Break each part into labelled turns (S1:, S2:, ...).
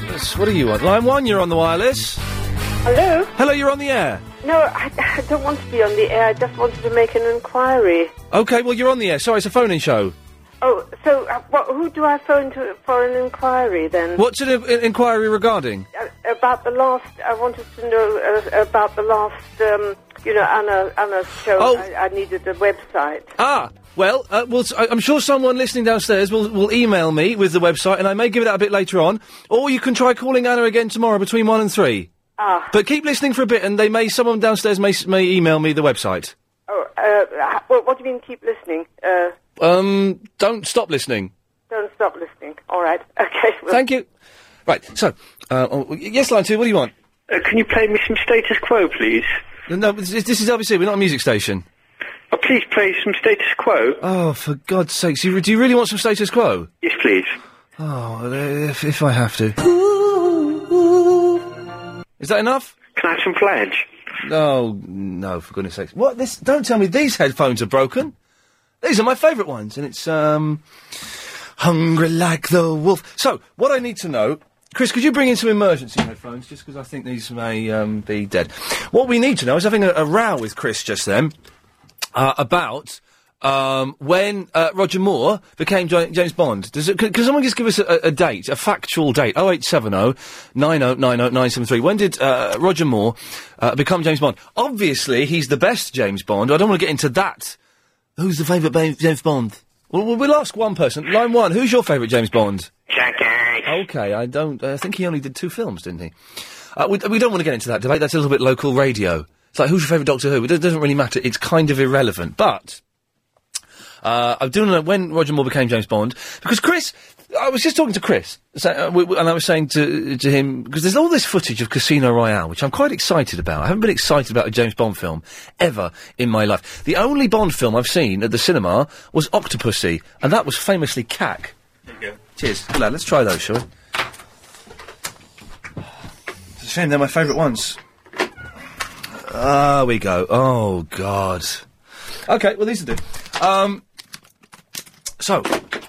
S1: wireless. What are you on? Line one, you're on the wireless.
S2: Hello?
S1: Hello, you're on the air.
S2: No, I, I don't want to be on the air. I just wanted to make an inquiry.
S1: Okay, well, you're on the air. Sorry, it's a phone in show.
S2: Oh, so uh, what, who do I phone to for an inquiry then?
S1: What's an, an inquiry regarding?
S2: Uh, about the last, I wanted to know uh, about the last, um, you know, Anna Anna's show.
S1: Oh.
S2: I, I needed a website.
S1: Ah, well, uh, well, s- I- I'm sure someone listening downstairs will, will email me with the website, and I may give it out a bit later on. Or you can try calling Anna again tomorrow between one and three.
S2: Ah.
S1: But keep listening for a bit, and they may someone downstairs may s- may email me the website.
S2: Oh, uh, h- what, what do you mean? Keep listening. Uh,
S1: Um, don't stop listening.
S2: don't stop listening. All right. Okay. Well,
S1: Thank you. Right. So, uh, oh, y- yes, line two. What do you want?
S3: Uh, can you play me some status quo, please?
S1: No, this, this is LBC. We're not a music station.
S3: Oh, please play some status quo.
S1: Oh, for God's sakes! You, re- do you really want some status quo?
S3: Yes, please.
S1: Oh, if, if I have to. Is that enough?
S3: Can I have some flange?
S1: No, no, for goodness sakes. What this don't tell me these headphones are broken. These are my favourite ones, and it's um Hungry like the wolf. So, what I need to know Chris, could you bring in some emergency headphones just because I think these may um, be dead? What we need to know is having a, a row with Chris just then uh, about um, when uh, Roger Moore became Ja- James Bond. Does it, could, could someone just give us a, a- a date, a factual date? 0870 oh, 9090973. When did uh, Roger Moore uh, become James Bond? Obviously, he's the best James Bond. I don't want to get into that. Who's the favourite Ba- James Bond? Well, we'll- we'll ask one person. Line one, who's your favourite James Bond? Okay, I don't. uh, I think he only did two films, didn't he? Uh, we, we don't want to get into that debate. That's a little bit local radio. It's like who's your favourite Doctor Who? It do- doesn't really matter. It's kind of irrelevant. But uh, I do know when Roger Moore became James Bond because Chris. I was just talking to Chris, so, uh, we, we- and I was saying to to him because there's all this footage of Casino Royale, which I'm quite excited about. I haven't been excited about a James Bond film ever in my life. The only Bond film I've seen at the cinema was Octopussy, and that was famously cack. Cheers. Come on, let's try those, shall we? It's a shame they're my favourite ones. Ah, we go. Oh God. Okay, well these are do. Um, so,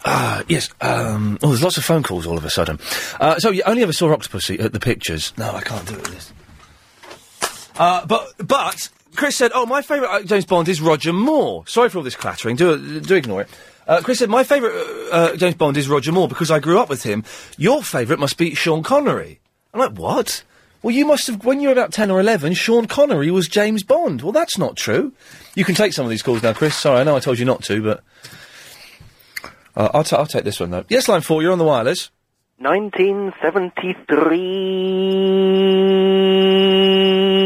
S1: uh, yes. Um, oh, there's lots of phone calls all of a sudden. Uh, so you only ever saw Octopussy at the pictures. No, I can't do it. With this. Uh, but but Chris said, "Oh, my favourite uh, James Bond is Roger Moore." Sorry for all this clattering. Do do ignore it. Uh, Chris said, "My favourite uh, uh, James Bond is Roger Moore because I grew up with him. Your favourite must be Sean Connery." I'm like, "What?" Well, you must have when you were about ten or eleven. Sean Connery was James Bond. Well, that's not true. You can take some of these calls now, Chris. Sorry, I know I told you not to, but uh, I'll, ta- I'll take this one though. Yes, line four. You're on the wireless.
S3: 1973.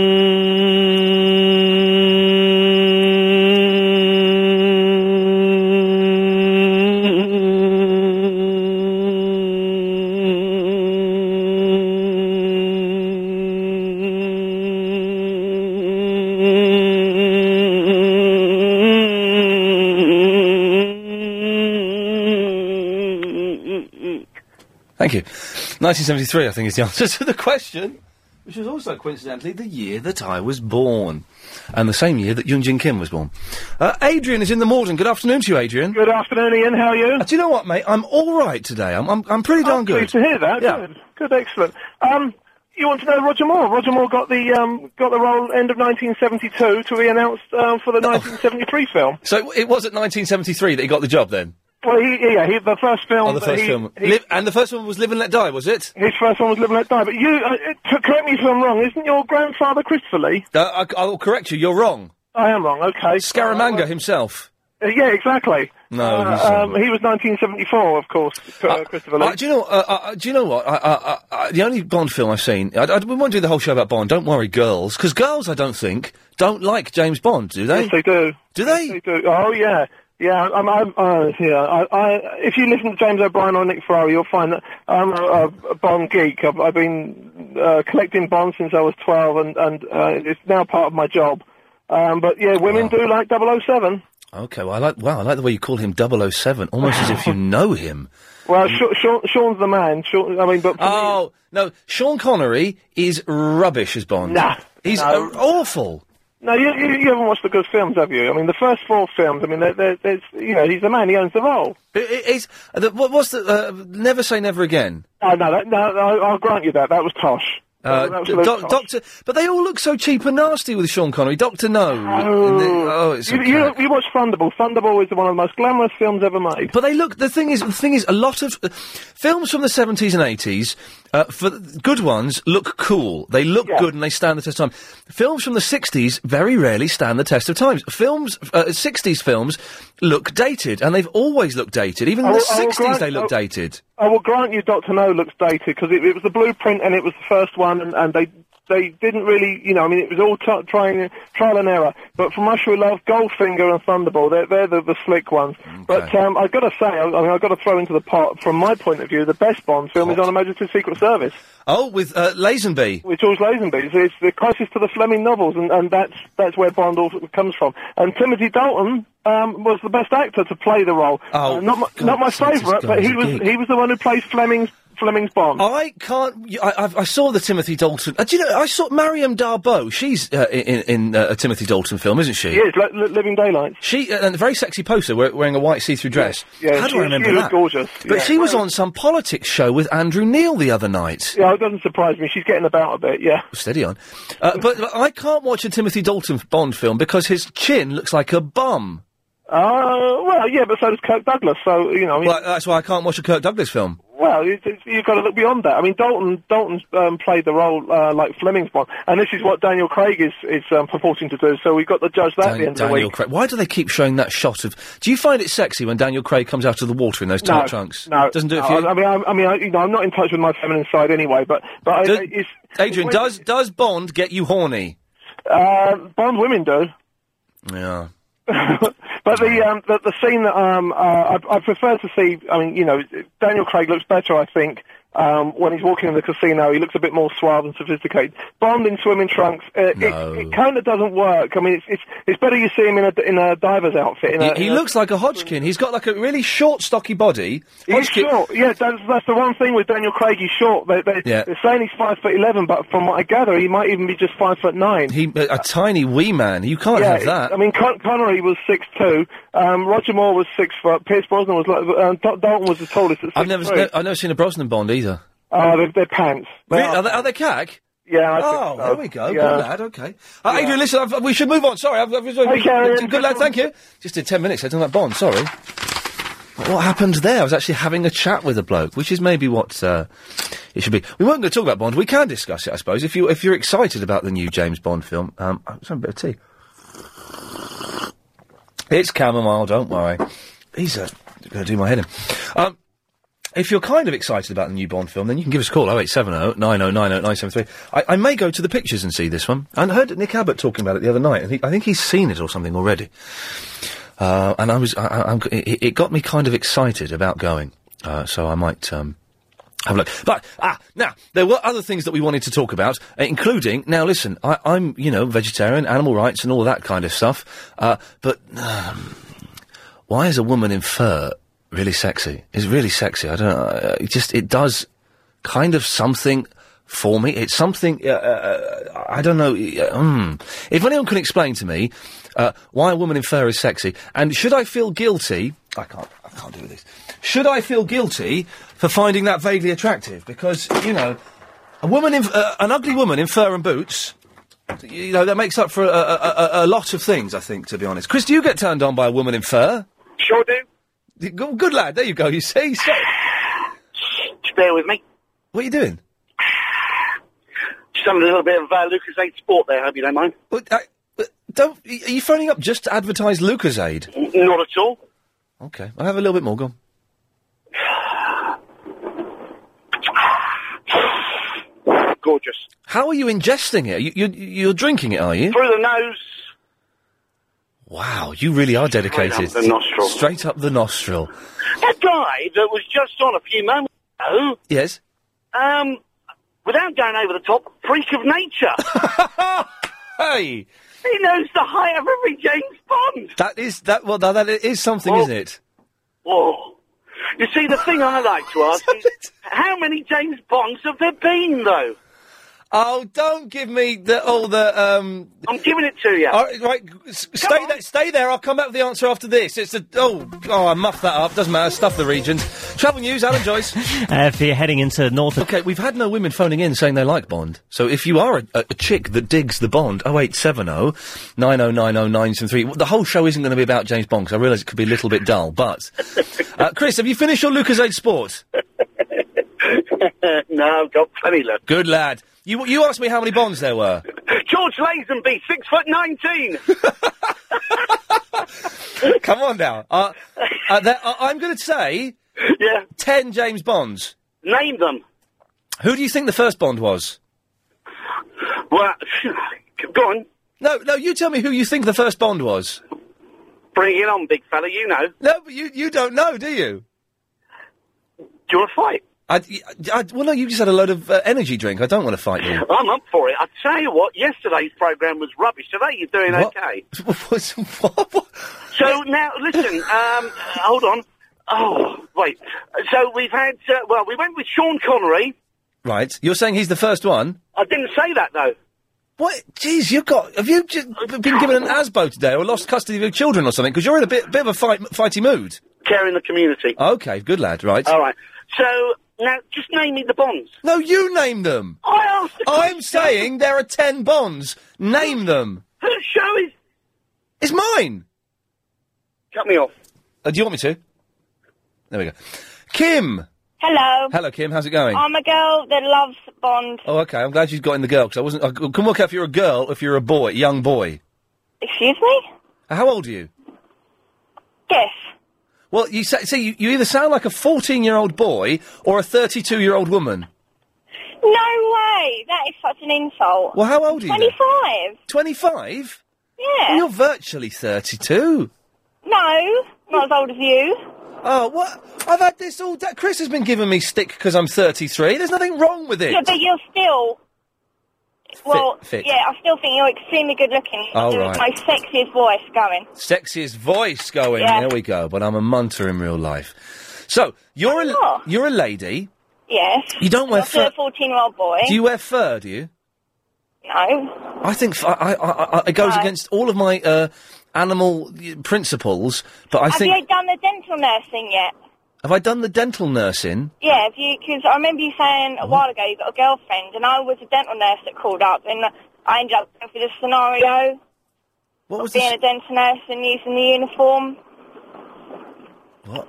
S1: Thank you. 1973, I think, is the answer to the question, which was also coincidentally the year that I was born, and the same year that Yoon Jin Kim was born. Uh, Adrian is in the Morden. Good afternoon to you, Adrian. Uh,
S4: Good afternoon, Ian. How are you?
S1: do you know what, mate? I'm all right today. I'm I'm, I'm pretty darn
S4: I'm
S1: good.
S4: Pleased to hear that.
S1: Yeah.
S4: Good. Good. Excellent. Um, you want to know Roger Moore? Roger Moore got the um, got the role end of 1972 to be announced um, for the 1973 film.
S1: Oh. So it was at 1973 that he got the job then.
S4: Well, he, yeah, he, the first film.
S1: Oh, the
S4: that
S1: first
S4: he-
S1: film.
S4: he-
S1: Live, and the first one was Live and Let Die, was it?
S4: his first one was Live and Let Die. But you, uh, it- t- correct me if I'm wrong. Isn't your grandfather Christopher Lee?
S1: Uh, I, I'll correct you. You're wrong.
S4: I am wrong. Okay.
S1: Scaramanga himself.
S4: Uh, yeah, exactly.
S1: No,
S4: Uh,
S1: he's, uh,
S4: um, he was 1974, of course. C- Uh, Christopher Lee.
S1: Uh, do you know? Uh, uh, do you know what? I, I, I, I, the only Bond film I've seen. I, I, we won't do the whole show about Bond. Don't worry, girls, because girls, I don't think don't like James Bond, do they?
S4: Yes, they do.
S1: Do they?
S4: Yes, they do. Oh, yeah. Yeah, I'm, I'm, uh, yeah. I, I, if you listen to James O'Brien or Nick Ferrari, you'll find that I'm a, a Bond geek. I've, I've been uh, collecting Bonds since I was 12, and, and uh, it's now part of my job. Um, but yeah, women
S1: Oh.
S4: do like 007.
S1: Okay. Well, I like. Wow, I like the way you call him 007, almost as if you know him.
S4: Well,
S1: Mm.
S4: Sha- Sha- Sean's the man. Sean, I mean, but for me,
S1: Oh no, Sean Connery is rubbish as Bond.
S4: Nah.
S1: he's uh,
S4: No.
S1: awful.
S4: No, you, you, you haven't watched the good films, have you? I mean, the first four films. I mean, there- there- there's you know, he's the man. He owns the role.
S1: It, it, it's uh, the, what, what's the uh, Never Say Never Again?
S4: No, no, that, no, no, I'll grant you that. That was Tosh.
S1: Uh,
S4: That was
S1: d-
S4: absolute
S1: doc-
S4: tosh.
S1: Doctor, but they all look so cheap and nasty with Sean Connery. Doctor No.
S4: Oh,
S1: And they- oh, it's a
S4: you, you, you watch Thunderball. Thunderball is one of the most glamorous films ever made.
S1: But they look. The thing is, the thing is, a lot of uh, films from the seventies and eighties, uh, for good ones, look cool. They look good and they stand the test of time. Films from the sixties very rarely stand the test of times. Films, uh, sixties films, look dated, and they've always looked dated. Even in
S4: I
S1: the
S4: will- I will
S1: sixties,
S4: grant-
S1: they look
S4: I-
S1: dated.
S4: I will grant you, Doctor No looks dated because it, it was the blueprint and it was the first one, and, and they they didn't really, you know, I mean, it was all t- trying trial and error. But from Usher Love, Goldfinger and Thunderball, they're they're the, the slick ones. But um, I've got to say, I, I mean, I've got to throw into the pot from my point of view, the best Bond film is on Emergency Secret Service
S1: Oh, with uh, Lazenby.
S4: with George Lazenby. It's, it's the closest to the Fleming novels, and, and that's that's where Bond also comes from. And Timothy Dalton um, was the best actor to play the role.
S1: Oh,
S4: Uh, not my,
S1: God,
S4: not my
S1: since it's
S4: favourite,
S1: gone
S4: but he
S1: to
S4: was
S1: gig.
S4: he was the one who plays Fleming's Fleming's Bond.
S1: I can't. y- I, I've- I saw the Timothy Dalton. Uh, do you know? I saw Mariam Darbo. She's uh, in, in uh, a Timothy Dalton film, isn't she?
S4: He is li- li- Living Daylights.
S1: She uh, and a very sexy poster we- wearing a white see-through dress.
S4: Yeah,
S1: How
S4: she,
S1: do I remember
S4: she
S1: that?
S4: looked gorgeous.
S1: But
S4: yeah.
S1: she was on some politics show with Andrew Neil the other night.
S4: Yeah, it doesn't surprise me. She's getting about a bit. Yeah.
S1: Steady on. Uh, but, but I can't watch a Timothy Dalton f- Bond film because his chin looks like a bum.
S4: Uh, well, yeah, but so does Kirk Douglas. So you know, I mean,
S1: Well, that's why I can't watch a Kirk Douglas film.
S4: Well, it, it, you've got to look beyond that. I mean, Dalton Dalton's um, played the role uh, like Fleming's Bond, and this is what Daniel Craig is is um, purporting to do. So we've got to judge that at the
S1: Dan-
S4: end of the
S1: Daniel
S4: week.
S1: Craig. Why do they keep showing that shot of? Do you find it sexy when Daniel Craig comes out of the water in those tight
S4: no,
S1: trunks?
S4: no,
S1: doesn't do it
S4: no,
S1: for you.
S4: I, I mean, I, I mean, I, you know, I'm not in touch with my feminine side anyway, but but I-
S1: Does-
S4: I, it's
S1: Adrian,
S4: it's-
S1: does does Bond get you horny?
S4: uh, Bond women do.
S1: Yeah.
S4: But the, um, the the scene that um, uh, I, I prefer to see, I mean, you know, Daniel Craig looks better, I think, um, when he's walking in the casino. He looks a bit more suave and sophisticated. Bond in swimming trunks, uh,
S1: No.
S4: it, it kind of doesn't work. I mean, it's, it's it's better you see him in a in a diver's outfit. In a,
S1: He, he
S4: in a-
S1: looks like a Hodgkin. He's got like a really short, stocky body.
S4: He's short. Yeah, that's, that's the one thing with Daniel Craig. He's short. They, they,
S1: Yeah.
S4: They're saying he's five foot eleven, but from what I gather, he might even be just five foot nine.
S1: He a, a tiny wee man. You can't have that.
S4: I mean, Con- Connery was six two. Um, Roger Moore was six foot. Pierce Brosnan was like. Um, Dal- Dalton was the tallest. At six
S1: I've never,
S4: Three.
S1: no, I've never seen a Brosnan Bond either.
S4: Oh, they're, they're pants.
S1: Really? Are, they, are they cack?
S4: Yeah. I
S1: oh,
S4: think so.
S1: there we go.
S4: Yeah.
S1: Good lad. Okay. Uh, Adrian, listen, I've, we should move on. Sorry, I've, I've,
S4: Okay, Adrian,
S1: good lad.
S4: good
S1: Thank you. Just did ten minutes. I done that Bond. Sorry. What what happened there? I was actually having a chat with a bloke, which is maybe what uh, it should be. We weren't going to talk about Bond. We can discuss it, I suppose. If you if you're excited about the new James Bond film, um, I'm having a bit of tea. It's chamomile. Don't worry. He's uh, going to do my head in. Um, if you're kind of excited about the new Bond film, then you can give us a call 0870 9090 973. I, I may go to the pictures and see this one. And I heard Nick Abbott talking about it the other night, and he, I think he's seen it or something already. Uh, and I was, I, I, I'm, it, it got me kind of excited about going, uh, so I might um, have a look. But ah, now there were other things that we wanted to talk about, uh, including now. Listen, I, I'm you know vegetarian, animal rights, and all that kind of stuff. Uh, but um, why is a woman in fur really sexy? It's really sexy. I don't know. uh, It just it does kind of something for me. It's something uh, uh, I don't know. uh, mm. If anyone can explain to me uh, why a woman in fur is sexy, and should I feel guilty? I can't. I can't do this. Should I feel guilty for finding that vaguely attractive? Because you know, a woman in uh, an ugly woman in fur and boots. You know that makes up for a, a, a, a lot of things. I think, to be honest, Chris, do you get turned on by a woman in fur?
S5: Sure do.
S1: Good, good lad. There you go. You see. So,
S5: Just bear with me.
S1: what are you doing?
S5: Just having a little bit of uh, Lucas 8 sport there, hope you don't mind.
S1: What, I, what- don't. Are you phoning up just to advertise LucasAid?
S5: N- Not at all.
S1: Okay, I'll have a little bit more. Go on.
S5: Gorgeous.
S1: How are you ingesting it? You, you, you're drinking it, are you?
S5: Through the nose.
S1: Wow, you really are dedicated.
S5: Straight up the nostril.
S1: Straight up the nostril.
S5: That guy that was just on a few moments ago,
S1: Yes.
S5: um, without going over the top, freak of nature.
S1: Hey,
S5: he knows the height of every James Bond.
S1: that is that. Well, now that is something,
S5: Oh.
S1: isn't it?
S6: Oh.
S5: Whoa. You see, the thing I like to ask is, how many James Bonds have there been, though?
S1: Oh, don't give me the, all the. Um...
S6: I'm giving it to you.
S1: All right, right s- stay there. Stay there. I'll come back with the answer after this. It's a. Oh, oh, I muffed that up. Doesn't matter. Stuff the regions. Travel news. Alan Joyce.
S7: Uh,
S8: E
S7: if you're heading into North.
S1: Okay, we've had no women phoning in saying they like Bond. So if you are a, a, a chick that digs the Bond, 0870 9090973. The whole show isn't going to be about James Bond because I realise it could be a little bit dull. But uh, Chris, have you finished your LucasAid Sport?
S6: no, I've got plenty left.
S1: Good lad. You you asked me how many Bonds there were.
S6: George Lazenby, six foot nineteen.
S1: Come on now. Uh, uh, there, I I'm going to say.
S6: Yeah.
S1: Ten James Bonds.
S6: Name them.
S1: Who do you think the first Bond was?
S6: Well, go on.
S1: No, no. You tell me who you think the first Bond was.
S6: Bring it on, big fella. You know.
S1: No, but you you don't know, do you?
S6: Do you want to fight?
S1: I, I- I- well, no. You just had a load of uh, energy drink. I don't want to fight you.
S6: I'm up for it. I tell you what, yesterday's program was rubbish. Today you're doing
S1: What?
S6: okay.
S1: What's- what- what-
S6: So now, listen. Um, uh, hold on. Oh, wait. So we've had. Uh, well, we went with Sean Connery.
S1: Right. You're saying he's the first one.
S6: I didn't say that though.
S1: What? Jeez, you've got. Have you just been given an ASBO today, or lost custody of your children, or something? Because you're in a bit bit of a fight, fighty mood.
S6: Care in the community.
S1: Okay, good lad. Right.
S6: All right. So now, just name me the Bonds.
S1: No, you name them.
S6: I asked. The
S1: I'm saying there are ten Bonds. Name them.
S6: Whose show is?
S1: It's mine.
S6: Cut me off.
S1: Uh, do you want me to? There we go. Kim.
S9: Hello.
S1: Hello, Kim. How's it going?
S9: I'm a girl that loves Bond.
S1: oh, okay. I'm glad you've got in the girl because I wasn't. I c- couldn't work out if you're a girl, or if you're a boy, a young boy.
S9: Excuse me?
S1: How old are you?
S9: Yes.
S1: Well, you sa- see, you, you either sound like a 14 year old boy or a 32 year old woman.
S9: No way. That is such an insult.
S1: Well, how old are you? then?
S9: 25.
S1: 25?
S9: Yeah.
S1: Well, you're virtually 32.
S9: No, not as old as you.
S1: Oh, what? I've had this all day. Chris has been giving me stick because I'm 33. There's nothing wrong with it.
S9: Yeah, but you're still. Well,
S1: fit.
S9: yeah, I still think you're extremely good looking.
S1: Oh,
S9: You're the
S1: right.
S9: most sexiest voice going.
S1: Sexiest voice going.
S9: Yeah.
S1: There we go. But I'm a munter in real life. So, you're
S9: Oh.
S1: a, you're a lady.
S9: Yes.
S1: You don't wear
S9: I'm still
S1: fur.
S9: a 14 year old boy.
S1: Do you wear fur, do you?
S9: No.
S1: I think f- I, I, I, I- it goes
S9: No.
S1: against all of my uh, animal y- principles, but I
S9: have
S1: think.
S9: you done the dental nursing yet?
S1: Have I done the dental nursing?
S9: Yeah, have you? Because I remember you saying
S1: Mm-hmm.
S9: a while ago you got a girlfriend, and I was a dental nurse that called up, and I ended up going for this scenario.
S1: What was
S9: being a dental nurse and using the uniform?
S1: What?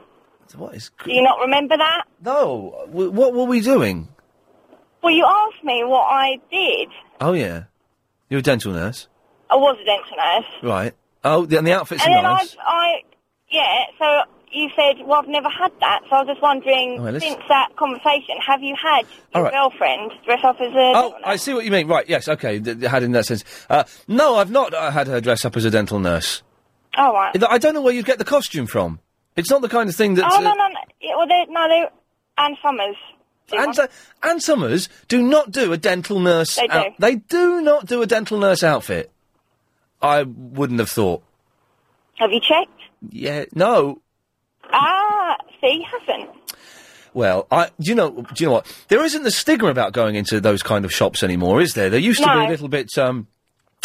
S1: What is?
S9: Do you not remember that?
S1: No. W- what were we doing?
S9: Well, you asked me what I did.
S1: Oh yeah, you're a dental nurse,
S9: I was a dental nurse,
S1: right? Oh, the, and the outfits
S9: and
S1: are
S9: then
S1: nice.
S9: I, I, yeah. So you said, "Well, I've never had that." So I was just wondering,
S1: Oh, well, let's-
S9: since that conversation, have you had
S1: All
S9: your
S1: right.
S9: girlfriend dress up as a?
S1: Oh, I see what you mean. Right, yes, okay, th- th- had in that sense. Uh, no, I've not uh, had her dress up as a dental nurse.
S9: All right.
S1: I don't know where you'd get the costume from. It's not the kind of thing that. uh,
S9: oh no, no, no. Yeah, well, they, no, they, Anne Summers. do
S1: Anne,
S9: one.
S1: Su- Anne Summers do not do a dental nurse.
S9: They do.
S1: out- they do not do a dental nurse outfit. I wouldn't have thought.
S9: Have you checked?
S1: Yeah, no.
S9: Ah, see, hasn't.
S1: Well, I do you know do you know what? There isn't the stigma about going into those kind of shops anymore, is there? There used to be a
S10: No.
S1: little bit. um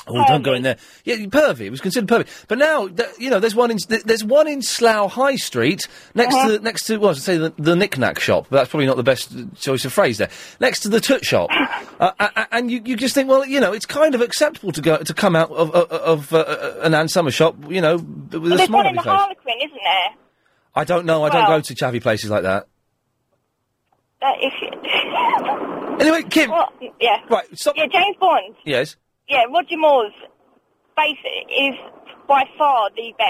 S1: Oh, don't go in there. Yeah, pervy. It was considered pervy. But now, th- you know, there's one in th- there's one in Slough High Street next
S10: Uh-huh.
S1: to next to well, I was gonna say the, the knick-knack shop, but that's probably not the best uh, choice of phrase there. Next to the toot shop, uh, a- a- and you, you just think, well, you know, it's kind of acceptable to go to come out of of, of uh, uh, an Ann Summer shop, you know, b- with
S9: Well,
S1: a
S9: there's
S1: smile
S9: one
S1: on
S9: in the
S1: your face.
S9: Harlequin, isn't there?
S1: I don't know. I don't
S9: Well-
S1: go to chavvy places like that.
S9: That is.
S1: Anyway, Kim.
S9: Well, yeah.
S1: Right. Stop.
S9: Yeah, James Bond.
S1: Yes.
S9: Yeah, Roger Moore's face is by far the best,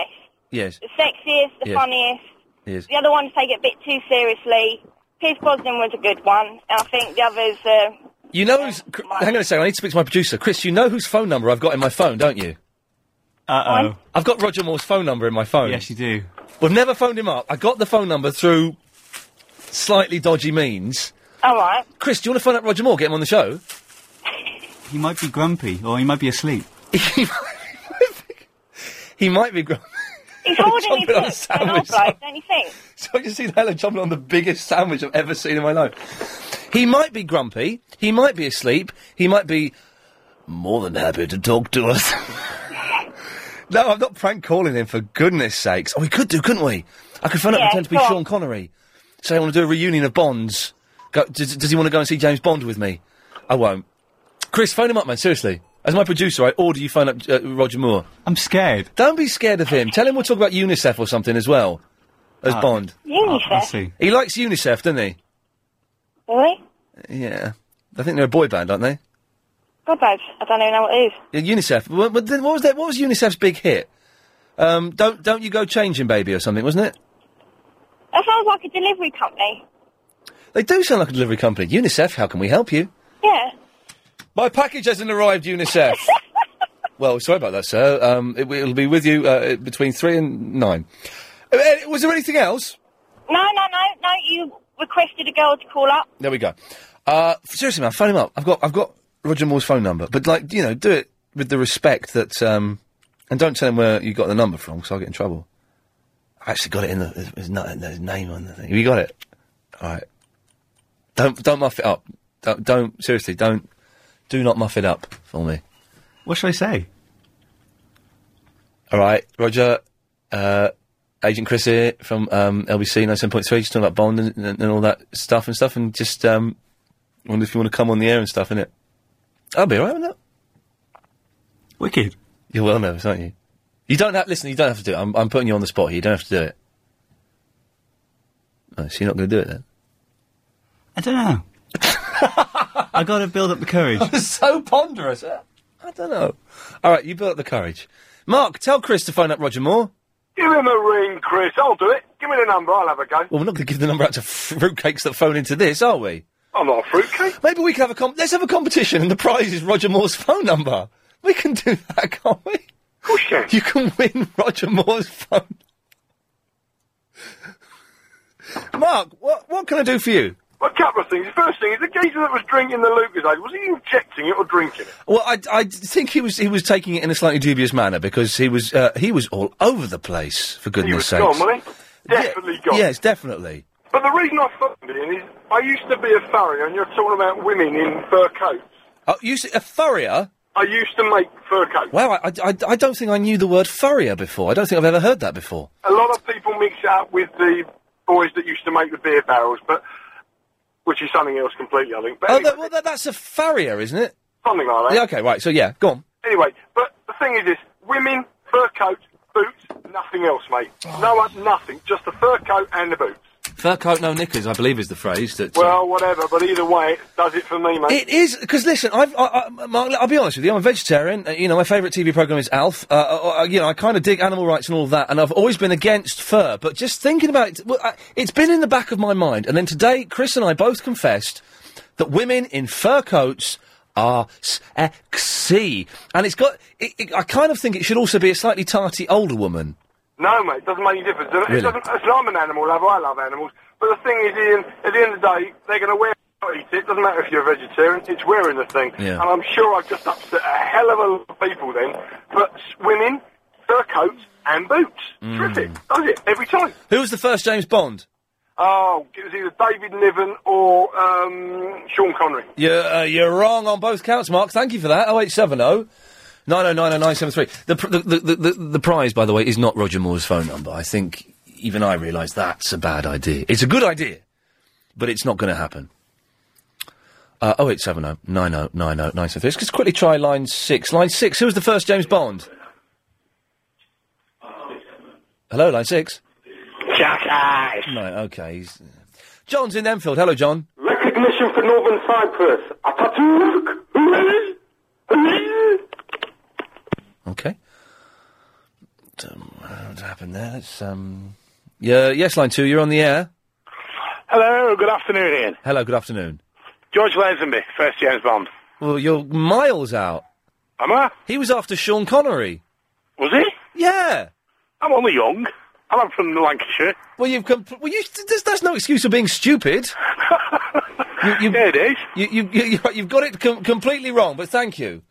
S1: Yes.
S9: the sexiest, the
S1: Yeah.
S9: funniest.
S1: Yes.
S9: The other ones take it a bit too seriously. Pierce Brosnan was a good one. I think the others. Uh,
S1: You know who's. Cr- hang on a second, I need to speak to my producer. Chris, you know whose phone number I've got in my phone, don't you?
S7: Uh oh.
S1: I've got Roger Moore's phone number in my phone.
S7: Yes, you do.
S1: We've never phoned him up. I got the phone number through slightly dodgy means.
S9: all right.
S1: Chris, do you want to phone up Roger Moore, get him on the show?
S7: He might be grumpy, or he might be asleep.
S1: He might be. Gr-
S9: He's holding his
S1: Chomping on a
S9: book, an old
S1: sandwich.
S9: bloke, don't you think?
S1: so I just see Helen jumping on the biggest sandwich I've ever seen in my life. He might be grumpy. He might be asleep. He might be more than happy to talk to us. no, I'm not prank calling him for goodness sakes. Oh, we could do, couldn't we? I could phone up and
S6: Yeah,
S1: pretend to be
S6: go on.
S1: Sean Connery. Say I want to do a reunion of Bonds. Go, does, does he want to go and see James Bond with me? I won't. Chris, phone him up, man. Seriously. As my producer, I order you phone up uh, Roger Moore. I'm scared. Don't be scared of him. Tell him we'll talk about UNICEF or something as well. As
S9: Ah.
S1: Bond.
S9: UNICEF? I see.
S1: He likes UNICEF, doesn't he?
S9: Really?
S1: Yeah. I think they're a boy band, aren't they?
S9: God knows. I don't even know what it is.
S1: Yeah, UNICEF. What, what, what was that? What was UNICEF's big hit? Um, don't don't you go changing, baby, or something, wasn't it?
S9: That sounds like a delivery company.
S1: They do sound like a delivery company. UNICEF, how can we help you?
S9: Yeah.
S1: My package hasn't arrived, UNICEF. well, sorry about that, sir. Um, it, will be with you uh, between three and nine. Uh, eh, was there anything else?
S9: No, no, no, no. You requested a girl to call up.
S1: There we go. Uh, seriously, man, phone him up. I've got I've got Roger Moore's phone number, but like you know, do it with the respect that um, and don't tell him where you got the number from, because I'll get in trouble. I actually got it in the there's- there's, not, there's name on the thing. Have you got it? All right. Don't don't muff it up. Don't, don't seriously don't do not muff it up for me. What should I say? All right, Roger. Uh, Agent Chris here from um, LBC 97.3, just talking about Bond and, and, and all that stuff and stuff, and just um, wonder if you want to come on the air and stuff, innit? I'll be all right with that. Wicked. You're well nervous, aren't you? You don't have, listen, you don't have to do it. I'm, I'm putting you on the spot here. You don't have to do it. Oh, so you're not going to do it then?
S7: I don't know. I got to build up the courage.
S1: so ponderous. eh? I don't know. All right, you built up the courage. Mark, tell Chris to phone up Roger Moore.
S11: Give him a ring, Chris. I'll do it. Give me the number. I'll have a go.
S1: Well, we're not going to give the number out to fruitcakes that phone into this, are we?
S11: I'm not a fruitcake.
S1: Maybe we can have a comp- let's have a competition, and the prize is Roger Moore's phone number. We can do that, can't we? Of
S11: course you
S1: can. You can win Roger Moore's phone. Mark, what what can I do for you?
S11: A couple of things. The first thing is the geezer that was drinking the Lucasade. Was he injecting it or drinking it?
S1: Well, I, I think he was he was taking it in a slightly dubious manner because he was uh, he was all over the place for
S11: he
S1: goodness
S11: was
S1: sake.
S11: gone, wasn't he? Definitely gone.
S1: Yes, definitely.
S11: But the reason I phoned in is I used to be a farrier, and you're talking about women in fur coats.
S1: Oh, you s- a furrier?
S11: I used to make fur coats.
S1: Wow, I, I, I don't think I knew the word furrier before. I don't think I've ever heard that before.
S11: A lot of people mix it up with the boys that used to make the beer barrels, but which is something else completely, I think. But
S1: oh,
S11: anyway,
S1: that, well, that, that's a farrier, isn't it?
S11: something like that.
S1: Yeah, okay, right. So yeah, go on.
S11: Anyway, but the thing is this: women, fur coats, boots, nothing else, mate.
S1: Oh.
S11: No, uh, nothing. Just the fur coat and the boots.
S1: Fur coat, no knickers, I believe is the phrase that. uh,
S11: Well, whatever. But either way, it does it for me, mate.
S1: It is because listen, I've, I, I, Mark, I'll be honest with you. I'm a vegetarian. Uh, you know, my favourite TV program is Alf. Uh, uh, uh, you know, I kind of dig animal rights and all that, and I've always been against fur. But just thinking about it, well, I, it's been in the back of my mind. And then today, Chris and I both confessed that women in fur coats are sexy, and it's got. It, it, I kind of think it should also be a slightly tarty older woman.
S11: No, mate, it doesn't make any difference. It
S1: Really?
S11: doesn't, it's, I'm an animal lover, I love animals. But the thing is, Ian, at the end of the day, they're going to wear it or eat it. doesn't matter if you're a vegetarian, it's wearing the thing.
S3: Yeah.
S11: And I'm sure I've just upset a hell of a lot of people then. But s- women, fur coats, and boots. Terrific, does it? Every time.
S1: Who was the first James Bond?
S11: Oh, it was either David Niven or um, Sean Connery.
S1: You're, uh, you're wrong on both counts, Mark. Thank you for that. 0870 9090973. The, pr- the, the, the, the, the prize, by the way, is not Roger Moore's phone number. I think even I realise that's a bad idea. It's a good idea, but it's not going to happen. Uh, 0870 9090973. Let's just quickly try line six. Line six, who was the first James Bond? Hello, line six?
S12: Jack Ash.
S1: No, okay. he's- uh, John's in Enfield. Hello, John.
S12: Recognition for Northern Cyprus. Atatürk.
S1: Okay. Um, what happened there? Let's, um... Yeah, yes, line two, you're on the air.
S13: Hello, good afternoon, Ian.
S1: Hello, good afternoon.
S13: George Lazenby, first James Bond.
S1: Well, you're miles out.
S13: Am I?
S1: He was after Sean Connery.
S13: Was he?
S1: Yeah.
S13: I'm only young. I'm from Lancashire.
S1: Well, you've come. Well, you, that's, that's no excuse for being stupid. you, you,
S13: it is.
S1: You, you, you, you- you've got it com- completely wrong, but thank you.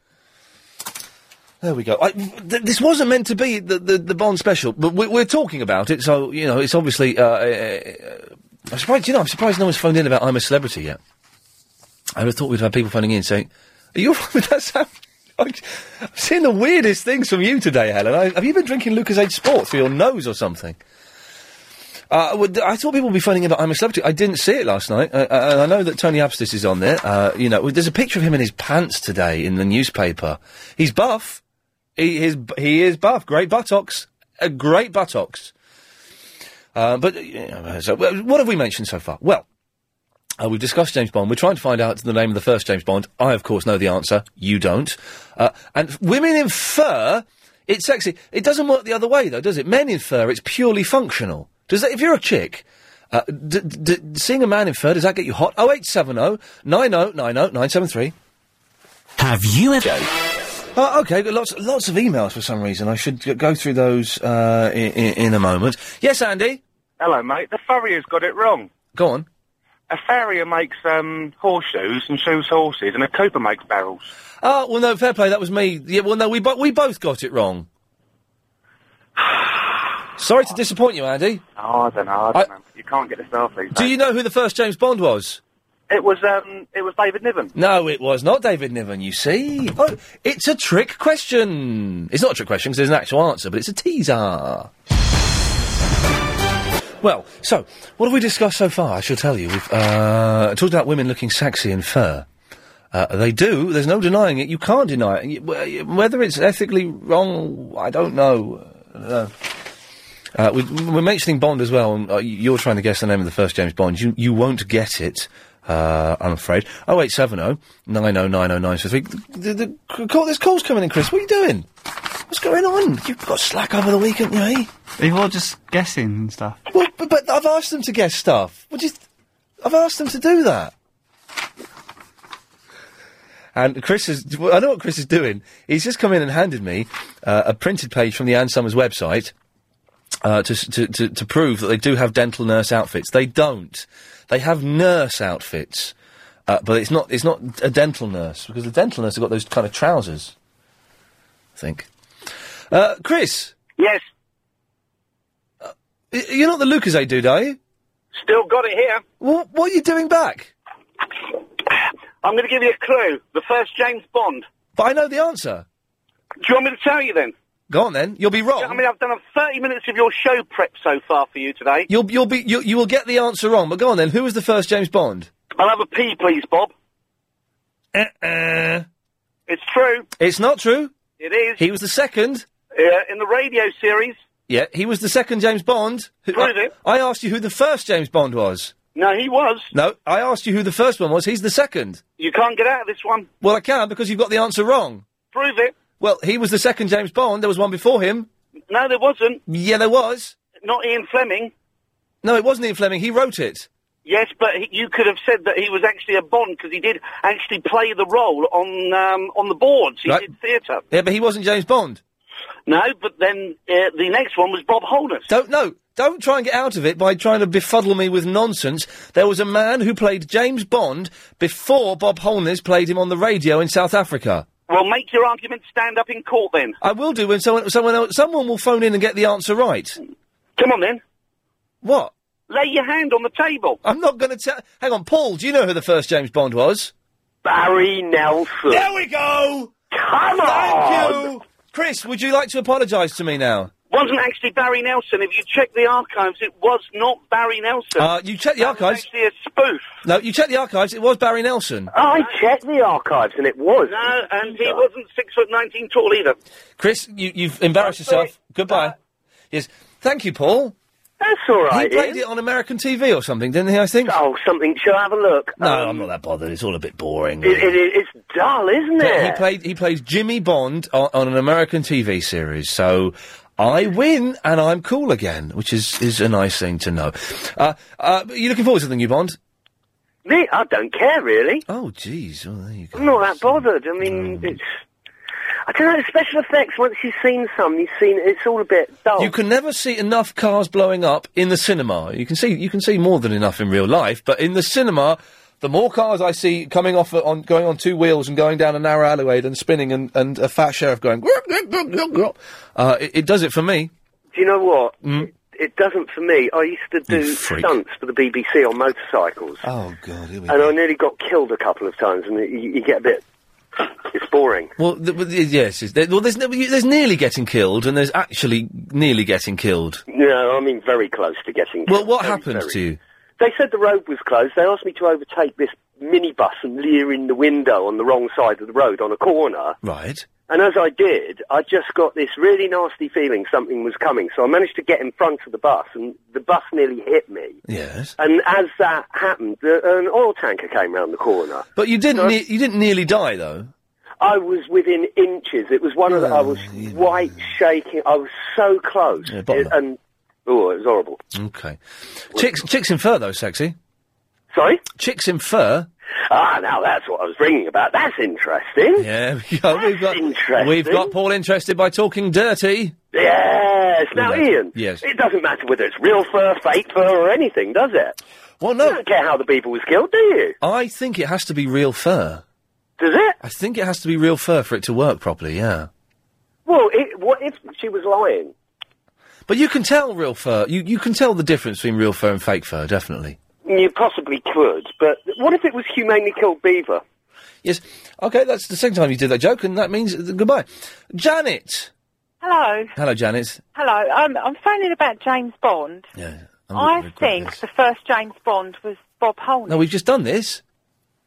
S1: There we go. I, th- this wasn't meant to be the, the, the Bond special, but we, we're talking about it, so, you know, it's obviously. Uh, uh, uh, I'm surprised, you know, I'm surprised no one's phoned in about I'm a Celebrity yet. I would have thought we'd have people phoning in saying, "Are you all right with that sound?" I'm seeing the weirdest things from you today, Helen. I, have you been drinking Lucas Age Sport through your nose or something? Uh, well, th- I thought people would be phoning in about I'm a celebrity. I didn't see it last night. Uh, uh, I know that Tony Abstis is on there. Uh, you know, there's a picture of him in his pants today in the newspaper. He's buff. He is. He is buff. Great buttocks. A great buttocks. Uh, but you know, so, well, what have we mentioned so far? Well, uh, we've discussed James Bond. We're trying to find out the name of the first James Bond. I, of course, know the answer. You don't. Uh, and f- women infer it's sexy. It doesn't work the other way, though, does it? Men infer it's purely functional. Does that, if you're a chick, uh, d- d- seeing a man infer, does that get you hot? 0870 973 Have you ever... Oh, okay, got lots, lots of emails for some reason. I should g- go through those uh, in, in a moment. Yes, Andy?
S14: Hello, mate. The furrier's got it wrong.
S1: Go on.
S14: A farrier makes um, horseshoes and shoes horses, and a cooper makes barrels.
S1: Oh, well, no, fair play. That was me. Yeah, well, no, we, bo- we both got it wrong. Sorry to disappoint you, Andy.
S14: Oh, I don't know. I don't know. You can't get this off these
S1: Do
S14: days.
S1: you know who the first James Bond was?
S14: It was um, it was David Niven.
S1: No, it was not David Niven, you see. Oh, it's a trick question. It's not a trick question because there's an actual answer, but it's a teaser. Well, so, what have we discussed so far? I shall tell you. We've uh, talked about women looking sexy in fur. Uh, they do. There's no denying it. You can't deny it. You- wh- Whether it's ethically wrong, I don't know. Uh, uh, we, we're mentioning Bond as well, and uh, you're trying to guess the name of the first James Bond. You you won't get it, uh, I'm afraid. 0870 9090973. The, the, the call, there's calls coming in, Chris. What are you doing? What's going on? You've got slack over the weekend, you eh?
S7: People are just guessing and stuff.
S1: Well, but, but I've asked them to guess stuff. What do you th- I've asked them to do that. And Chris is, well, I know what Chris is doing. He's just come in and handed me uh, a printed page from the Ann Summers website uh, to, s- to, to, to prove that they do have dental nurse outfits. They don't. They have nurse outfits. Uh, but it's not, it's not a dental nurse, because the dental nurse have got those kind of trousers, I think. Uh, Chris?
S5: Yes.
S1: Y- You're not the Lucas I dude, are you?
S5: Still got it here.
S1: What, what are you doing back?
S5: I'm going to give you a clue. The first James Bond.
S1: But I know the answer.
S5: Do you want me to tell you then?
S1: Go on then. You'll be wrong.
S5: I mean, I've done a 30 minutes of your show prep so far for you today.
S1: You'll you'll be you, you will get the answer wrong. But go on then. Who was the first James Bond?
S5: I'll have a pee, please, Bob.
S1: Uh,
S5: It's true.
S1: it's not true.
S5: It is.
S1: He was the second.
S5: Uh, in the radio series.
S1: Yeah, he was the second James Bond. Who,
S5: Prove
S1: I,
S5: it.
S1: I asked you who the first James Bond was.
S5: No, he was.
S1: No, I asked you who the first one was. He's the second.
S5: You can't get out of this one.
S1: Well, I can because you've got the answer wrong.
S5: Prove it.
S1: Well, he was the second James Bond. There was one before him.
S5: No, there wasn't.
S1: Yeah, there was.
S5: Not Ian Fleming.
S1: No, it wasn't Ian Fleming. He wrote it.
S5: Yes, but he, you could have said that he was actually a Bond because he did actually play the role on um, on the boards. He
S1: Right.
S5: did theatre.
S1: Yeah, but he wasn't James Bond.
S5: No, but then uh, the next one was Bob Holness.
S1: Don't no. Don't try and get out of it by trying to befuddle me with nonsense. There was a man who played James Bond before Bob Holness played him on the radio in South Africa.
S5: Well, make your argument stand up in court then.
S1: I will do when someone someone else, someone will phone in and get the answer right.
S5: Come on then.
S1: What?
S5: Lay your hand on the table.
S1: I'm not going to tell. Hang on, Paul. Do you know who the first James Bond was?
S8: Barry Nelson. Oh,
S1: There we go.
S8: Come
S1: Thank
S8: on!
S1: you, Chris. Would you like to apologise to me now?
S5: Wasn't actually Barry Nelson. If you check the archives, it was not Barry Nelson.
S1: Uh, you check the archives.
S5: Actually, a spoof.
S1: No, you check the archives. It was Barry Nelson.
S8: I checked the archives and it was.
S5: No, and he wasn't six foot nineteen tall either.
S1: Chris, you, you've embarrassed yourself. Goodbye. yes. Thank you, Paul.
S8: That's all right.
S1: he played
S8: Ian.
S1: it on American TV or something, didn't he? I think.
S8: Oh, something. Shall I have a look?
S1: No,
S6: Um,
S1: I'm not that bothered. It's all a bit boring.
S8: It, it, it, it's dull, isn't
S1: But
S8: it?
S1: he played he plays Jimmy Bond on, on an American TV series, so I win and I'm cool again, which is is a nice thing to know. Uh, uh, are you looking forward to the new Bond?
S8: Me, I don't care really.
S1: Oh, jeez. Oh, there you go.
S8: I'm not that bothered. I
S1: Um,
S8: mean, it's. I don't know. Special effects. Once you've seen some, you've seen it's all a bit dull.
S1: You can never see enough cars blowing up in the cinema. You can see you can see more than enough in real life, but in the cinema, the more cars I see coming off a- on going on two wheels and going down a narrow alleyway and spinning and, and a fat sheriff going, uh, it, it does it for me.
S8: Do you know what?
S1: Mm.
S6: it doesn't for me. I used to do stunts for the BBC on motorcycles,
S1: Oh God, here we
S6: and I nearly got killed a couple of times. And you, you get a bit, it's boring.
S1: Well, th- well, th- yes. is there- well, there's, ne- you- there's nearly getting killed, and there's actually nearly getting killed.
S6: No, I mean very close to getting.
S1: Well,
S6: Killed.
S1: what
S6: Very,
S1: happened
S6: very-
S1: to you?
S6: They said the road was closed. They asked me to overtake this minibus and leer in the window on the wrong side of the road on a corner.
S1: Right.
S6: And as I did, I just got this really nasty feeling something was coming. So I managed to get in front of the bus, and the bus nearly hit me.
S1: Yes.
S6: And as that happened, the, an oil tanker came round the corner.
S1: But you didn't. ne- you didn't nearly die though.
S6: I was within inches. It was one of the. I was white, shaking. I was so close.
S1: Yeah, bottom
S6: It- and oh, it was horrible.
S1: Okay. Chicks, chicks in fur though, sexy.
S6: Sorry.
S1: Chicks in fur.
S6: Ah, now that's what I was ringing about. That's interesting.
S1: Yeah, we go. we've got
S6: interesting.
S1: we've got Paul interested by talking dirty.
S6: Yes. Now,
S1: Yeah.
S6: Ian.
S1: Yes.
S6: It doesn't matter whether it's real fur, fake fur, or anything, does it?
S1: Well, no.
S6: You don't care how the people was killed, do you?
S1: I think it has to be real fur.
S6: Does it?
S1: I think it has to be real fur for it to work properly. Yeah.
S6: Well, it, what if she was lying?
S1: But you can tell real fur. You you can tell the difference between real fur and fake fur, definitely.
S6: You possibly could, but what if it was humanely killed beaver?
S1: Yes. Okay, that's the second time you did that joke, and that means uh, goodbye. Janet.
S15: Hello.
S1: Hello, Janet.
S15: Hello. Um, I'm phoning about James Bond.
S1: Yeah. I'm gonna
S15: I
S1: regret
S15: think
S1: this.
S15: the first James Bond was Bob Holness.
S1: No, we've just done this.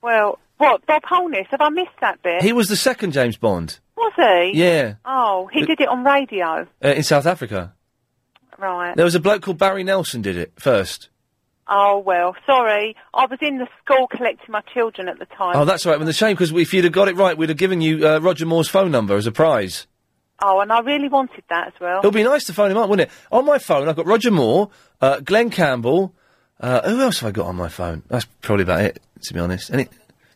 S15: Well, what? Bob Holness? Have I missed that bit?
S1: He was the second James Bond
S15: Was he?
S1: Yeah.
S15: Oh, he
S1: The-
S15: did it on radio.
S1: uh, in South Africa.
S15: Right.
S1: There was a bloke called Barry Nelson did it first.
S15: Oh, well, sorry. I was in the school collecting my children at the time.
S1: Oh, that's all right. Well, the shame because if you'd have got it right, we'd have given you uh, Roger Moore's phone number as a prize.
S15: Oh, and I really wanted that as well.
S1: It'll be nice to phone him up, wouldn't it? On my phone, I've got Roger Moore, uh, Glenn Campbell. Uh, who else have I got on my phone? That's probably about it, to be honest. Any,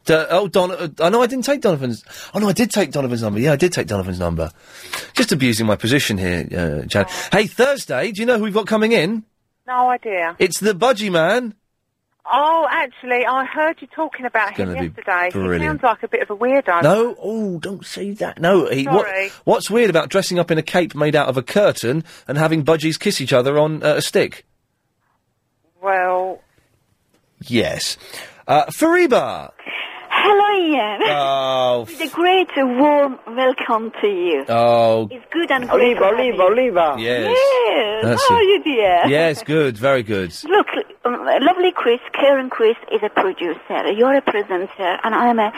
S1: D- oh, Don. Uh, I know I didn't take Donovan's. Oh no, I did take Donovan's number. Yeah, I did take Donovan's number. Just abusing my position here, uh, Jan. Hey, Thursday. Do you know who we've got coming in?
S15: No idea.
S1: It's the Budgie Man.
S15: Oh, actually, I heard you talking about him
S1: gonna be
S15: yesterday. He
S1: brilliant.
S15: sounds like a bit of a weirdo.
S1: No, oh, don't say that. No, he, what,
S15: Sorry.
S1: what's weird about dressing up in a cape made out of a curtain and having budgies kiss each other on uh, a stick?
S15: Well,
S1: Yes. Uh, Fariba.
S16: Hello, Ian.
S1: Oh,
S16: It's a great uh, warm welcome to you.
S1: Oh.
S16: It's good and great.
S6: Oliva, Oliva, Oliva.
S1: Yes.
S16: Yes.
S1: That's
S16: How
S1: it.
S16: are you, dear?
S1: Yes, good, very good.
S16: Look, um, lovely Chris, Karen Chris is a producer. You're a presenter, and I'm a,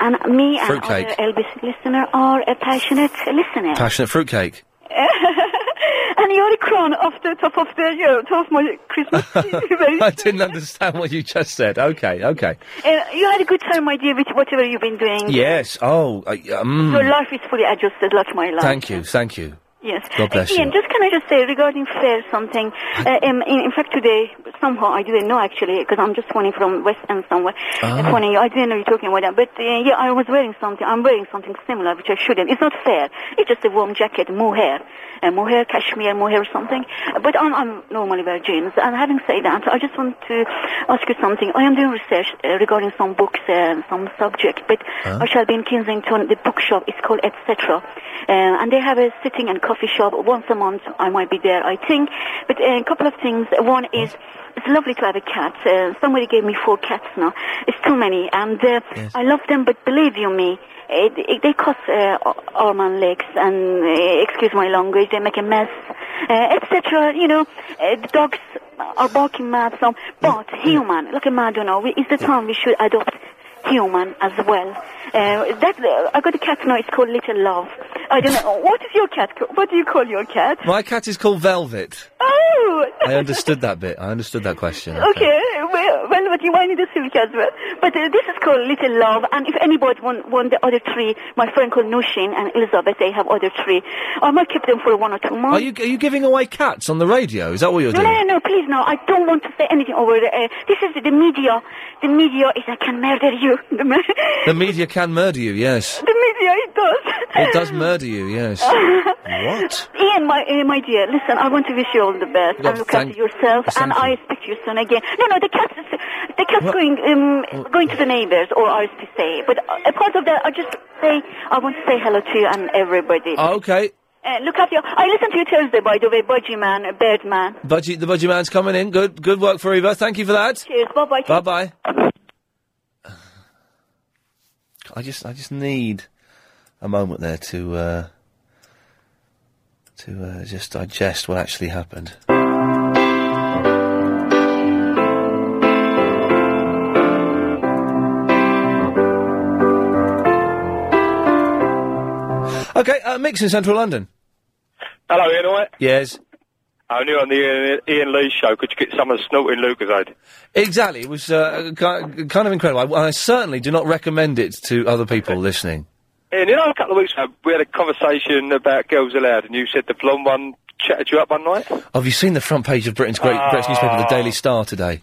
S16: and me and
S1: Fruitcake.
S16: other Elvis listener are a passionate listener.
S1: Passionate fruitcake.
S16: and you're a crown of the top of the year, top of my Christmas.
S1: I didn't understand what you just said. Okay, okay.
S16: Uh, you had a good time, my dear, with whatever you've been doing.
S1: Yes. Oh, I, um,
S16: Your life is fully adjusted, like my life.
S1: thank you, thank you.
S16: Yes.
S1: God bless
S16: Uh, Ian,
S1: you.
S16: just can I just say regarding fair something? Uh, um, in, in fact, today somehow I didn't know actually because I'm just phoning from West End somewhere.
S5: Ah.
S16: Uh, phoning you, I didn't know you're talking about that. But uh, yeah, I was wearing something. I'm wearing something similar, which I shouldn't. It's not fair. It's just a warm jacket, mohair, uh, mohair, cashmere, mohair, something. But I'm, I'm normally wear jeans. And having said that, I just want to ask you something. I am doing research uh, regarding some books and some subject, but I shall be in Kensington. The bookshop is called Etc. Uh, and they have a sitting and coffee shop once a month. I might be there, I think. But uh, a couple of things. One is it's lovely to have a cat. Uh, somebody gave me four cats now. It's too many, and uh, I love them. But believe you me, it, Eh, it, they cost uh, a- arm and legs, and uh, excuse my language, they make a mess, uh, etc. You know, uh, the dogs are barking mad. Some, but human, like a mad, you know, is the time we should adopt human as well. Uh, that uh, I got a cat now. It's called Little Love. I don't know what is your cat. ca- What do you call your cat?
S1: My cat is called Velvet.
S16: Oh.
S1: I understood that bit. I understood that question.
S16: Okay, well, well, but you wanted the silk as well. But uh, this is called Little Love, and if anybody want, want the other three, my friend called Nushin and Elizabeth, they have other three. I might keep them for one or two months.
S1: Are you are you giving away cats on the radio? Is that what you're
S16: No,
S1: doing?
S16: no, no, please, no. I don't want to say anything over the air. This is the media. The media is I can murder you. The, me-
S1: The media can murder you. Yes,
S16: the media, it does.
S1: it does murder you. Yes. what?
S16: Ian, my uh, my dear, listen. I want to wish you all the best.
S1: Well,
S16: and look
S1: thank-
S16: after yourself, and
S1: thank
S16: I speak to you soon again. No, no, the cat's the cat's going um, going to the neighbors or RSPCA. But uh, apart of that, I just say I want to say hello to you and everybody.
S1: Ah, Okay.
S16: Uh, look after you. I listened to you Thursday, by the way, Budgie Man, uh, Bird Man.
S1: Budgie, the Budgie Man's coming in. Good, good work for Eva. Thank you for that.
S16: Cheers. Bye-bye.
S1: Bye bye. I just, I just need a moment there to, uh, to uh, just digest what actually happened. Okay, uh, Mix in Central London.
S17: Hello, Ian. All right?
S1: Yes.
S17: Only on the Ian, Ian Lee show could you get someone snorting Lucasade.
S1: Exactly. It was uh, ki- kind of incredible. I, I certainly do not recommend it to other people listening.
S17: Ian, you know, a couple of weeks ago we had a conversation about girls allowed, and you said the blonde one chatted you up one night.
S1: Have you seen the front page of Britain's great
S17: Ah.
S1: British newspaper, The Daily Star, today?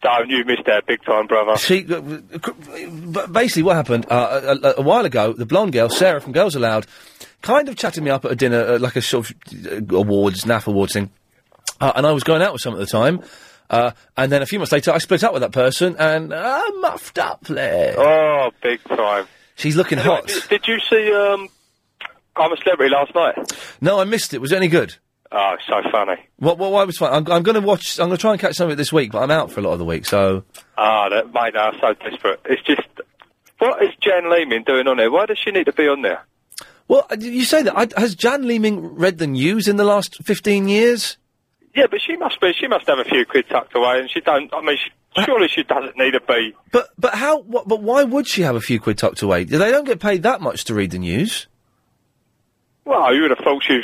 S17: Don't you missed that big time, brother?
S1: She, uh, but basically, what happened uh, a, a, a while ago? The blonde girl, Sarah from Girls Aloud, kind of chatted me up at a dinner, uh, like a sort of uh, awards, NAF awards thing, uh, and I was going out with someone at the time. Uh, and then a few months later, I split up with that person, and uh, I muffed up there.
S17: Oh, big time.
S1: She's looking
S17: Anyway,
S1: hot.
S17: Did, did you see um, I'm a Celebrity last night?
S1: No, I missed it. Was it any good?
S17: Oh, it's so funny.
S1: What? What? Why was fun? I'm, I'm going to watch. I'm going to try and catch some of it this week, but I'm out for a lot of the week, so
S17: Ah, that mate, I'm so desperate. It's just, what is Jan Lehman doing on there? Why does she need to be on there?
S1: Well, uh, you say that. I, has Jan Leeming read the news in the last 15 years?
S17: Yeah, but she must be. She must have a few quid tucked away, and she don't. I mean, she, surely she doesn't need to be.
S1: But but how? What, but why would she have a few quid tucked away? They don't get paid that much to read the news.
S17: Well, you would have thought she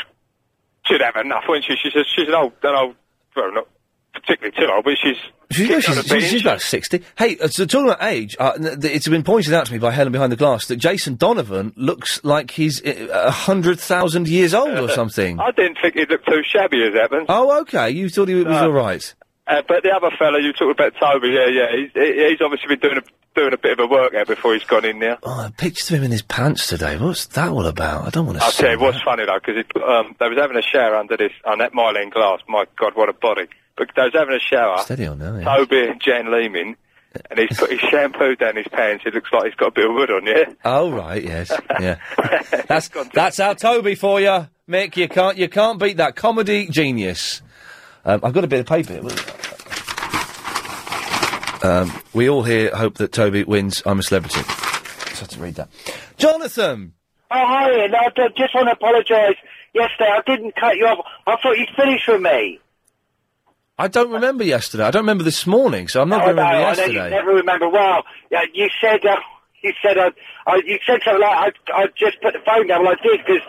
S17: should have enough, wouldn't she? She's a, she's an old, an old, well, not particularly too old, but she's.
S1: She, no, she's, she's, she's about 60. Hey, uh, so talking about age, uh, n- th- it's been pointed out to me by Helen Behind the Glass that Jason Donovan looks like he's uh, 100,000 years old or something.
S17: I didn't think he looked too shabby as happened.
S1: Oh, okay. You thought he was
S17: No.
S1: all right.
S17: Uh, but the other fella you talked about, Toby, yeah, yeah, he's, he- he's obviously been doing a, doing a bit of a workout before he's gone in there.
S1: Oh, pictures of him in his pants today. What's that all about? I don't want to
S17: I'll
S1: see.
S17: tell you what's funny though, because um, they was having a shower under this on that myelin glass. My God, what a body! But they was having a shower.
S1: Steady on now, yeah.
S17: Toby and Jan Lehman, and he's put his shampoo down his pants. It looks like he's got a bit of wood on, yeah.
S1: Oh right, yes, yeah. that's that's our Toby for you, Mick. You can't you can't beat that comedy genius. Um, I've got a bit of paper. here. Um, we all here hope that Toby wins. I'm a celebrity. Just have to read that. Jonathan.
S6: Oh, hi, Ian. I d- just want to apologise. Yesterday, I didn't cut you off. I thought you'd finished with me.
S1: I don't remember yesterday. I don't remember this morning, so I'm not
S6: I
S1: going to
S6: know,
S1: remember
S6: I know you
S1: yesterday.
S6: never remember. Wow. Yeah, you said, uh, you said, uh, I, you said something like, I, I just put the phone down. Well, I did, because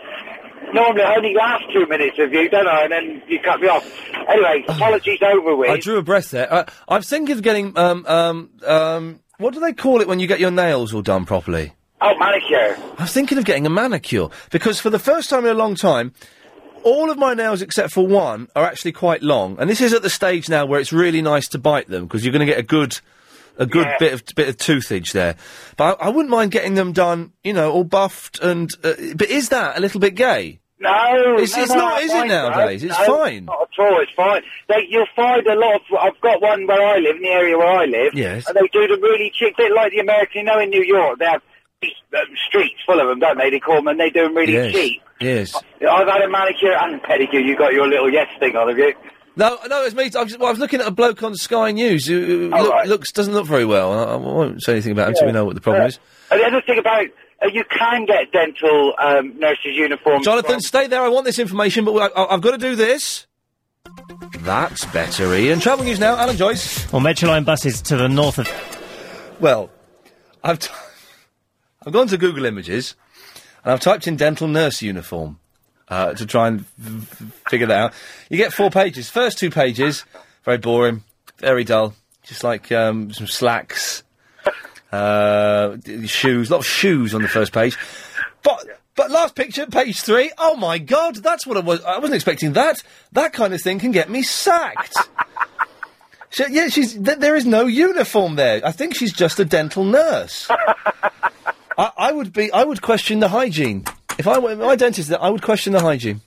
S6: normally I only last two minutes with you, don't I? And then you cut me off. Anyway, apologies over with.
S1: I drew a breath there. Uh, I, I'm thinking of getting um um um. What do they call it when you get your nails all done properly?
S6: Oh, manicure.
S1: I'm thinking of getting a manicure because for the first time in a long time, all of my nails except for one are actually quite long, and this is at the stage now where it's really nice to bite them because you're going to get a good, a good
S18: Yeah.
S1: bit of bit of toothage there. But I, I wouldn't mind getting them done, you know, all buffed and. Uh, but is that a little bit gay?
S6: No,
S1: it's,
S6: no,
S1: it's
S6: no,
S1: not,
S6: I
S1: is it
S6: find
S1: nowadays?
S6: that.
S1: It's
S6: No,
S1: fine.
S6: Not at all. It's fine. They, you'll find a lot of. I've got one where I live, in the area where I live.
S1: Yes.
S6: And they do the really cheap, bit like the American. You know, in New York, they have these, um, streets full of them, don't they? They call them, and they do them really
S1: yes.
S6: cheap.
S1: Yes.
S6: I've had a manicure and pedicure. You got your little yes thing on, have you?
S1: No, no, it's me. I was, well, I was looking at a bloke on Sky News who, who
S6: Oh,
S1: look,
S6: right.
S1: looks doesn't look very well. I, I won't say anything about him until we
S6: Yeah.
S1: know what the problem
S6: Yeah.
S1: is.
S6: And the other thing about uh, you can get dental um, nurses' uniforms.
S1: Jonathan,
S6: from-
S1: stay there. I want this information, but I, I, I've got to do this. That's better, Ian. Travel news now. Alan Joyce.
S8: Or Metroline buses to the north of.
S1: Well, I've t- I've gone to Google Images and I've typed in dental nurse uniform uh, to try and f- f- figure that out. You get four pages. First two pages, very boring, very dull. Just like um, some slacks, uh, d- shoes, a lot of shoes on the first page. But but last picture, page three. Oh my God, that's what I was. I wasn't expecting that. That kind of thing can get me sacked. She, yeah, she's th- there is no uniform there. I think she's just a dental nurse. I, I would be. I would question the hygiene if I were my dentist. there, I would question the hygiene.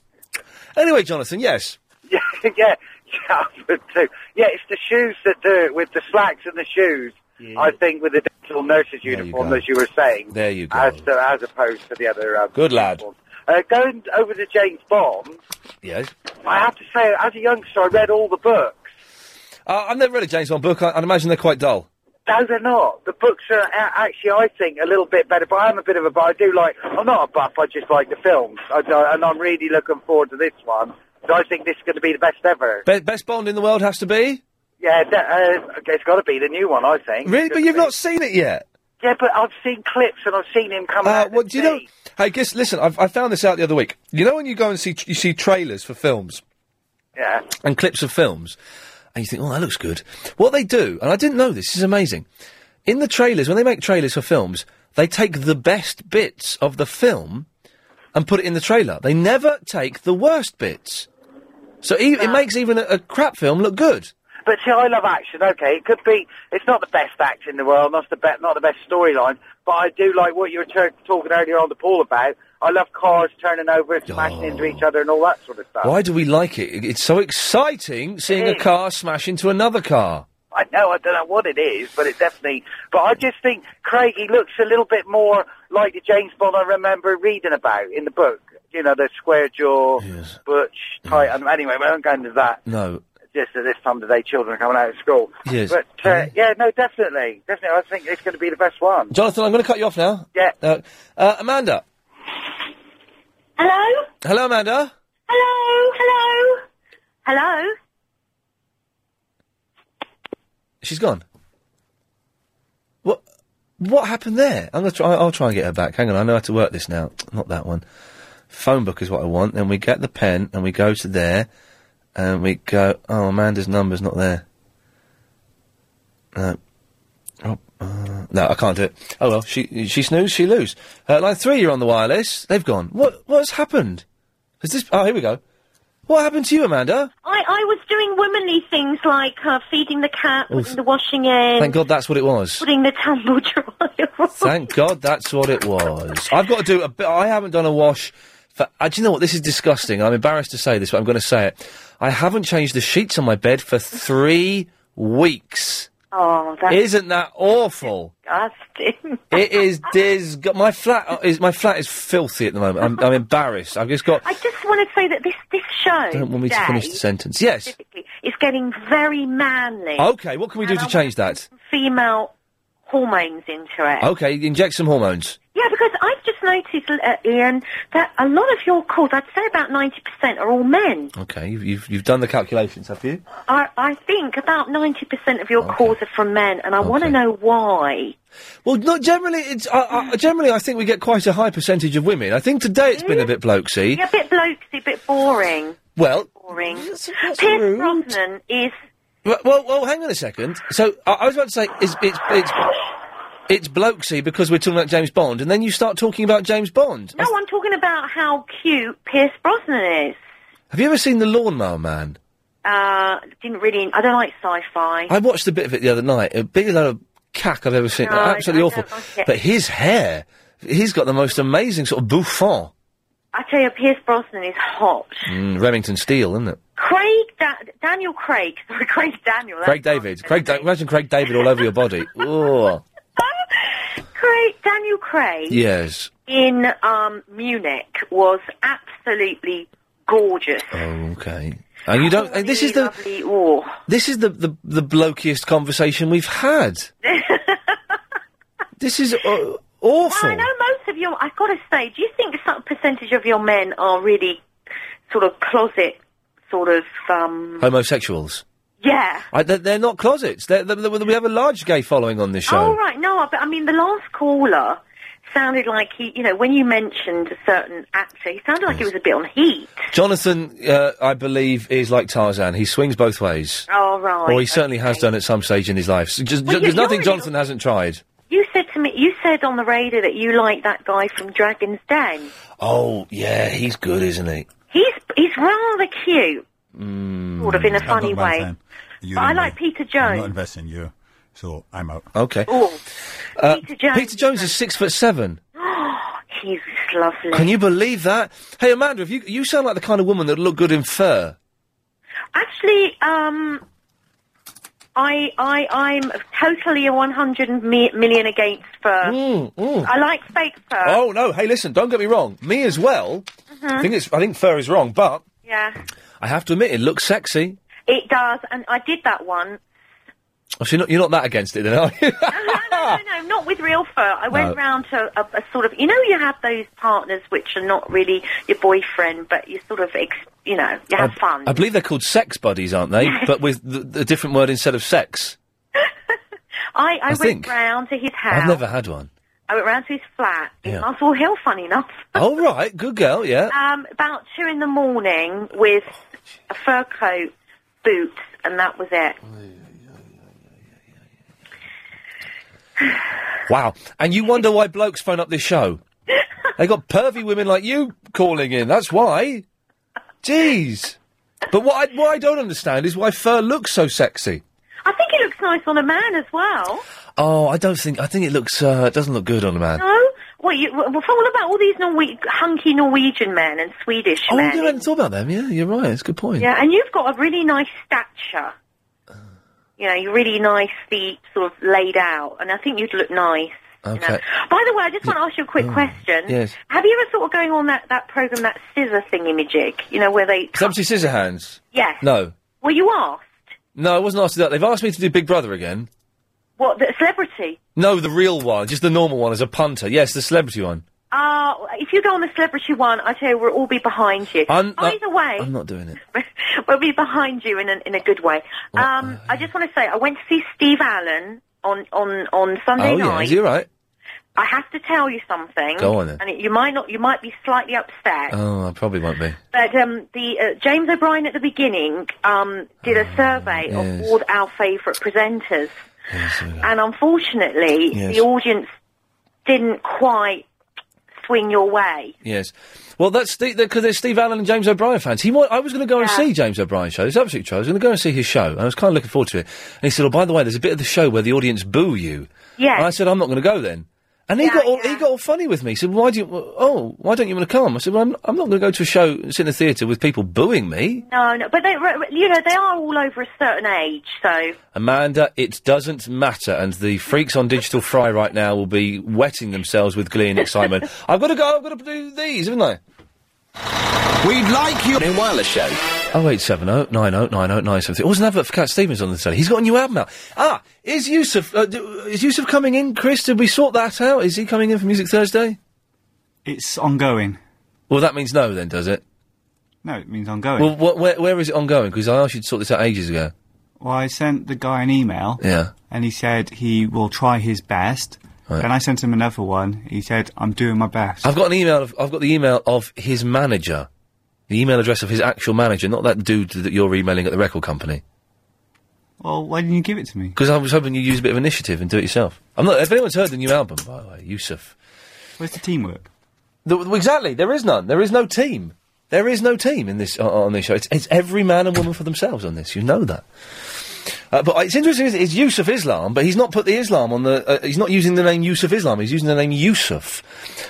S1: Anyway, Jonathan, yes.
S6: Yeah, yeah, yeah, I would too. Yeah, it's the shoes that do it with the slacks and the shoes. I think with the dental nurses' uniform,
S1: go.
S6: as you were saying.
S1: There you go.
S6: As, to, as opposed to the other. Um,
S1: Good lad.
S6: uniforms. Uh, going over to James Bond,
S1: Yes.
S6: I have to say, as a youngster, I read all the books.
S1: Uh, I've never read a James Bond book. I, I'd imagine they're quite dull.
S6: No, they're not. The books are a- actually, I think, a little bit better. But I am a bit of a, but I do like. I'm not a buff. I just like the films, I, I- and I'm really looking forward to this one. So I think this is going to be the best ever.
S1: Be- best Bond in the world has to be?
S6: Yeah, that, uh, it's got to be the new one, I think.
S1: Really? But you've not seen it yet.
S6: Yeah, but I've seen clips and I've seen him come
S1: Uh,
S6: out.
S1: well, do you know? Hey, guess listen. I've, I found this out the other week. You know when you go and see tr- you see trailers for films
S6: Yeah.
S1: and clips of films, and you think, "Oh, that looks good." What they do, and I didn't know this, this is amazing. In the trailers, when they make trailers for films, they take the best bits of the film and put it in the trailer. They never take the worst bits. So e- it makes even a, a crap film look good.
S6: But see, I love action. Okay, it could be. It's not the best act in the world, not the best, not the best storyline. But I do like what you were tur talking earlier on to Paul about. I love cars turning over, and smashing into each other, and all that sort of stuff.
S1: Why do we like it? It- It's so exciting seeing a
S6: is.
S1: car smash into another car.
S6: I know, I don't know what it is, but it definitely. But I just think Craig, he looks a little bit more like the James Bond I remember reading about in the book. You know, the square jaw, butch, tight. And anyway, we won't go into that.
S1: No.
S6: Just at this time of the day, children are coming out of school.
S1: Yes.
S6: But uh, yeah, no, definitely, definitely. I think it's going to be the best one.
S1: Jonathan, I'm going to cut you off now.
S6: Yeah.
S1: Uh, uh, Amanda.
S19: Hello?
S1: Hello, Amanda.
S19: Hello? Hello? Hello?
S1: She's gone. What? What happened there? I'm gonna try. I'll try and get her back. Hang on. I know how to work this now. Not that one. Phone book is what I want. Then we get the pen and we go to there, and we go. Oh, Amanda's number's not there. No. Oh, uh, no, I can't do it. Oh well, she she snooze, she lose. Uh, line three, you're on the wireless. They've gone. What what's happened? Has this? Oh, here we go. What happened to you, Amanda?
S19: I, I was doing womanly things like uh, feeding the cat,
S1: Oh,
S19: putting
S1: th-
S19: the washing in,
S1: Thank God that's what it was.
S19: putting the tumble dryer.
S1: Thank God that's what it was. I've got to do a bit. I haven't done a wash. For, uh, do you know what? This is disgusting. I'm embarrassed to say this, but I'm going to say it. I haven't changed the sheets on my bed for three weeks.
S19: Oh, that's
S1: Isn't that awful?
S19: disgusting.
S1: It is disg. My flat uh, is my flat is filthy at the moment. I'm, I'm embarrassed. I've just got.
S19: I just want to say that this this show
S1: Don't want me to
S19: today
S1: finish the sentence. Yes.
S19: specifically is getting very manly.
S1: Okay. What can we do to change that?
S19: Female hormones into it.
S1: Okay. Inject some hormones.
S19: Yeah, because I've just noticed, uh, Ian, that a lot of your calls, I'd say about 90%, are all men.
S1: Okay. You've you've, you've done the calculations, have you?
S19: I, I think about 90% of your calls are from men, and I want to know why.
S1: Well, not generally. It's uh, uh, generally I think we get quite a high percentage of women. I think today it's been a bit blokesy.
S19: Yeah, a bit blokesy, a bit boring.
S1: Well,
S19: Boring. Pierce Brosnan is.
S1: well, well, well, hang on a second. So I, I was about to say it's it's it's, it's blokesy because we're talking about James Bond, and then you start talking about James Bond.
S19: No, I'm talking about how cute Pierce Brosnan is.
S1: Have you ever seen The Lawnmower Man?
S19: Uh, didn't really. I don't like sci-fi.
S1: I watched a bit of it the other night. A biggest load of cack I've ever seen.
S19: No,
S1: Absolutely
S19: I don't
S1: awful.
S19: like it.
S1: but his hair, he's got the most amazing sort of bouffant.
S19: I tell you, Pierce Brosnan is hot.
S1: Mm, Remington Steel, isn't it?
S19: Craig, da- Daniel Craig, sorry, Craig Daniel. that's
S1: Craig David. Craig. Da- imagine Craig David all over your body. Oh,
S19: Craig, Daniel Craig
S1: yes.
S19: in um, Munich was absolutely gorgeous.
S1: Oh, Okay. And you don't. and this is the.
S19: Lovely war.
S1: This is the, the the blokiest conversation we've had. this is uh, awful.
S19: Well, I know most of your. I've got to say, do you think some percentage of your men are really sort of closet, sort of um,
S1: Homosexuals.
S19: yeah?
S1: I, they're, they're not closets. They're, they we have a large gay following on this
S19: Oh
S1: show.
S19: right, no, but I mean the last caller sounded like he, you know, when you mentioned a certain actor, he sounded like he was a bit on heat.
S1: Jonathan, uh, I believe, is like Tarzan. He swings both ways.
S19: All right.
S1: Or he certainly has done at some stage in his life. So just,
S19: Oh, Well,
S1: ju-
S19: you-
S1: there's
S19: you're
S1: nothing
S19: in-
S1: Jonathan hasn't tried.
S19: You said to me, you said on the radio that you like that guy from Dragon's Den.
S1: Oh yeah, he's good, isn't he?
S19: He's he's rather cute,
S1: Hmm.
S20: Mm.
S19: sort of in a
S20: I've
S19: funny
S20: got my
S19: way.
S20: time. You
S19: But I
S20: and me.
S19: like Peter
S20: I'm not
S19: Jones.
S20: investing in you, so I'm out.
S1: Okay.
S19: Oh,
S1: Uh,
S19: Peter Jones.
S1: Peter Jones is six foot seven.
S19: he's lovely.
S1: Can you believe that? Hey, Amanda, if you you sound
S19: Uh,
S1: like the kind of woman that would look good in fur.
S19: Actually, um, I, I, I'm totally a 100 mi- million against fur.
S1: Mm,
S19: I like fake fur. Mm-hmm.
S1: Oh no! Hey, listen, don't get me wrong. Me as well.
S19: Uh-huh.
S1: I Oh. think it's. I think fur is wrong, but
S19: Yeah,
S1: I have to admit it looks sexy.
S19: it does. And I did that once.
S1: Oh, so you're not, you're not that against it, then, are you?
S19: no, no, no, not with real fur. I
S1: Ah. No.
S19: went round to a, a sort of, you know, you have those partners which are not really your boyfriend, but you sort of, ex- you know, you have fun.
S1: I believe they're called sex buddies, aren't they? but with the, the different word instead of sex.
S19: I, I,
S1: I
S19: went
S1: think-
S19: round to his house.
S1: I've never had one.
S19: I went round to his flat
S1: Yeah.
S19: in Muswell Hill, funny enough.
S1: All right, good girl. Yeah.
S19: Um, about two in the morning with a fur coat, boots, and that was it.
S1: Wow. And you wonder why blokes phone up this show? they got pervy women like you calling in. That's why. Jeez. But what I, what I don't understand is why fur looks so sexy.
S19: I think it looks nice on a man as well.
S1: Oh, I don't think. I think it looks. Uh, it doesn't look good on a man.
S19: No? Well, you, well, what about all these Norwe- hunky Norwegian men and Swedish
S1: Oh, you
S19: men?
S1: hadn't thought about them. Yeah, you're right. It's a good point.
S19: Yeah, and you've got a really nice stature. You know, you're really nicely sort of laid out, and I think you'd look nice.
S1: Okay.
S19: By the way, I just want to ask you a quick
S1: Oh,
S19: question.
S1: yes.
S19: Have you ever thought of going on that, that program, that scissor thingamajig? You know, where they.
S1: Celebrity scissor hands.
S19: Yes.
S1: No.
S19: Well, you are.
S1: No, I wasn't asked to do that. They've asked me to do Big Brother again.
S19: What, the celebrity?
S1: No, the real one, just the normal one as a punter. Yes, the celebrity one.
S19: Uh, if you go on the celebrity one, I tell you, we'll all be behind you.
S1: I'm,
S19: Either
S1: uh,
S19: way,
S1: I'm not Oh, doing it.
S19: we'll be behind you in a, in a good way. Um, I just want to say, I went to see Steve Allen on, on, on Sunday
S1: oh yeah,
S19: night.
S1: is he all right?
S19: I have to tell you something.
S1: Go on then.
S19: And it, you might not, you might be slightly upset,
S1: Oh, I probably won't be.
S19: but um, the uh, James O'Brien at the beginning um, did a survey
S1: Ah, yes.
S19: of all our favourite presenters, and unfortunately,
S1: Yes.
S19: the audience didn't quite swing your way.
S1: Yes. Well, that's Steve, because there's Steve Allen and James O'Brien fans. He, wa- I was going to go and see James O'Brien's show. It's absolute true. I was going to go and see his show. and I was kind of looking forward to it. And he said, "Oh, by the way, there's a bit of the show where the audience boo you."
S19: Yes.
S1: And I said, "I'm not going to go then." And he got all he got all funny with me. He said, "Why do you? well, Oh, why don't you want to come?" I said, "Well, I'm, I'm not going to go to a show, sit in a theatre with people booing me."
S19: No, no, but they, were- you know, they are all over a certain age, so
S1: Amanda, it doesn't matter. And the freaks on Digital Fry right now will be wetting themselves with glee and excitement. I've got to go. I've got to do these, haven't I? We'd like you in wireless show. Oh eight seven oh nine oh nine oh nine something. Always an advert for Cat Stevens on the telly. He's got a new album out. Ah, is Yusuf uh, d- is Yusuf coming in? Chris, did we sort that out? Is he coming in for Music Thursday?
S7: It's ongoing.
S1: Well, that means no, then, does it?
S7: No, it means ongoing.
S1: Well, wh- where, where is it ongoing? Because I asked you to sort this out ages ago.
S7: Well, I sent the guy an email.
S1: Yeah.
S7: And he said he will try his best. Then I sent him another one. He said, I'm doing my best.
S1: I've got an email. Of, I've got the email of his manager, the email address of his actual manager, not that dude that you're emailing at the record company.
S7: Well, why didn't you give it to me?
S1: Because I was hoping you'd use a bit of initiative and do it yourself. I'm not. If anyone's heard the new album, by the way, Yusuf,
S7: where's the teamwork?
S1: exactly. There is none. There is no team. There is no team in this on- on this show. It's, it's every man and woman for themselves on this. You know that. Uh, but it's interesting. Is, is Yusuf Islam? But he's not put the Islam on the. Uh, he's not using the name Yusuf Islam. He's using the name Yusuf,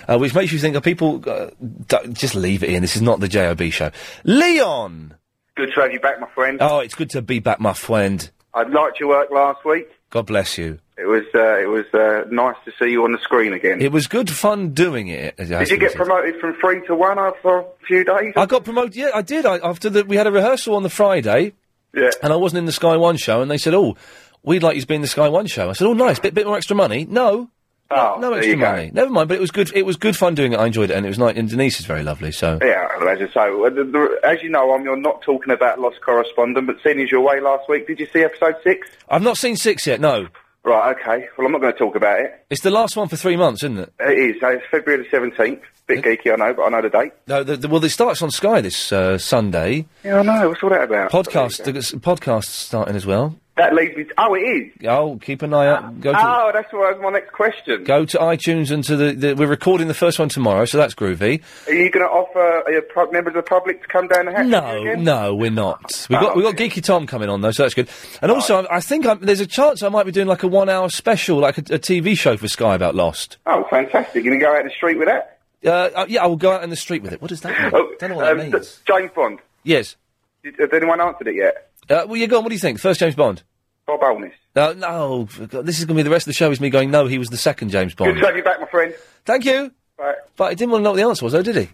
S1: uh, which makes you think. Are people uh, d- just leave it in? This is not the job show. Leon.
S21: Good to have you back, my friend.
S1: Oh, it's good to be back, my friend.
S21: I'd liked your work last week.
S1: God bless you.
S21: It was uh, it was uh, nice to see you on the screen again.
S1: It was good fun doing it. as it has
S21: Did you
S1: to be
S21: get
S1: said.
S21: promoted from three to one after a few days?
S1: I got promoted. Yeah, I did. I, after the, we had a rehearsal on the Friday.
S21: Yeah.
S1: And I wasn't in the Sky One show, and they said, "Oh, we'd like you to be in the Sky One show." I said, "Oh, nice. Bit, bit more extra money." No.
S21: Oh,
S1: no
S21: there
S1: extra
S21: you go.
S1: money. Never mind. But it was good. It was good fun doing it. I enjoyed it, and it was nice. And Denise is very lovely. So.
S21: Yeah, I'd imagine so. Uh, the- the- As you know, I'm you're not talking about Lost Correspondent, but seeing as you're away last week, did you see episode six?
S1: I've not seen six yet. No.
S21: Right, okay. Well, I'm not going to talk about it.
S1: It's the last one for three months, isn't it?
S21: It is. uh, It's February the 17th. Bit geeky, I know, but I know the date.
S1: No. The, the, well, it starts on Sky this uh, Sunday.
S21: Yeah, I know. What's all that about?
S1: Podcast. The, podcasts starting as well.
S21: That leads me to... Oh, it is?
S1: Oh, keep an eye out. Go to
S21: oh, that's what was my next question.
S1: Go to iTunes and to the, the. We're recording the first one tomorrow, so that's groovy.
S21: Are you going to offer uh, a pro- member of the public to come down and have
S1: No,
S21: again?
S1: no, we're not. We've
S21: Oh,
S1: got, we've got Geeky Tom coming on, though, so that's good. And also, I, I think I'm, there's a chance I might be doing like a one hour special, like a, a TV show for Sky about Lost.
S21: Oh, fantastic. You're going to go out in the street with that?
S1: Uh, uh, yeah, I will go out in the street with it. What does that mean? Don't know what
S21: um,
S1: that means.
S21: th- James Bond.
S1: Yes.
S21: Did, has anyone answered it yet?
S1: Uh, well, you're gone. What do you think? First James Bond?
S21: Bob Olney.
S1: No, no, for God, this is going to be the rest of the show is me going, no, he was the second James
S21: Good
S1: Bond.
S21: to have you back, my friend.
S1: Thank you.
S21: Right.
S1: But he didn't want to know what the answer was, though, did he?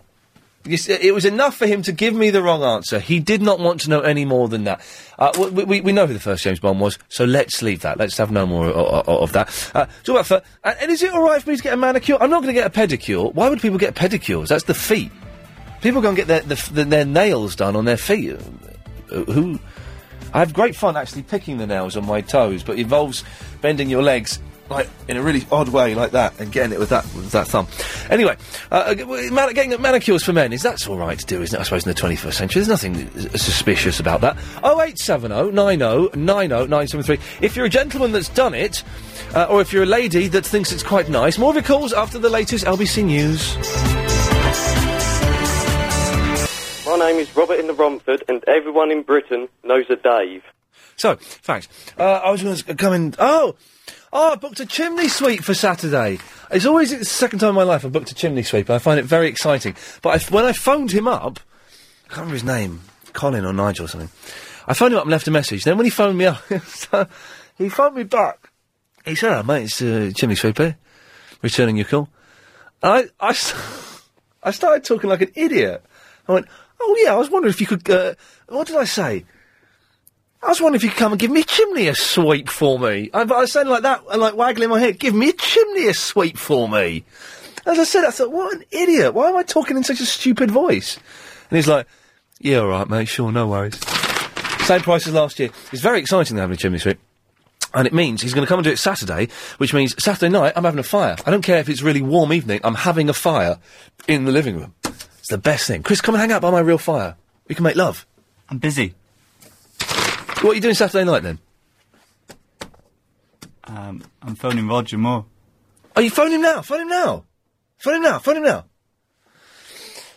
S1: You see, It was enough for him to give me the wrong answer. He did not want to know any more than that. Uh, we- we, we, we know who the first James Bond was, so let's leave that. Let's have no more o- o- o- of that. Uh, talk about fur. And, and is it all right for me to get a manicure? I'm not going to get a pedicure. Why would people get pedicures? That's the feet. People go and get their, the, f- the, their nails done on their feet. Uh, who? I have great fun actually picking the nails on my toes, but it involves bending your legs like in a really odd way, like that, and getting it with that with that thumb. Anyway, uh, g- well, man- getting manicures for men is that's all right to do, isn't it? I suppose in the 21st century, there's nothing s- suspicious about that. 0870 90 90 973. If you're a gentleman that's done it, uh, or if you're a lady that thinks it's quite nice, more of your calls after the latest LBC news.
S22: My name is Robert in the Romford, and everyone in Britain knows a Dave.
S1: So, thanks. Uh, I was going to come in. Oh, oh, I booked a chimney sweep for Saturday. It's always it's the second time in my life I've booked a chimney sweep. I find it very exciting. But I f when I phoned him up, I can't remember his name, Colin or Nigel or something. I phoned him up and left a message. Then when he phoned me up, so he phoned me back. He said, "Oh, mate, it's uh, chimney sweeper, returning your call." And I, I, s- I started talking like an idiot. I went, "Oh yeah, I was wondering if you could." Uh, what did I say? I was wondering if you could come and give me a chimney a sweep for me. I, but I was saying like that, and like waggling my head, give me a chimney a sweep for me. As I said, I thought, what an idiot. Why am I talking in such a stupid voice? And he's like, yeah, all right, mate, sure, no worries. Same price as last year. It's very exciting having a chimney sweep. And it means he's going to come and do it Saturday, which means Saturday night I'm having a fire. I don't care if it's really warm evening, I'm having a fire in the living room. It's the best thing. Chris, come and hang out by my real fire. We can make love. I'm busy. What are you doing Saturday night then?
S7: Um, I'm phoning Roger Moore.
S1: Are you phoning him now? Phone him now. Phone him now. Phone him now.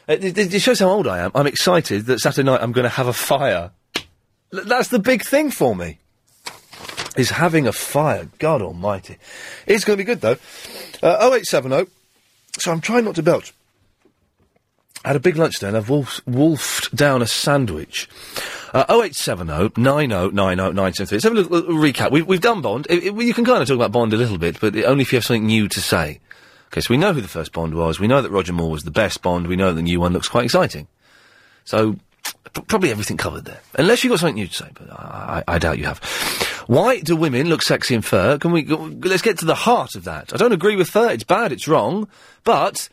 S1: Uh, It, it- it shows how old I am. I'm excited that Saturday night I'm going to have a fire. L- that's the big thing for me. Is having a fire. God Almighty, it's going to be good though. Uh, 0870. So I'm trying not to belch. I had a big lunch today and I've wolf- wolfed down a sandwich. Uh, 0870 90 90 973. Let's have a look, look- recap. We've, we've done Bond. I- I- you can kind of talk about Bond a little bit, but only if you have something new to say. Okay, so we know who the first Bond was. We know that Roger Moore was the best Bond. We know that the new one looks quite exciting. So, p- probably everything covered there. Unless you've got something new to say, but I, I, I doubt you have. Why do women look sexy in fur? Can we, go- let's get to the heart of that. I don't agree with fur. It's bad. It's wrong. But,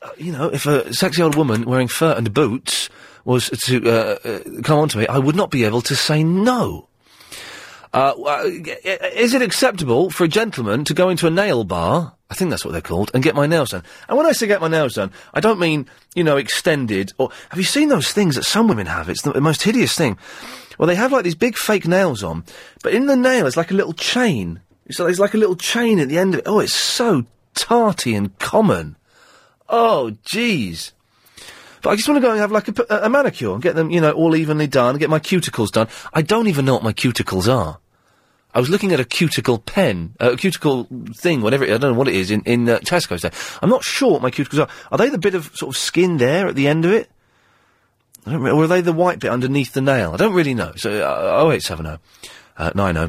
S1: uh, you know, if a sexy old woman wearing fur and boots was to uh, uh, come on to me, I would not be able to say no. Uh, w- uh, g- i- is it acceptable for a gentleman to go into a nail bar? I think that's what they're called, and get my nails done. And when I say get my nails done, I don't mean you know extended. Or have you seen those things that some women have? It's the the most hideous thing. Well, they have like these big fake nails on, but in the nail it's like a little chain. It's like, it's like a little chain at the end of it. Oh, it's so tarty and common. Oh, jeez. But I just want to go and have like a, p- a- a manicure and get them, you know, all evenly done, get my cuticles done. I don't even know what my cuticles are. I was looking at a cuticle pen, uh, a cuticle thing, whatever it, I don't know what it is, in, in uh, Tesco's there. I'm not sure what my cuticles are. Are they the bit of sort of skin there at the end of it? I don't re- or are they the white bit underneath the nail? I don't really know. So, uh, 0870 uh, 90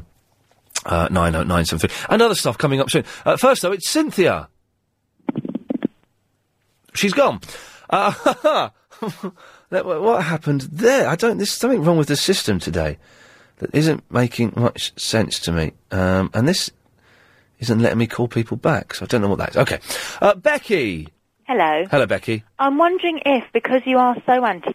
S1: uh, 90973. And other stuff coming up soon. Uh, first, though, it's Cynthia. She's gone. Uh, that- wha- what happened there? I don't. There's something wrong with the system today that isn't making much sense to me. Um, and this isn't letting me call people back, so I don't know what that is. Okay. Uh, Becky.
S23: Hello.
S1: Hello, Becky.
S23: I'm wondering if, because you are so anti,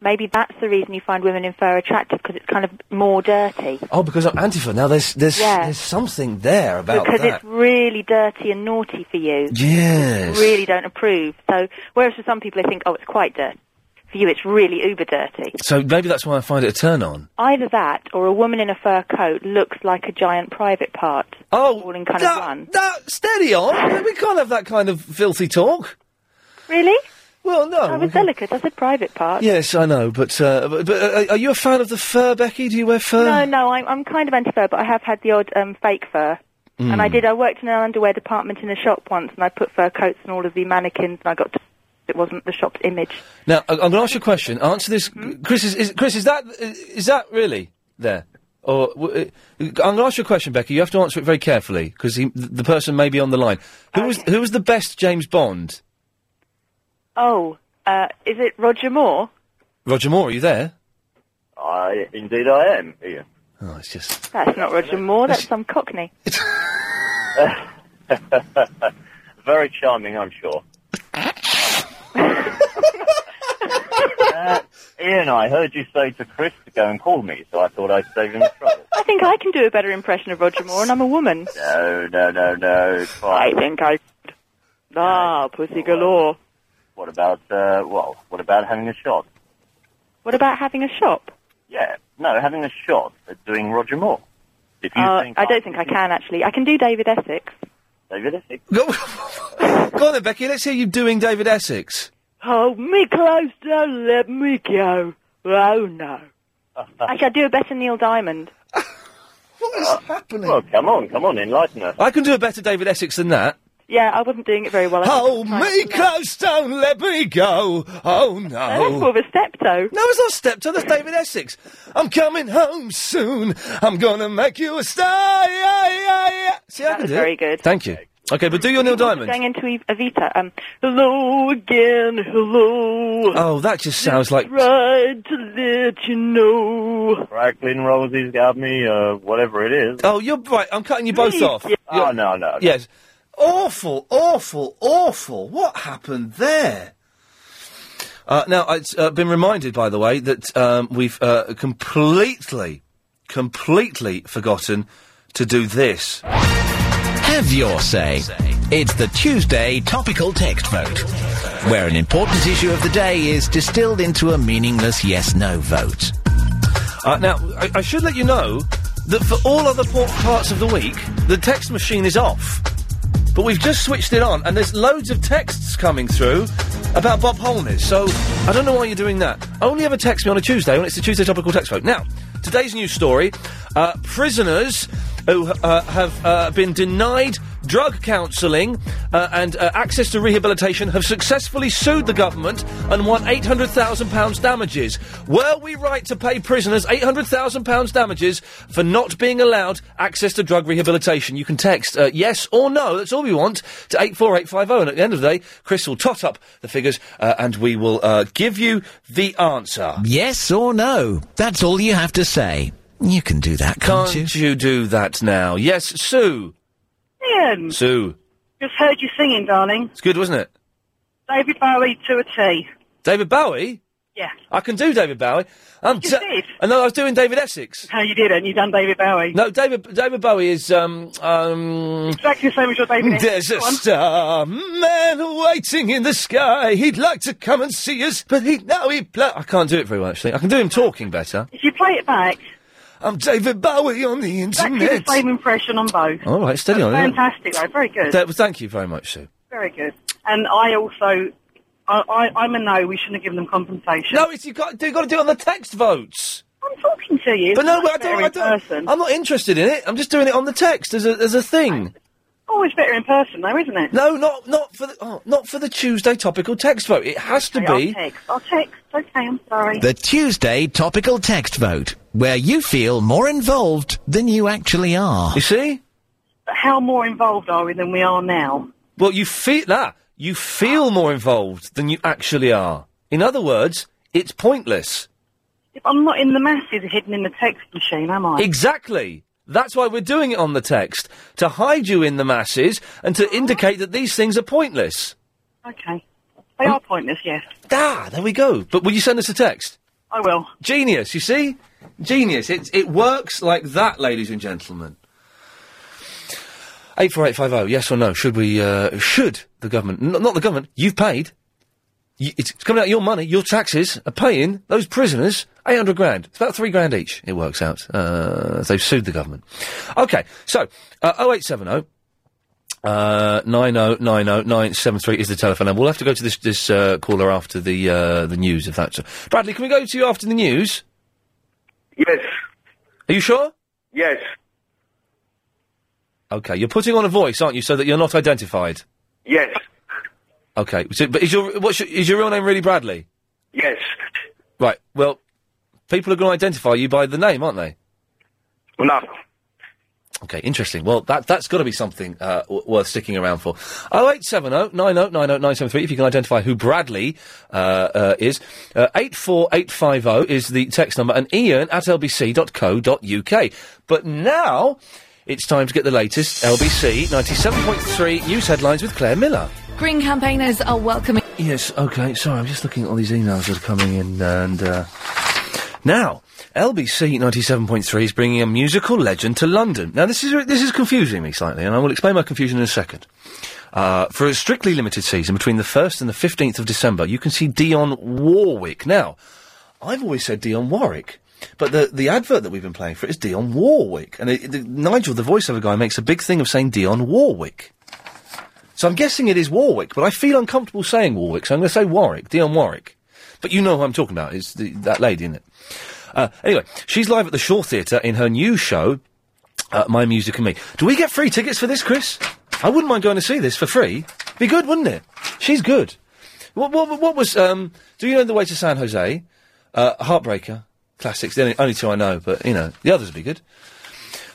S23: maybe that's the reason you find women in fur attractive because it's kind of more dirty.
S1: Oh, because I'm antifa. Now there's there's
S23: Yeah.
S1: there's something there about
S23: because
S1: that.
S23: it's really dirty and naughty for you.
S1: Yes.
S23: Really don't approve. So, whereas for some people they think, oh, it's quite dirty. For you, it's really uber dirty.
S1: So maybe that's why I find it a turn on.
S23: Either that, or a woman in a fur coat looks like a giant private part.
S1: Oh,
S23: all in kind of one.
S1: That steady on. we can't have that kind of filthy talk.
S23: Really?
S1: Well, no.
S23: I was delicate. I said private part.
S1: Yes, I know, but uh, but, but uh, are you a fan of the fur, Becky? Do you wear fur?
S23: No, no, I'm, I'm kind of anti fur, but I have had the odd um, fake fur.
S1: Mm.
S23: And I did. I worked in an underwear department in a shop once, and I put fur coats on all of the mannequins, and I got. To, it wasn't the shop's image.
S1: Now I- I'm going to ask you a question. Answer this, Chris. Is, is Chris? Is that is that really there? Or w- uh, I'm going to ask you a question, Becky. You have to answer it very carefully because the person may be on the line. Who was who was the best James Bond?
S23: Oh, uh, is it Roger Moore?
S1: Roger Moore, are you there?
S13: I indeed I am. Ian.
S1: Oh, it's just
S23: That's not Roger Moore. That's some Cockney.
S13: Very charming, I'm sure. uh, Ian, I heard you say to Chris to go and call me, so I thought I'd save him the trouble.
S23: I think I can do a better impression of Roger Moore, and I'm a woman.
S13: No, no, no, no.
S23: I think I. Ah, pussy galore.
S13: What about uh, well? What about having a shot?
S23: What about having a shop?
S13: Yeah, no, having a shot at doing Roger Moore. If you
S23: Uh,
S13: think
S23: I don't think I can actually. I can do David Essex.
S13: David Essex.
S1: Go, go on then, Becky. Let's hear you doing David Essex.
S23: Hold me close, don't let me go. Oh no. Actually, I do a better Neil Diamond.
S1: what is happening?
S13: Well, come on, come on, enlighten us.
S1: I can do a better David Essex than that.
S23: Yeah, I wasn't doing it very well.
S1: Hold me close, don't let me go. Oh no.
S23: That's more of a steptoe.
S1: No, it's not steptoe. That's David Essex. I'm coming home soon. I'm gonna make you a star. Yeah, yeah, yeah. See, I
S23: That
S1: can
S23: was
S1: do
S23: very
S1: it.
S23: good.
S1: Thank you. Okay, but do your Neil Diamond.
S23: Going into Ev- Evita. Um, hello again, hello.
S1: Oh, that just sounds like
S23: Tried to let you know.
S13: Franklin Rosie's got me, uh, whatever it is.
S1: Oh, you're right. I'm cutting you both off.
S13: Oh, no, no, no.
S1: Yes. Awful, awful, awful. What happened there? Uh, now, I've uh, been reminded, by the way, that um, we've uh, completely, completely forgotten to do this.
S18: Have your say. It's the Tuesday topical text vote, where an important issue of the day is distilled into a meaningless yes no vote.
S1: Uh, now, I, I should let you know that for all other por- parts of the week, the text machine is off. But we've just switched it on, and there's loads of texts coming through about Bob Holness. So I don't know why you're doing that. Only ever text me on a Tuesday when it's the Tuesday topical text vote. Now, today's news story: uh, prisoners who uh, have uh, been denied drug counselling uh, and uh, access to rehabilitation have successfully sued the government and won eight hundred thousand pounds damages. Were we right to pay prisoners eight hundred thousand pounds damages for not being allowed access to drug rehabilitation? You can text uh, yes or no. That's all we want to eight four eight five zero. And at the end of the day, Chris will tot up the figures uh, and we will uh, give you the answer.
S18: Yes or no? That's all you have to say. You can do that, can't, you?
S1: Can't you do that now? Yes, Sue.
S6: Ian,
S1: Sue.
S6: just heard you singing, darling.
S1: It's good, wasn't it?
S6: David Bowie to a T.
S1: David Bowie.
S6: Yeah.
S1: I can do David Bowie. I'm
S6: You
S1: t-
S6: did?
S1: And no, I was doing David Essex.
S6: How you did it? and You done David Bowie?
S1: No, David David Bowie is um um
S6: exactly the same as your David.
S1: There's a
S6: Go on.
S1: star man waiting in the sky. He'd like to come and see us, but he now he pla- I can't do it very well actually. I can do
S6: Oh,
S1: him talking better.
S6: If you play it back,
S1: I'm David Bowie on the
S6: exactly
S1: internet.
S6: the same impression on both.
S1: All right, steady on. yeah.
S6: Fantastic, though. Very good.
S1: That- thank you very much, Sue.
S6: Very good. And I also, I, I, I'm a no. We shouldn't have given them compensation.
S1: No, it's you got you got to do it on the text votes.
S6: I'm talking to you.
S1: But no,
S6: It's
S1: but I
S6: much
S1: don't.
S6: better
S1: I
S6: in person.
S1: don't I'm not interested in it. I'm just doing it on the text as a as a thing.
S6: Always better in person, though, isn't it?
S1: No, not not for the oh, not for the Tuesday topical text vote. It has to
S6: I'll
S1: be.
S6: text. I'll text. Okay, I'm sorry.
S18: The Tuesday topical text vote, where you feel more involved than you actually are.
S1: You see?
S6: But how more involved are we than we are now?
S1: Well, you feel that you feel more involved than you actually are. In other words, it's pointless.
S6: If I'm not in the masses hidden in the text machine, am I?
S1: Exactly. That's why we're doing it on the text to hide you in the masses and to indicate that these things are pointless.
S6: okay. They are pointless, yes.
S1: Ah, there we go. But will you send us a text?
S6: I will.
S1: Genius, you see? Genius. It, it works like that, ladies and gentlemen. 84850, oh, yes or no? Should we, uh, should the government, n- not the government, you've paid. You, it's coming out of your money, your taxes are paying those prisoners 800 grand. It's about three grand each, it works out. Uh, they've sued the government. Okay, so, uh, 0870. Uh, oh, 9090973 is the telephone number. We'll have to go to this, this, uh, caller after the, uh, the news if that's... Bradley, can we go to you after the news?
S13: Yes.
S1: Are you sure?
S13: Yes.
S1: Okay, you're putting on a voice, aren't you, so that you're not identified?
S13: Yes.
S1: Okay, so, but is your, what's your, is your real name really Bradley?
S13: Yes.
S1: Right, well, people are going to identify you by the name, aren't they? No. Okay, interesting. Well, that, that's got to be something uh, w- worth sticking around for. 0870 90 90 973 if you can identify who Bradley uh, uh, is. Uh, 84850 is the text number, and ian at lbc.co.uk. But now it's time to get the latest LBC 97.3 news headlines with Claire Miller.
S24: Green campaigners are welcoming.
S1: Yes, okay, sorry, I'm just looking at all these emails that are coming in, and, uh... Now, LBC 97.3 is bringing a musical legend to London. Now, this is, this is confusing me slightly, and I will explain my confusion in a second. Uh, for a strictly limited season, between the 1st and the 15th of December, you can see Dion Warwick. Now, I've always said Dion Warwick, but the, the advert that we've been playing for it is Dion Warwick. And it, the, Nigel, the voiceover guy, makes a big thing of saying Dion Warwick. So I'm guessing it is Warwick, but I feel uncomfortable saying Warwick, so I'm going to say Warwick, Dion Warwick. But you know who I'm talking about. It's the, that lady, isn't it? Uh, anyway, she's live at the Shaw Theatre in her new show, uh, My Music and Me. Do we get free tickets for this, Chris? I wouldn't mind going to see this for free. Be good, wouldn't it? She's good. What, what, what was, um, do you know The Way to San Jose? Uh, Heartbreaker. Classics. The only, only two I know, but, you know, the others would be good.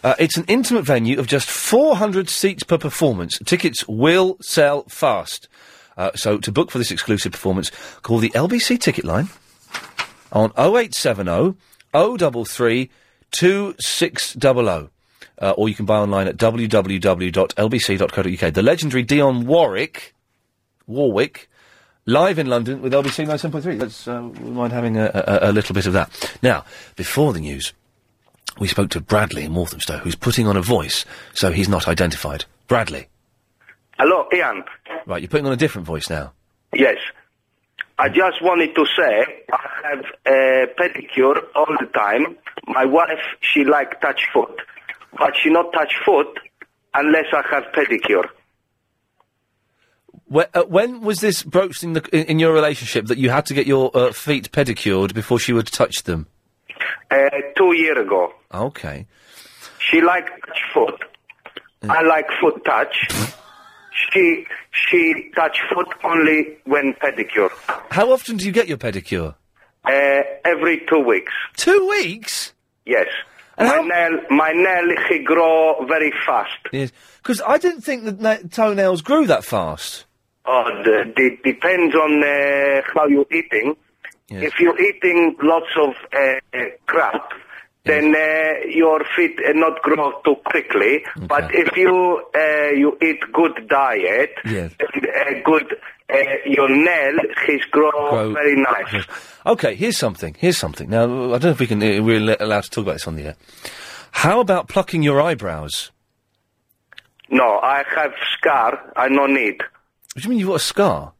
S1: Uh, it's an intimate venue of just 400 seats per performance. Tickets will sell fast. Uh, so to book for this exclusive performance, call the LBC ticket line on 0870 033 2600. Uh, or you can buy online at www.lbc.co.uk. The legendary Dion Warwick, Warwick, live in London with LBC 97.3. Let's uh, wouldn't mind having a, a, a little bit of that. Now, before the news, we spoke to Bradley in Walthamstow, who's putting on a voice, so he's not identified. Bradley,
S25: Hello, Ian.
S1: right, you're putting on a different voice now.
S25: Yes. I just wanted to say I have a pedicure all the time. My wife, she like touch foot, but she not touch foot unless I have pedicure.
S1: Wh- uh, when was this broached in, the, in, in your relationship that you had to get your uh, feet pedicured before she would touch them?
S25: Uh, two year ago,
S1: Okay.
S25: she like touch foot. I like foot touch. she she touch foot only when pedicure.
S1: How often do you get your pedicure?
S25: Uh, every two weeks.
S1: Two weeks?
S25: Yes. my nail, my nail, he grow very fast.
S1: Yes. Because I didn't think that na- toenails grew that fast.
S25: Oh, the, the, depends on uh, how you eating. If you're eating lots of uh, uh, crap, then uh, your feet uh, not grow too quickly. But if you uh, you eat good diet,
S1: Yes.
S25: and, uh, good uh, your nail, he's grow,
S1: Grow-
S25: very nice.
S1: Okay, here's something. Here's something. Now, I don't know if we can, uh, we're al- allowed to talk about this on the air. How about plucking your eyebrows?
S25: No, I have scar. I no need.
S1: What do you mean you've got a scar?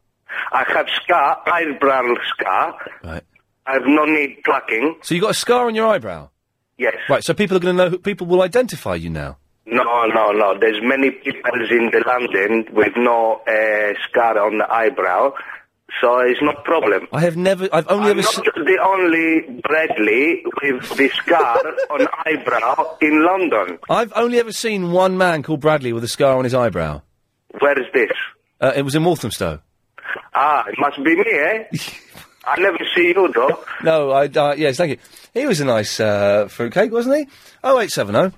S25: I have scar, eyebrow scar.
S1: Right.
S25: I have no need plucking.
S1: So you got a scar on your eyebrow?
S25: Yes.
S1: Right, so people are going to know, who, people will identify you now.
S25: No, no, no. There's many people in the London with no uh, scar on the eyebrow, so it's no problem.
S1: I have never, I've only
S25: I'm
S1: ever
S25: not the only Bradley with the scar on eyebrow in London.
S1: I've only ever seen one man called Bradley with a scar on his eyebrow.
S25: Where is this?
S1: Uh, it was in Walthamstow.
S25: Ah, it must be me, eh? I never see you though.
S1: No, I, uh, yes, thank you. He was a nice uh, fruitcake, wasn't he? Oh eight seven oh.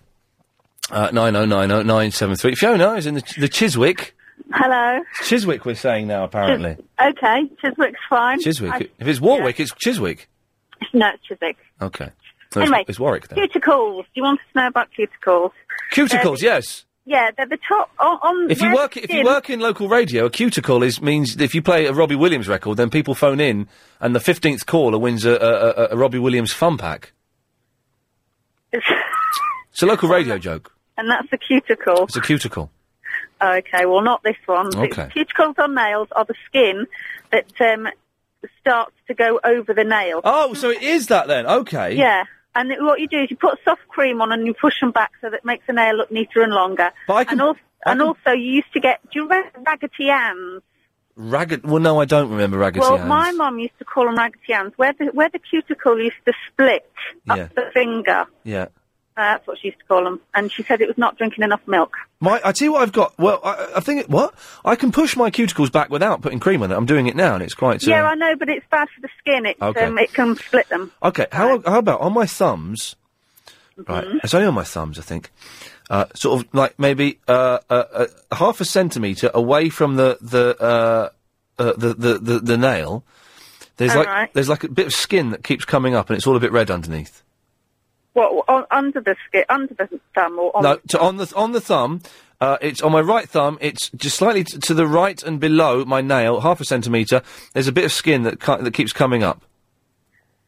S1: Uh, 9090973. Fiona is in the, the Chiswick.
S26: Hello.
S1: Chiswick, we're saying now, apparently.
S26: Okay, Chiswick's fine.
S1: Chiswick.
S26: I-
S1: if it's Warwick, it's Chiswick.
S26: no, it's Chiswick.
S1: Okay. So
S26: Anyway,
S1: it's, it's Warwick then.
S26: Cuticles. You want to know about cuticles?
S1: Cuticles, yes.
S26: Yeah, they're the top on. on
S1: If you
S26: where
S1: work,
S26: the
S1: if you
S26: skin-
S1: work in local radio, a cuticle is means that if you play a Robbie Williams record, then people phone in, and the fifteenth caller wins a, a, a, a Robbie Williams fun pack. it's a local radio joke.
S26: and that's the cuticle.
S1: It's a cuticle.
S26: Okay, well, not this one. It's
S1: Okay.
S26: Cuticles on nails are the skin that um, starts to go over the nail.
S1: Oh, so it is that then? Okay.
S26: Yeah, and it- what you do is you put soft cream on and you push them back so that it makes the nail look neater and longer.
S1: But I can-
S26: and also,
S1: I
S26: and
S1: can-
S26: also you used to get. Do you remember Raggedy Ann's?
S1: Ragged. Well, no, I don't remember raggedy.
S26: well,
S1: Ann's.
S26: my mum used to call them Raggedy Ann's. Where the where the cuticle used to split
S1: Yeah.
S26: up the finger.
S1: Yeah.
S26: Uh, that's what she used to call them. And she said it was not drinking enough milk.
S1: My, I tell you what I've got. Well, I, I think it, what I can push my cuticles back without putting cream on it. I'm doing it now, and it's quite. Uh,
S26: yeah, I know, but it's bad for the skin. It
S1: Okay.
S26: um, it can split them.
S1: Okay, how how about on my thumbs? Right. It's only on my thumbs, I think. Uh, sort of like maybe uh, uh, uh, half a centimetre away from the the, uh, uh, the, the the the nail. There's
S26: All
S1: like
S26: right.
S1: there's like a bit of skin that keeps coming up, and it's all a bit red underneath.
S26: What on, under the skin, under the thumb, or on
S1: no, to, on the on the thumb, uh, it's on my right thumb. It's just slightly t- to the right and below my nail, half a centimetre. There's a bit of skin that cu- that keeps coming up.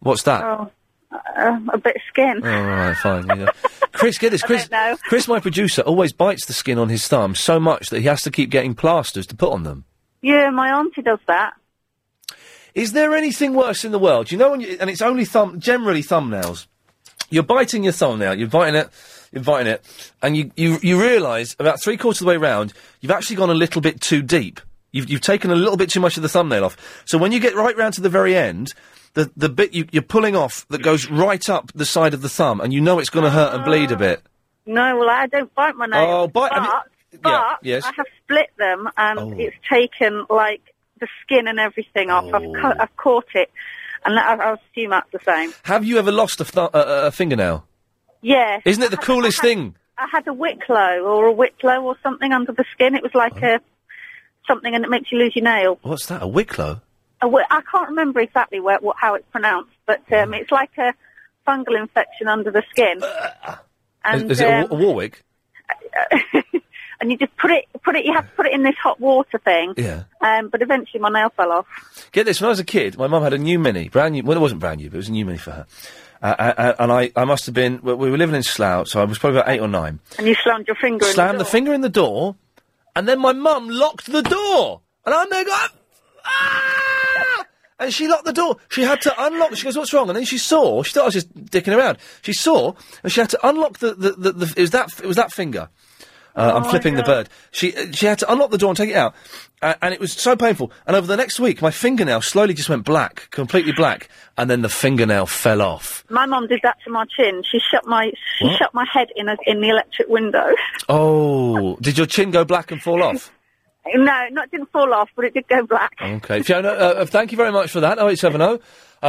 S1: What's that?
S26: oh, uh, a bit of skin.
S1: Oh, all right, fine. you know. Chris, get this. Chris, Chris, my producer, always bites the skin on his thumb so much that he has to keep getting plasters to put on them.
S26: Yeah, my auntie does that.
S1: Is there anything worse in the world? You know, when you, and it's only thumb, generally thumbnails. You're biting your thumbnail. You're biting it. You're biting it, and you you, you realise about three quarters of the way round, you've actually gone a little bit too deep. You've you've taken a little bit too much of the thumbnail off. So when you get right round to the very end, the the bit you, you're pulling off that goes right up the side of the thumb, and you know it's going to hurt and bleed a bit.
S26: No, well, I don't bite my nails.
S1: Oh, bite-
S26: But,
S1: have
S26: but
S1: yeah, yes.
S26: I have split them, and
S1: Oh.
S26: it's taken like the skin and everything off. I've
S1: Oh.
S26: cut, I've caught it, and I, I assume that's the same.
S1: Have you ever lost a, th- a, a a fingernail?
S26: Yeah.
S1: Isn't it the coolest thing?
S26: I had a Wicklow or a Wicklow or something under the skin. It was like
S1: Oh.
S26: a something, and it makes you lose your nail.
S1: What's that? A Wicklow?
S26: I w- I can't remember exactly where, what, how it's pronounced, but um,
S1: Mm.
S26: it's like a fungal infection under the skin.
S1: Uh, Is-
S26: And,
S1: is it a,
S26: um,
S1: Wa- a Warwick?
S26: and you just put it, put it. You have to put it in this hot water thing.
S1: Yeah.
S26: Um, but eventually, my nail fell off.
S1: Get this. When I was a kid, my mum had a new mini, brand new. Well, it wasn't brand new, but it was a new mini for her. Uh, a- a- and I, I must have been. We we were living in Slough, so I was probably about eight or nine.
S26: And you slammed your finger. in
S1: Slammed the, finger in the door, and then my mum locked the door, and I'm there going. "Ah!" And she locked the door. She had to unlock. She goes, "What's wrong?" And then she saw. She thought I was just dicking around. She saw, and she had to unlock the the, the, the it was that it was that finger. Uh, I'm
S14: Oh,
S1: flipping the
S14: yeah.
S1: bird. She uh, she had to unlock the door and take it out, uh, and it was so painful. And over the next week, my fingernail slowly just went black, completely black, and then the fingernail fell off.
S26: My mum did that to my chin. She shut my she
S1: What?
S26: shut my head in a, in the electric window.
S1: Oh, did your chin go black and fall off?
S26: no, not it didn't fall off, but it did go black.
S1: Okay, Fiona, uh, uh, thank you very much for that. Oh eight seven oh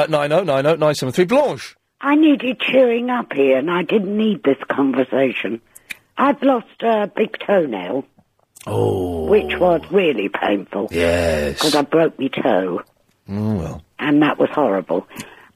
S1: nine oh nine oh nine seven three. Blanche.
S27: I needed cheering up here, and I didn't need this conversation. I've lost a big toenail.
S1: Oh.
S27: Which was really painful.
S1: Yes.
S27: Because I broke my toe,
S1: Oh well.
S27: and that was horrible.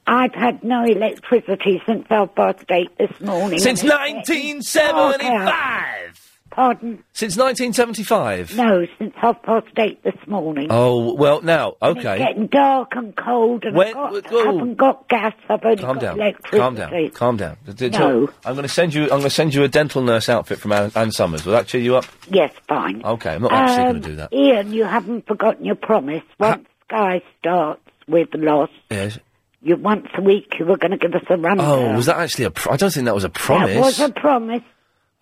S27: I've had no electricity since our birthday this morning.
S1: Since
S27: and it's
S1: 1975.
S27: Pardon?
S1: Since 1975.
S27: Oh, No, since half past eight this morning.
S1: Oh well, now
S27: And
S1: okay.
S27: It's getting dark and cold, and
S1: When-
S27: I've got,
S1: oh.
S27: I haven't got gas. I've only
S1: Calm
S27: got
S1: down.
S27: electricity.
S1: Calm down. Calm down. D- d-
S27: No.
S1: I'm going to send you. I'm going to send you a dental nurse outfit from Ann, Ann Summers. Will that cheer you up?
S27: Yes, fine.
S1: Okay, I'm not actually
S27: Um,
S1: going to do that.
S27: Ian, you haven't forgotten your promise. Once Sky starts with loss,
S1: Yes.
S27: you once a week you were going to give us a rundown.
S1: Oh, was that actually a? Pro- I don't think that was a promise.
S27: That was a promise.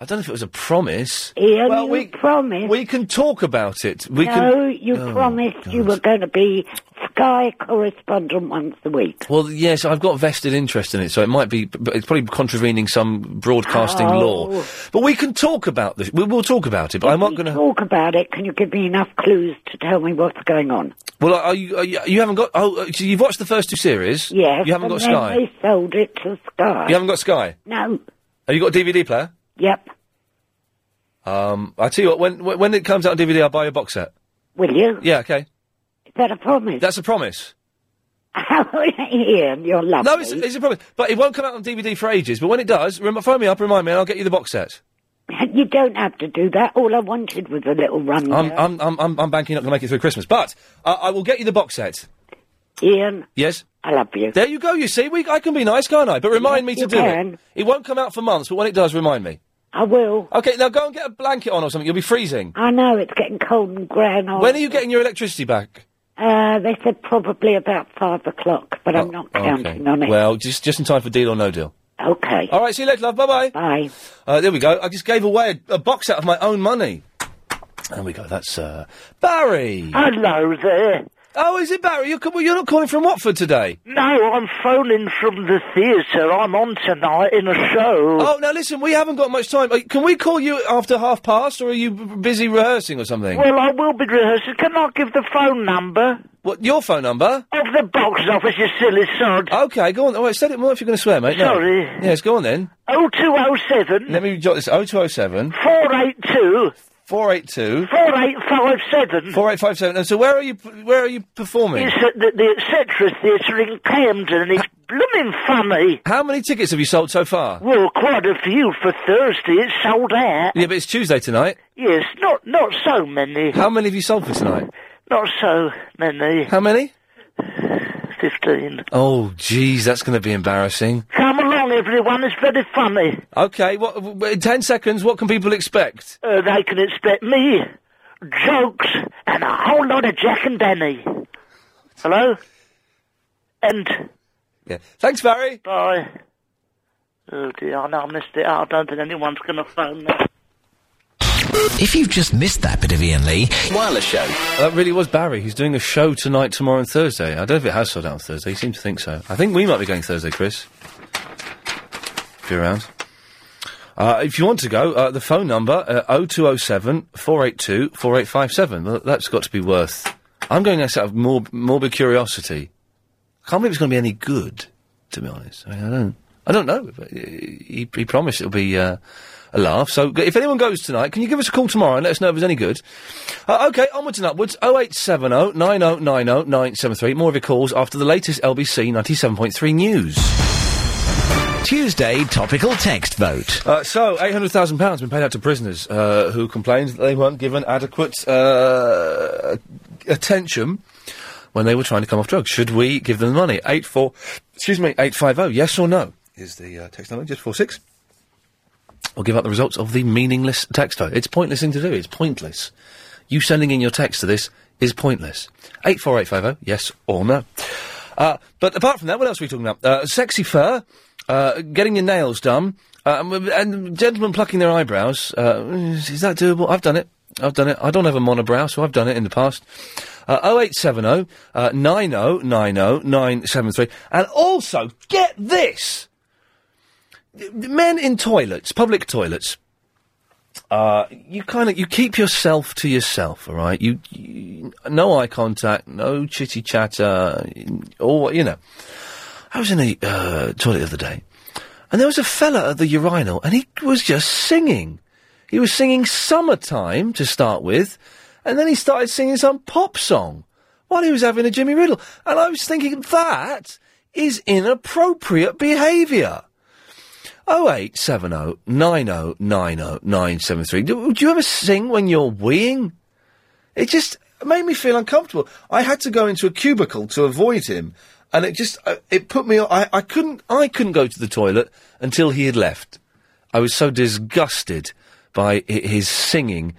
S1: I don't know if it was a promise.
S27: Ian,
S1: well,
S27: you
S1: we
S27: promised.
S1: we can talk about it. We
S27: no,
S1: can.
S27: you
S1: Oh.
S27: promised you were going to be Sky correspondent once a week.
S1: Well, yes, I've got vested interest in it, so it might be. But it's probably contravening some broadcasting
S27: Oh.
S1: law. But we can talk about this. We will talk about it. But I'm not going to.
S27: Talk about it. Can you give me enough clues to tell me what's going on?
S1: Well, are you, are you? You haven't got. Oh, uh, so you've watched the first two series.
S27: Yes.
S1: You haven't got
S27: and then
S1: Sky.
S27: They sold it to Sky.
S1: You haven't got Sky.
S27: No.
S1: Have you got a DVD player?
S27: Yep.
S1: Um, I tell you what, when when- when it comes out on DVD, I'll buy you a box set.
S27: Will you?
S1: Yeah, okay.
S27: Is that a promise?
S1: That's a promise.
S27: Ian, you're lovely.
S1: No, it's, it's a promise. But it won't come out on DVD for ages. But when it does, rem- phone me up, remind me, and I'll get you the box set.
S27: You don't have to do that. All I wanted was a little run.
S1: I'm, I'm, I'm, I'm, I'm banking not going to make it through Christmas. But uh, I will get you the box set.
S27: Ian,
S1: Yes?
S27: I love you.
S1: There you go, you see. we I can be nice, can't I? But remind me to
S27: you
S1: do
S27: can.
S1: it. It won't come out for months, but when it does, remind me.
S27: I will.
S1: Okay, now go and get a blanket on or something. You'll be freezing.
S27: I know it's getting cold and grey and all.
S1: When are you getting your electricity back?
S27: Uh, they said probably about five o'clock, but
S1: Oh,
S27: I'm not counting on it.
S1: Well, just just in time for deal or no deal.
S27: Okay.
S1: All right, see you later, love. Bye bye.
S27: Bye.
S1: Uh, there we go. I just gave away a, a box out of my own money. There we go. That's uh, Barry.
S11: Hello there.
S1: Oh, is it Barry? You're, co- well, you're not calling from Watford today.
S11: No, I'm phoning from the theatre. I'm on tonight in a show.
S1: Oh, now listen, we haven't got much time. Uh, Can we call you after half past, or are you b- busy rehearsing or something?
S11: Well, I will be rehearsing. Can I give the phone number?
S1: What, your phone number?
S11: Of the box office, you silly sod.
S1: Okay, go on. All right, said it more if you're going to swear, mate. No.
S11: Sorry.
S1: Yes, go on then.
S11: 0207.
S1: Let me jot this. 0207.
S11: 482.
S1: 482.
S11: 4857.
S1: 4857. And so where are you, where are you performing?
S11: It's at the, the Etcetera Theatre in Camden, and it's blooming funny.
S1: How many tickets have you sold so far?
S11: Well, quite a few for Thursday. It's sold out.
S1: Yeah, but it's Tuesday tonight.
S11: Yes, not not so many.
S1: How many have you sold for tonight?
S11: Not so many.
S1: How many?
S11: Fifteen.
S1: Oh, geez, that's going to be embarrassing.
S11: Come along, everyone. It's very funny.
S1: Okay, what, w- in 10 seconds, what can people expect?
S11: Uh, they can expect me, jokes, and a whole lot of Jack and Danny. Hello? And.
S1: Yeah. Thanks, Barry.
S11: Bye. Oh dear, I know I missed it. I don't think anyone's going to phone me.
S18: If you've just missed that bit of Ian Lee, while a show.
S1: That really was Barry. He's doing a show tonight, tomorrow, and Thursday. I don't know if it has sold out on Thursday. He seems to think so. I think we might be going Thursday, Chris. If you're around. Uh, if you want to go, uh, the phone number, uh, 0207 482 4857. Well, that's got to be worth. I'm going out of morb- morbid curiosity. I can't believe it's going to be any good, to be honest. I, mean, I don't. Hmm. I don't know. But uh, he, he promised it'll be uh, a laugh. So g- if anyone goes tonight, can you give us a call tomorrow and let us know if it's any good? Uh, okay, onwards and upwards. 0870 9090 973. More of your calls after the latest LBC 97.3 news.
S18: Tuesday topical text vote.
S1: Uh, so, £800,000 been paid out to prisoners uh, who complained that they weren't given adequate uh, attention when they were trying to come off drugs. Should we give them the money? 84, excuse me, 850, yes or no? Is the uh, text number just 46? We'll give out the results of the meaningless text vote. It's a pointless thing to do, it's pointless. You sending in your text to this is pointless. 84850, oh, yes or no? Uh, but apart from that, what else are we talking about? Uh, sexy fur, uh, getting your nails done, uh, and- and gentlemen plucking their eyebrows. Uh, is that doable? I've done it. I've done it. I don't have a monobrow, so I've done it in the past. Uh, 0870 uh, 9090 973. And also, get this! Men in toilets, public toilets, uh, you kind of you keep yourself to yourself, all right? You, you no eye contact, no chitty chatter, or you know. I was in a uh, toilet the other day, and there was a fella at the urinal, and he was just singing. He was singing "Summertime" to start with, and then he started singing some pop song while he was having a Jimmy Riddle, and I was thinking that is inappropriate behaviour. 0870 9090 973. Do, do you ever sing when you're weeing? It just made me feel uncomfortable. I had to go into a cubicle to avoid him, and it just uh, it put me. I, I couldn't I couldn't go to the toilet until he had left. I was so disgusted by hi- his singing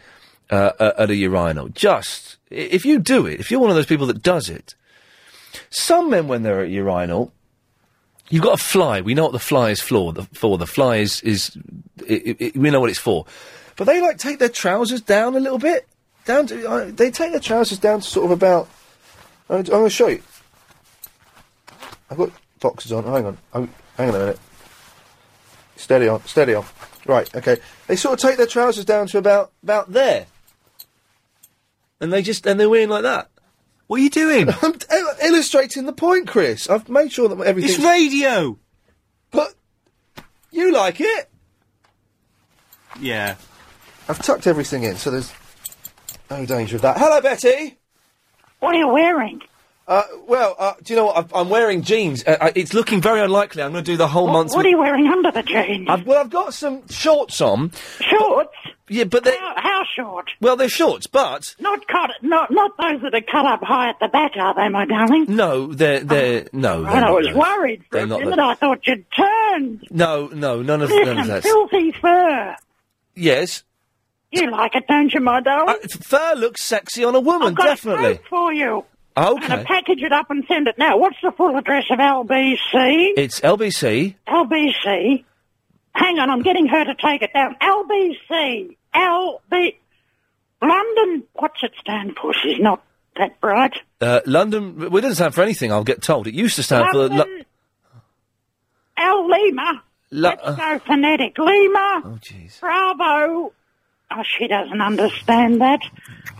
S1: uh, uh, at a urinal. Just i- if you do it, if you're one of those people that does it, some men when they're at urinal, You've got a fly. We know what the fly is for. The, for. the fly is is i i i we know what it's for. But they like take their trousers down a little bit. Down to uh, they take their trousers down to sort of about. I'm, I'm going to show you. I've got boxes on. Hang on. i hang on a minute. Steady on. Steady on. Right. Okay. They sort of take their trousers down to about about there. And they just and they're wearing like that. What are you doing? I'm t- illustrating the point, Chris. I've made sure that everything. It's radio. But you like it?
S7: Yeah.
S1: I've tucked everything in, so there's no danger of that. Hello, Betty.
S5: What are you wearing?
S1: Uh, well, uh, do you know what? I've, I'm wearing jeans. Uh, I, it's looking very unlikely. I'm going to do the whole month.
S5: What are you wearing under the jeans?
S1: I've, well, I've got some shorts on.
S5: Shorts?
S1: yeah, but they're
S5: How, how short?
S1: well, they're shorts, but
S5: Not cut, not not those that are cut up high at the back, are they, my darling?
S1: no, they're they're no. they're
S5: And Oh. I
S1: not
S5: was
S1: those.
S5: worried for
S1: They're
S5: a
S1: not
S5: minute.
S1: the-
S5: I thought you'd turned.
S1: No, no, none of none of
S5: Listen,
S1: that.
S5: filthy fur.
S1: Yes,
S5: You like it, don't you, my darling?
S1: Uh, F- fur looks sexy on a woman,
S5: I've got a
S1: definitely.
S5: coat for you. I'm going
S1: Okay.
S5: to package it up and send it now. What's the full address of LBC?
S1: It's LBC.
S5: LBC. Hang on, I'm getting her to take it down. LBC. LB. London. What's it stand for? She's not that bright.
S1: Uh, London. Well, it doesn't stand for anything, I'll get told. It used to stand for. Lo-
S5: London. L Lima.
S1: Lo-
S5: Let's go phonetic. Lima.
S1: Oh, jeez.
S5: Bravo. Oh, she doesn't understand that.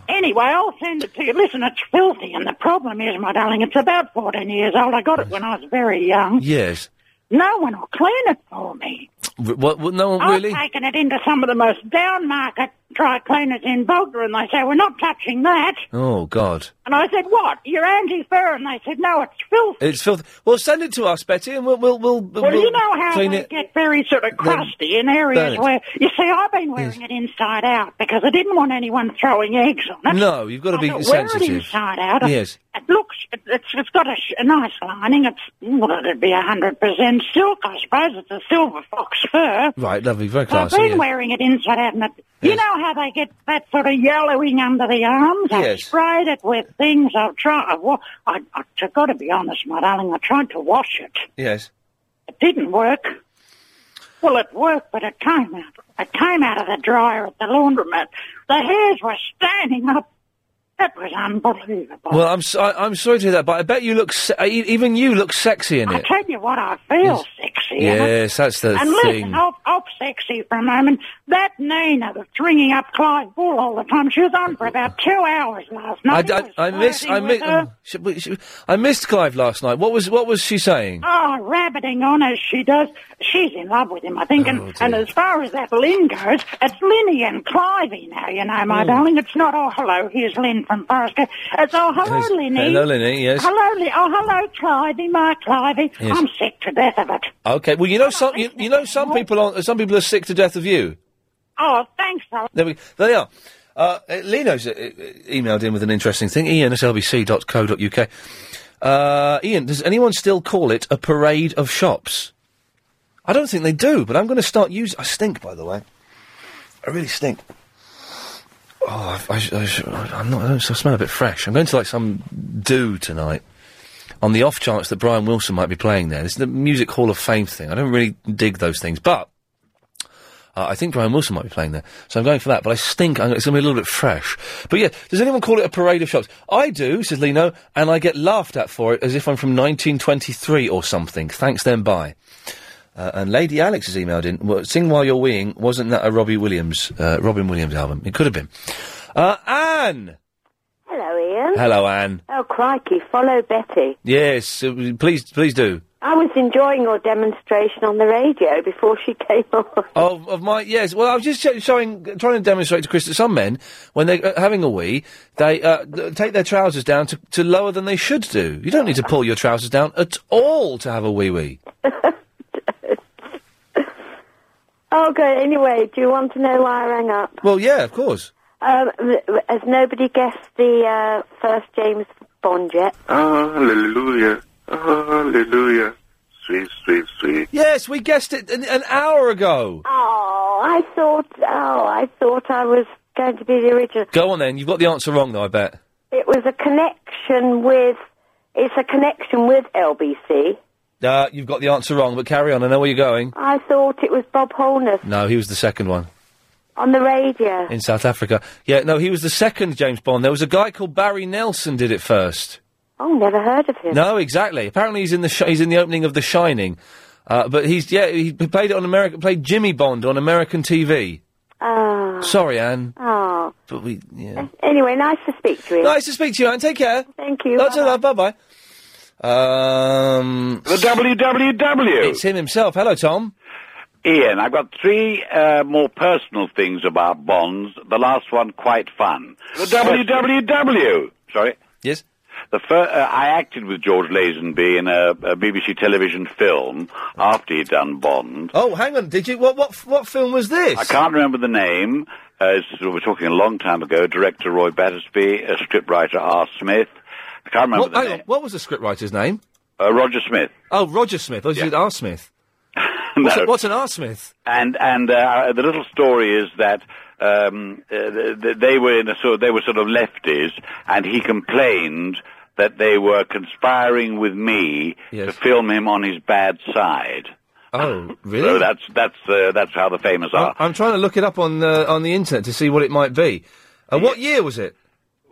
S5: Anyway, I'll send it to you. Listen, it's filthy, and the problem is, my darling, it's about 14 years old. I got it when I was very young.
S1: Yes.
S5: No one will clean it for me.
S1: R- what, what? No one Oh, really.
S5: I've taken it into some of the most down market dry cleaners in Bognor, and they say, we're not touching that.
S1: Oh God.
S5: And I said, what? You're anti-fur? And they said, no, it's filthy.
S1: It's filthy. Well, send it to us, Betty, and we'll we'll we'll.
S5: Well, you know how
S1: clean
S5: they
S1: it.
S5: get very sort of crusty in areas
S1: burn it.
S5: where, you see, I've been wearing it inside out because I didn't want anyone throwing eggs on it.
S1: No, you've got to
S5: I
S1: be
S5: thought, Wear it
S1: sensitive.
S5: inside out.
S1: Yes.
S5: It looks, it, it's, it's got a, sh- a nice lining. It's, well, it'd be 100% silk, I suppose. It's a silver fox fur.
S1: Right, lovely, very
S5: So I've
S1: classy.
S5: been
S1: yeah.
S5: wearing it inside out, and it, you know how they get that sort of yellowing under the arms. I've
S1: Yes.
S5: sprayed it with things. I've tried. I've, wa- I, I, I've got to be honest, my darling. I tried to wash it.
S1: Yes.
S5: It didn't work. Well, it worked, but it came out. It came out of the dryer at the laundromat. The hairs were standing up. It was unbelievable.
S1: Well, I'm so, I, am sorry to hear that, but I bet you look se- e- even you look sexy in
S5: I
S1: it.
S5: tell you what, I feel sexy. in it.
S1: Yes, that's the
S5: and
S1: thing.
S5: listen, off, off sexy for a moment. That Nina that's ringing up Clive Bull all the time, she was on for about two hours last
S1: I,
S5: night.
S1: I, I miss I
S5: flirting
S1: miss mm,
S5: with her.
S1: I missed Clive last night. What was what was she saying?
S5: Oh, rabbiting on as she does. She's in love with him, I think.
S1: Oh,
S5: And, and as far as that Lynn goes, it's Linny and Clivey now, you know, my
S1: Mm.
S5: darling. It's not, oh, hello, here's Lynn from Forrester. It's, oh, hello,
S1: Yes.
S5: Linny.
S1: Hello, Linny, yes.
S5: Hello, Lin- oh, hello, Clivey, my Clivey.
S1: Yes.
S5: I'm sick to death of it.
S1: Okay, well you know some you, you know some people are some people are sick to death of you.
S5: Oh, thanks, darling.
S1: There, we, there they are. Uh, uh, Lino's uh, uh, emailed in with an interesting thing. Ian at lbc.co.uk. Uh, Ian, does anyone still call it a parade of shops? I don't think they do, but I'm going to start using. I stink, by the way. I really stink. Oh, I, I, sh- I, sh- I'm not. I don't I smell a bit fresh. I'm going to like some do tonight. On the off chance that Brian Wilson might be playing there, this is the Music Hall of Fame thing. I don't really dig those things, but uh, I think Brian Wilson might be playing there, so I'm going for that. But I stink. I'm, it's going to be a little bit fresh. But yeah, does anyone call it a parade of shops? I do, says Lino, and I get laughed at for it as if I'm from 1923 or something. Thanks, then bye. Uh, and Lady Alex has emailed in. Well, Sing while you're weeing. Wasn't that a Robbie Williams, uh, Robin Williams album? It could have been. Uh, Anne.
S14: Hello, Ian.
S1: Hello, Anne.
S14: Oh, crikey, follow Betty.
S1: Yes, uh, please, please do.
S14: I was enjoying your demonstration on the radio before she came on.
S1: Of, of my yes. Well, I was just sh- showing, trying to demonstrate to Chris that some men, when they're uh, having a wee, they uh, th- take their trousers down to, to lower than they should do. You don't need to pull your trousers down at all to have a wee wee.
S14: Oh, good. Anyway, do you want to know why I rang up?
S1: Well, yeah, of course.
S14: Um, th- has nobody guessed the uh, first James Bond yet?
S8: Hallelujah. Hallelujah. Sweet, sweet, sweet.
S1: Yes, we guessed it an, an hour ago.
S14: Oh, I thought. Oh, I thought I was going to be the original.
S1: Go on then. You've got the answer wrong, though. I bet.
S14: It was a connection with. It's a connection with LBC.
S1: Uh, you've got the answer wrong. But carry on. I know where you're going.
S14: I thought it was Bob Holness
S1: No, he was the second one
S14: on the radio.
S1: in South Africa. Yeah, no, he was the second James Bond. There was a guy called Barry Nelson did it first.
S14: Oh, never heard of him.
S1: No, exactly. Apparently, he's in the sh- he's in the opening of The Shining, uh, but he's yeah he he played it on American played Jimmy Bond on American TV.
S14: Oh.
S1: Sorry, Anne,
S14: Oh.
S1: but we yeah.
S14: Anyway, nice to speak to you.
S1: Nice to speak to you, Anne. Take care.
S14: Thank you.
S1: Lots of love. Bye bye. Um, the
S28: WWW.
S1: It's him himself. Hello, Tom.
S28: Ian, I've got three uh, more personal things about bonds. The last one quite fun. The WWW. Sorry.
S1: Yes.
S28: The fir- uh, I acted with George Lazenby in a, a BBC television film after he'd done Bond.
S1: Oh, hang on. Did you what what what film was this?
S28: I can't remember the name. Uh, it's- we were talking a long time ago. Director Roy Battersby, uh, scriptwriter R. Smith. I can't remember
S1: What,
S28: the
S1: hang
S28: name.
S1: on. What was the scriptwriter's name?
S28: Uh, Roger Smith.
S1: Oh, Roger Smith. Oh, you
S28: Yeah.
S1: said R. Smith.
S28: No.
S1: What's, a- what's an R. Smith?
S28: And and uh, the little story is that um, uh, th- th- they were in a sort they were sort of lefties, and he complained that they were conspiring with me to film him on his bad side.
S1: Oh,
S28: So
S1: really?
S28: that's that's uh, that's how the famous
S1: I'm,
S28: are.
S1: I'm trying to look it up on the on the internet to see what it might be. Uh, What year was it?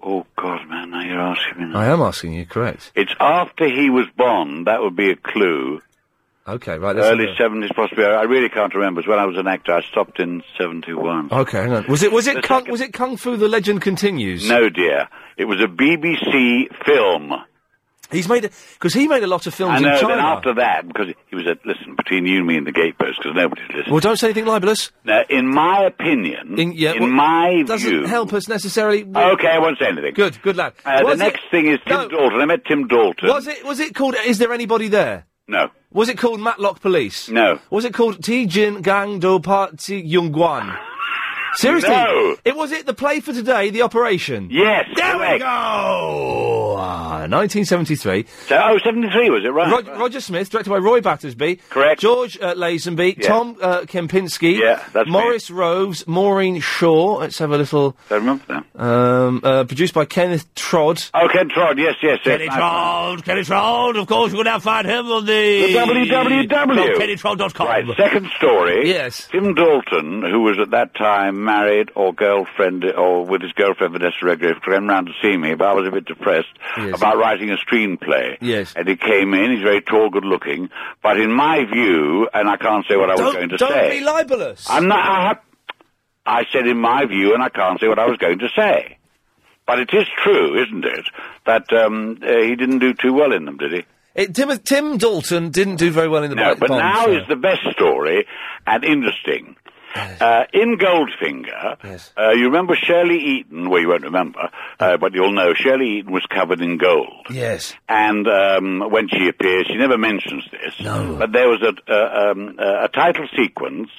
S28: Oh God, man, now you're asking me.
S1: I am asking you, correct?
S28: It's after he was Bond. That would be a clue.
S1: Okay, right. let's-
S28: Early seventies, possibly. I I really can't remember. It's when I was an actor. I stopped in seventy-one.
S1: Okay, hang on. Was it was it Kung, was it Kung Fu? The Legend Continues.
S28: No, dear. It was a BBC film.
S1: He's made because he made a lot of films
S28: I
S1: in
S28: know.
S1: China.
S28: Then after that, because he was at listen between you and me and the gatepost, because nobody's listening.
S1: Well, don't say anything libelous.
S28: Now, in my opinion, in,
S1: well,
S28: my
S1: doesn't
S28: view, Uh,
S1: help us necessarily.
S28: Okay, I won't say anything.
S1: Good, good lad.
S28: Uh, the
S1: Was it-
S28: next thing is Tim Dalton. I met Tim Dalton.
S1: Was it was it called? Is there anybody there?
S28: No.
S1: Was it called Matlock Police? No. Was it called Tijin Gang Do Party Yung Guan? Seriously?
S28: No.
S1: It was it the play for today, the operation.
S28: Yes.
S1: There we
S28: correct.
S6: Oh,
S1: go. Ah, 1973.
S28: So, oh, 73 was it right?
S1: Rog- Roger Smith, directed by Roy Battersby. Correct. George uh, Lazenby,
S28: Yeah.
S1: Tom uh, Kempinski, yeah, that's Morris Roves, Maureen Shaw. Let's have a little.
S28: I remember them.
S1: Um, uh, produced by Kenneth Trod.
S28: Oh, Ken Trod, yes, yes, yes.
S1: Kenny Trold, Kenny Trold, of course, you can now find him on
S28: The
S1: the...
S28: www.
S1: KennyTrod.com.
S28: Right, second story.
S1: Yes.
S28: Tim Dalton, who was at that time married or girlfriend or with his girlfriend Vanessa Redgrave, came round to see me, but I was a bit depressed about writing a screenplay.
S1: Yes.
S28: And he came in, he's very tall, good looking, but in my view, and I can't say what I was
S1: Don't,
S28: going to
S1: don't
S28: say.
S1: be libelous.
S28: I'm not. I, have, I said in my view, and I can't say what I was going to say. But it is true, isn't it, that um, uh, he didn't do too well in them, did he?
S1: It, Tim, Tim Dalton didn't do very well in the
S28: No,
S1: Bond,
S28: but now
S1: so-
S28: is the best story and interesting. Uh, in Goldfinger, uh, you remember Shirley Eaton, well, you won't remember, uh, but you'll know Shirley Eaton was covered in gold.
S1: Yes.
S28: And um, when she appears, she never mentions this, but there was a, a, um, a a title sequence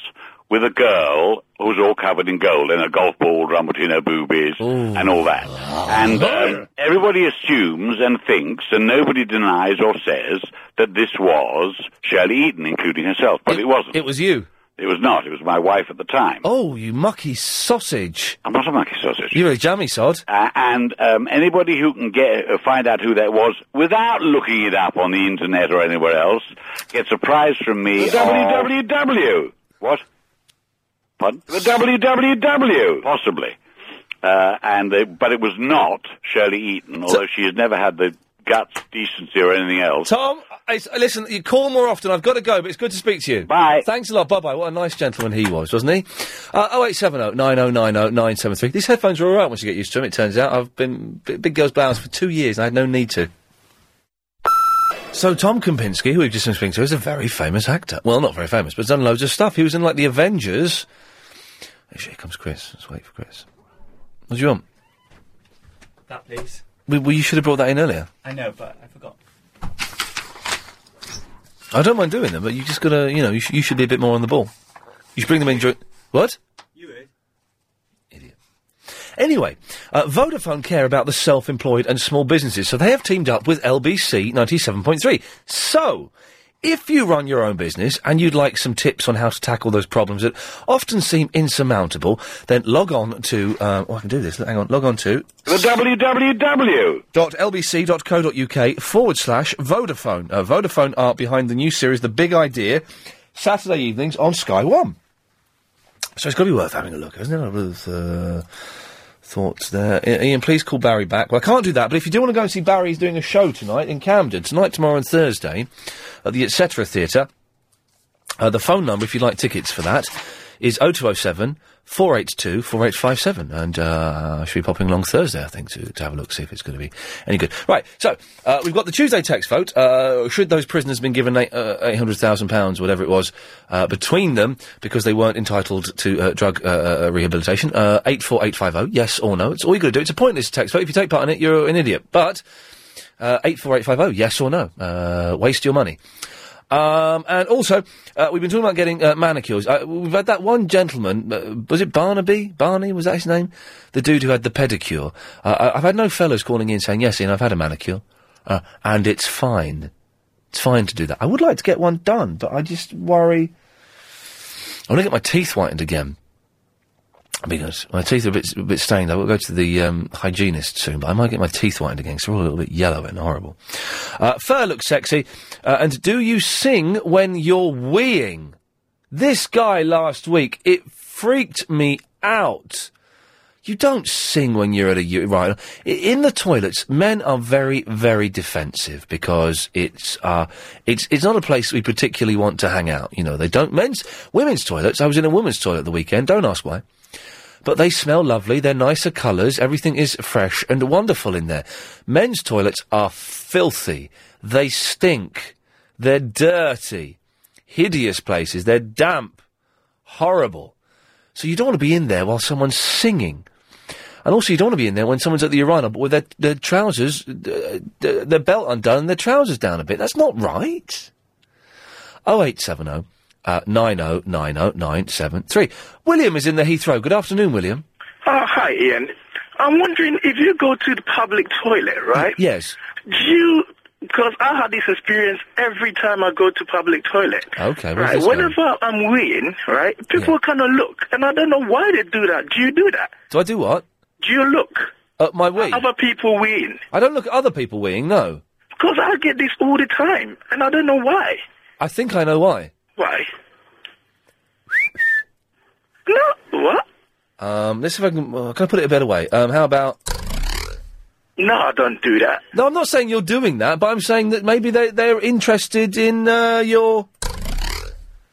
S28: with a girl who's all covered in gold and a golf ball run between her boobies and all that. And um, everybody assumes and thinks, and nobody denies or says that this was Shirley Eaton, including herself, but it, wasn't. It
S1: was you.
S28: It was not. It was my wife at the time.
S1: Oh, you mucky sausage.
S28: I'm not a monkey sausage.
S1: You're a jammy sod.
S28: Uh, and um, anybody who can get uh, find out who that was without looking it up on the internet or anywhere else gets a prize from me.
S8: The
S13: E
S28: of- What? Pardon? The WWW. Possibly. Uh, and uh, but it was not Shirley Eaton, although she has never had the guts, decency, or anything else.
S1: Tom, it's, listen, you call more often. I've got to go, but it's good to speak to you. Bye. Thanks a lot. Bye bye. What a nice gentleman he was, wasn't he? Uh, 0870 9090 973. These headphones are all right once you get used to them, it turns out. I've been b- Big Girls Blouse for two years and I had no need to. So Tom Kempinski, who we've just been speaking to, is a very famous actor. Well, not very famous, but he's done loads of stuff. He was in like the Avengers. Actually, here comes Chris. Let's wait for Chris. What do you want?
S7: That, please.
S1: We, well, you should have brought that in earlier.
S7: I know, but I forgot.
S1: I don't mind doing them, but you just gotta, you know, you, sh- you should be a bit more on the ball. You should bring them in during. What? Anyway, uh, Vodafone care about the self-employed and small businesses, so they have teamed up with LBC 97.3. So, if you run your own business and you'd like some tips on how to tackle those problems that often seem insurmountable, then log on to, uh, oh, I can do this, hang on, log on to
S28: The WWW.
S1: www.lbc.co.uk forward slash Vodafone. Uh, Vodafone are behind the new series, The Big Idea, Saturday evenings on Sky One. So it's got to be worth having a look, isn't it? I was, uh, thoughts there. I- Ian, please call Barry back. Well, I can't do that, but if you do want to go and see Barry, he's doing a show tonight in Camden, tonight, tomorrow, and Thursday at the Etc. Theatre. Uh, the phone number, if you'd like tickets for that, is 0207 482 4857. And uh, I should be popping along Thursday, I think, to, to have a look, see if it's going to be any good. Right, so uh, we've got the Tuesday text vote. Uh, should those prisoners been given eight, uh, £800,000, whatever it was, uh, between them because they weren't entitled to uh, drug uh, uh, rehabilitation? Uh, 84850, yes or no? It's all you got to do. It's a pointless text vote. If you take part in it, you're an idiot. But uh, 84850, yes or no? Uh, waste your money. Um, and also, uh, we've been talking about getting uh, manicures. Uh, we've had that one gentleman, uh, was it Barnaby? Barney, was that his name? The dude who had the pedicure. Uh, I- I've had no fellows calling in saying, yes, Ian, I've had a manicure. Uh, and it's fine. It's fine to do that. I would like to get one done, but I just worry. I want to get my teeth whitened again. Because my teeth are a bit, a bit stained. I will go to the um, hygienist soon, but I might get my teeth whitened again because they're all a little bit yellow and horrible. Uh, fur looks sexy. Uh, and do you sing when you're weeing? This guy last week, it freaked me out. You don't sing when you're at a u- right I- in the toilets. Men are very, very defensive because it's uh, it's it's not a place we particularly want to hang out. You know, they don't men's women's toilets. I was in a women's toilet the weekend. Don't ask why, but they smell lovely. They're nicer colours. Everything is fresh and wonderful in there. Men's toilets are filthy. They stink. They're dirty, hideous places. They're damp, horrible. So you don't want to be in there while someone's singing. And also, you don't want to be in there when someone's at the urinal, but with their, their trousers, uh, uh, their belt undone, and their trousers down a bit. That's not right. 0870 uh, 9090973. William is in the Heathrow. Good afternoon, William.
S6: Oh, hi, Ian. I'm wondering if you go to the public toilet, right?
S1: Yes.
S6: Do you? Because I had this experience every time I go to public toilet.
S1: Okay. where's
S6: Right,
S1: this um, going?
S6: whenever I'm weeing, right, people kind of look, and I don't know why they do that. Do you do that?
S1: Do I do what?
S6: Do you look?
S1: At my wee?
S6: Other people weeing.
S1: I don't look at other people weeing, no.
S6: Because I get this all the time, and I don't know why.
S1: I think I know why.
S6: Why? no, what?
S1: Um, let's see if I can, uh, can I put it a better way? Um, how about,
S6: No, I don't do that.
S1: no, I'm not saying you're doing that, but I'm saying that maybe they, they're interested in, uh, your,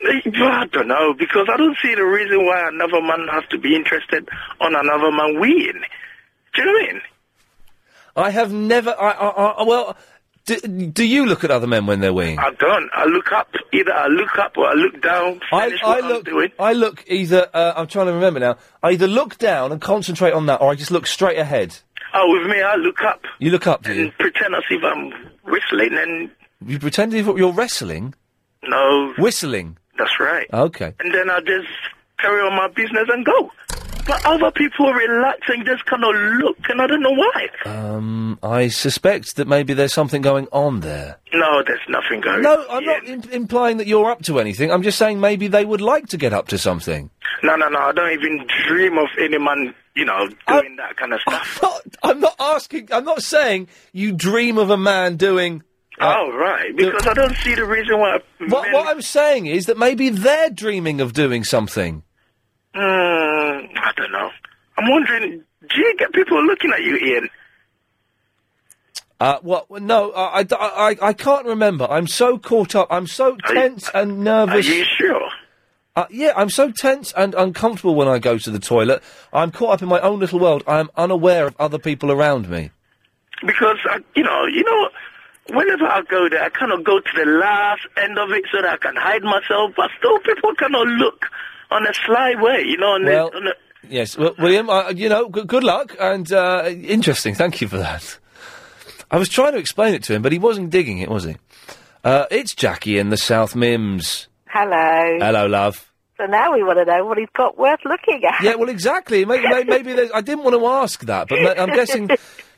S6: I don't know because I don't see the reason why another man has to be interested on another man weeing. Do you know what I mean?
S1: I have never, I, I, I well, do, do you look at other men when they're weeing?
S6: I don't. I look up. Either I look up or I look down.
S1: I,
S6: finish
S1: I
S6: what I'm
S1: look.
S6: doing.
S1: I look either. Uh, I'm trying to remember now. I either look down and concentrate on that, or I just look straight ahead.
S6: Oh, with me, I look up
S1: You look up, do you?
S6: and pretend as if I'm whistling and
S1: You pretend you've- you're wrestling,
S6: no,
S1: whistling. Oh.
S6: that's right.
S1: Okay.
S6: And then I just carry on my business and go. But other people relax and just kind of look, and I don't know why.
S1: Um, I suspect that maybe there's something going on there.
S6: No, there's nothing going.
S1: No, I'm not im implying that you're up to anything. I'm just saying maybe they would like to get up to something.
S6: No, no, no. I don't even dream of any man, you know, doing that kind of stuff.
S1: I'm not asking. I'm not saying you dream of a man doing. uh,
S6: oh, right. Because I don't see the reason why.
S1: What, what I'm saying is that maybe they're dreaming of doing something.
S6: Mm, I don't know. I'm wondering, do you get people looking at you, Ian?
S1: Uh, well, well, no, I, I, I, I can't remember. I'm so caught up. I'm so tense and nervous.
S6: Are you sure?
S1: Uh, yeah, I'm so tense and uncomfortable when I go to the toilet. I'm caught up in my own little world. I am unaware of other people around me.
S6: Because I, you know, you know, whenever I go there, I kind of go to the last end of it so that I can hide myself. But still, people kind of look on a sly way, you know. On
S1: Well-
S6: the, on the,
S1: Yes, well, William, uh, you know, g- good luck and uh, interesting. Thank you for that. I was trying to explain it to him, but he wasn't digging it, was he? Uh, it's Jackie in the South Mims.
S29: Hello.
S1: Hello, love.
S29: So now we want to know what he's got worth looking at.
S1: Yeah, well, exactly. Maybe, maybe there's. I didn't want to ask that, but ma- I'm guessing.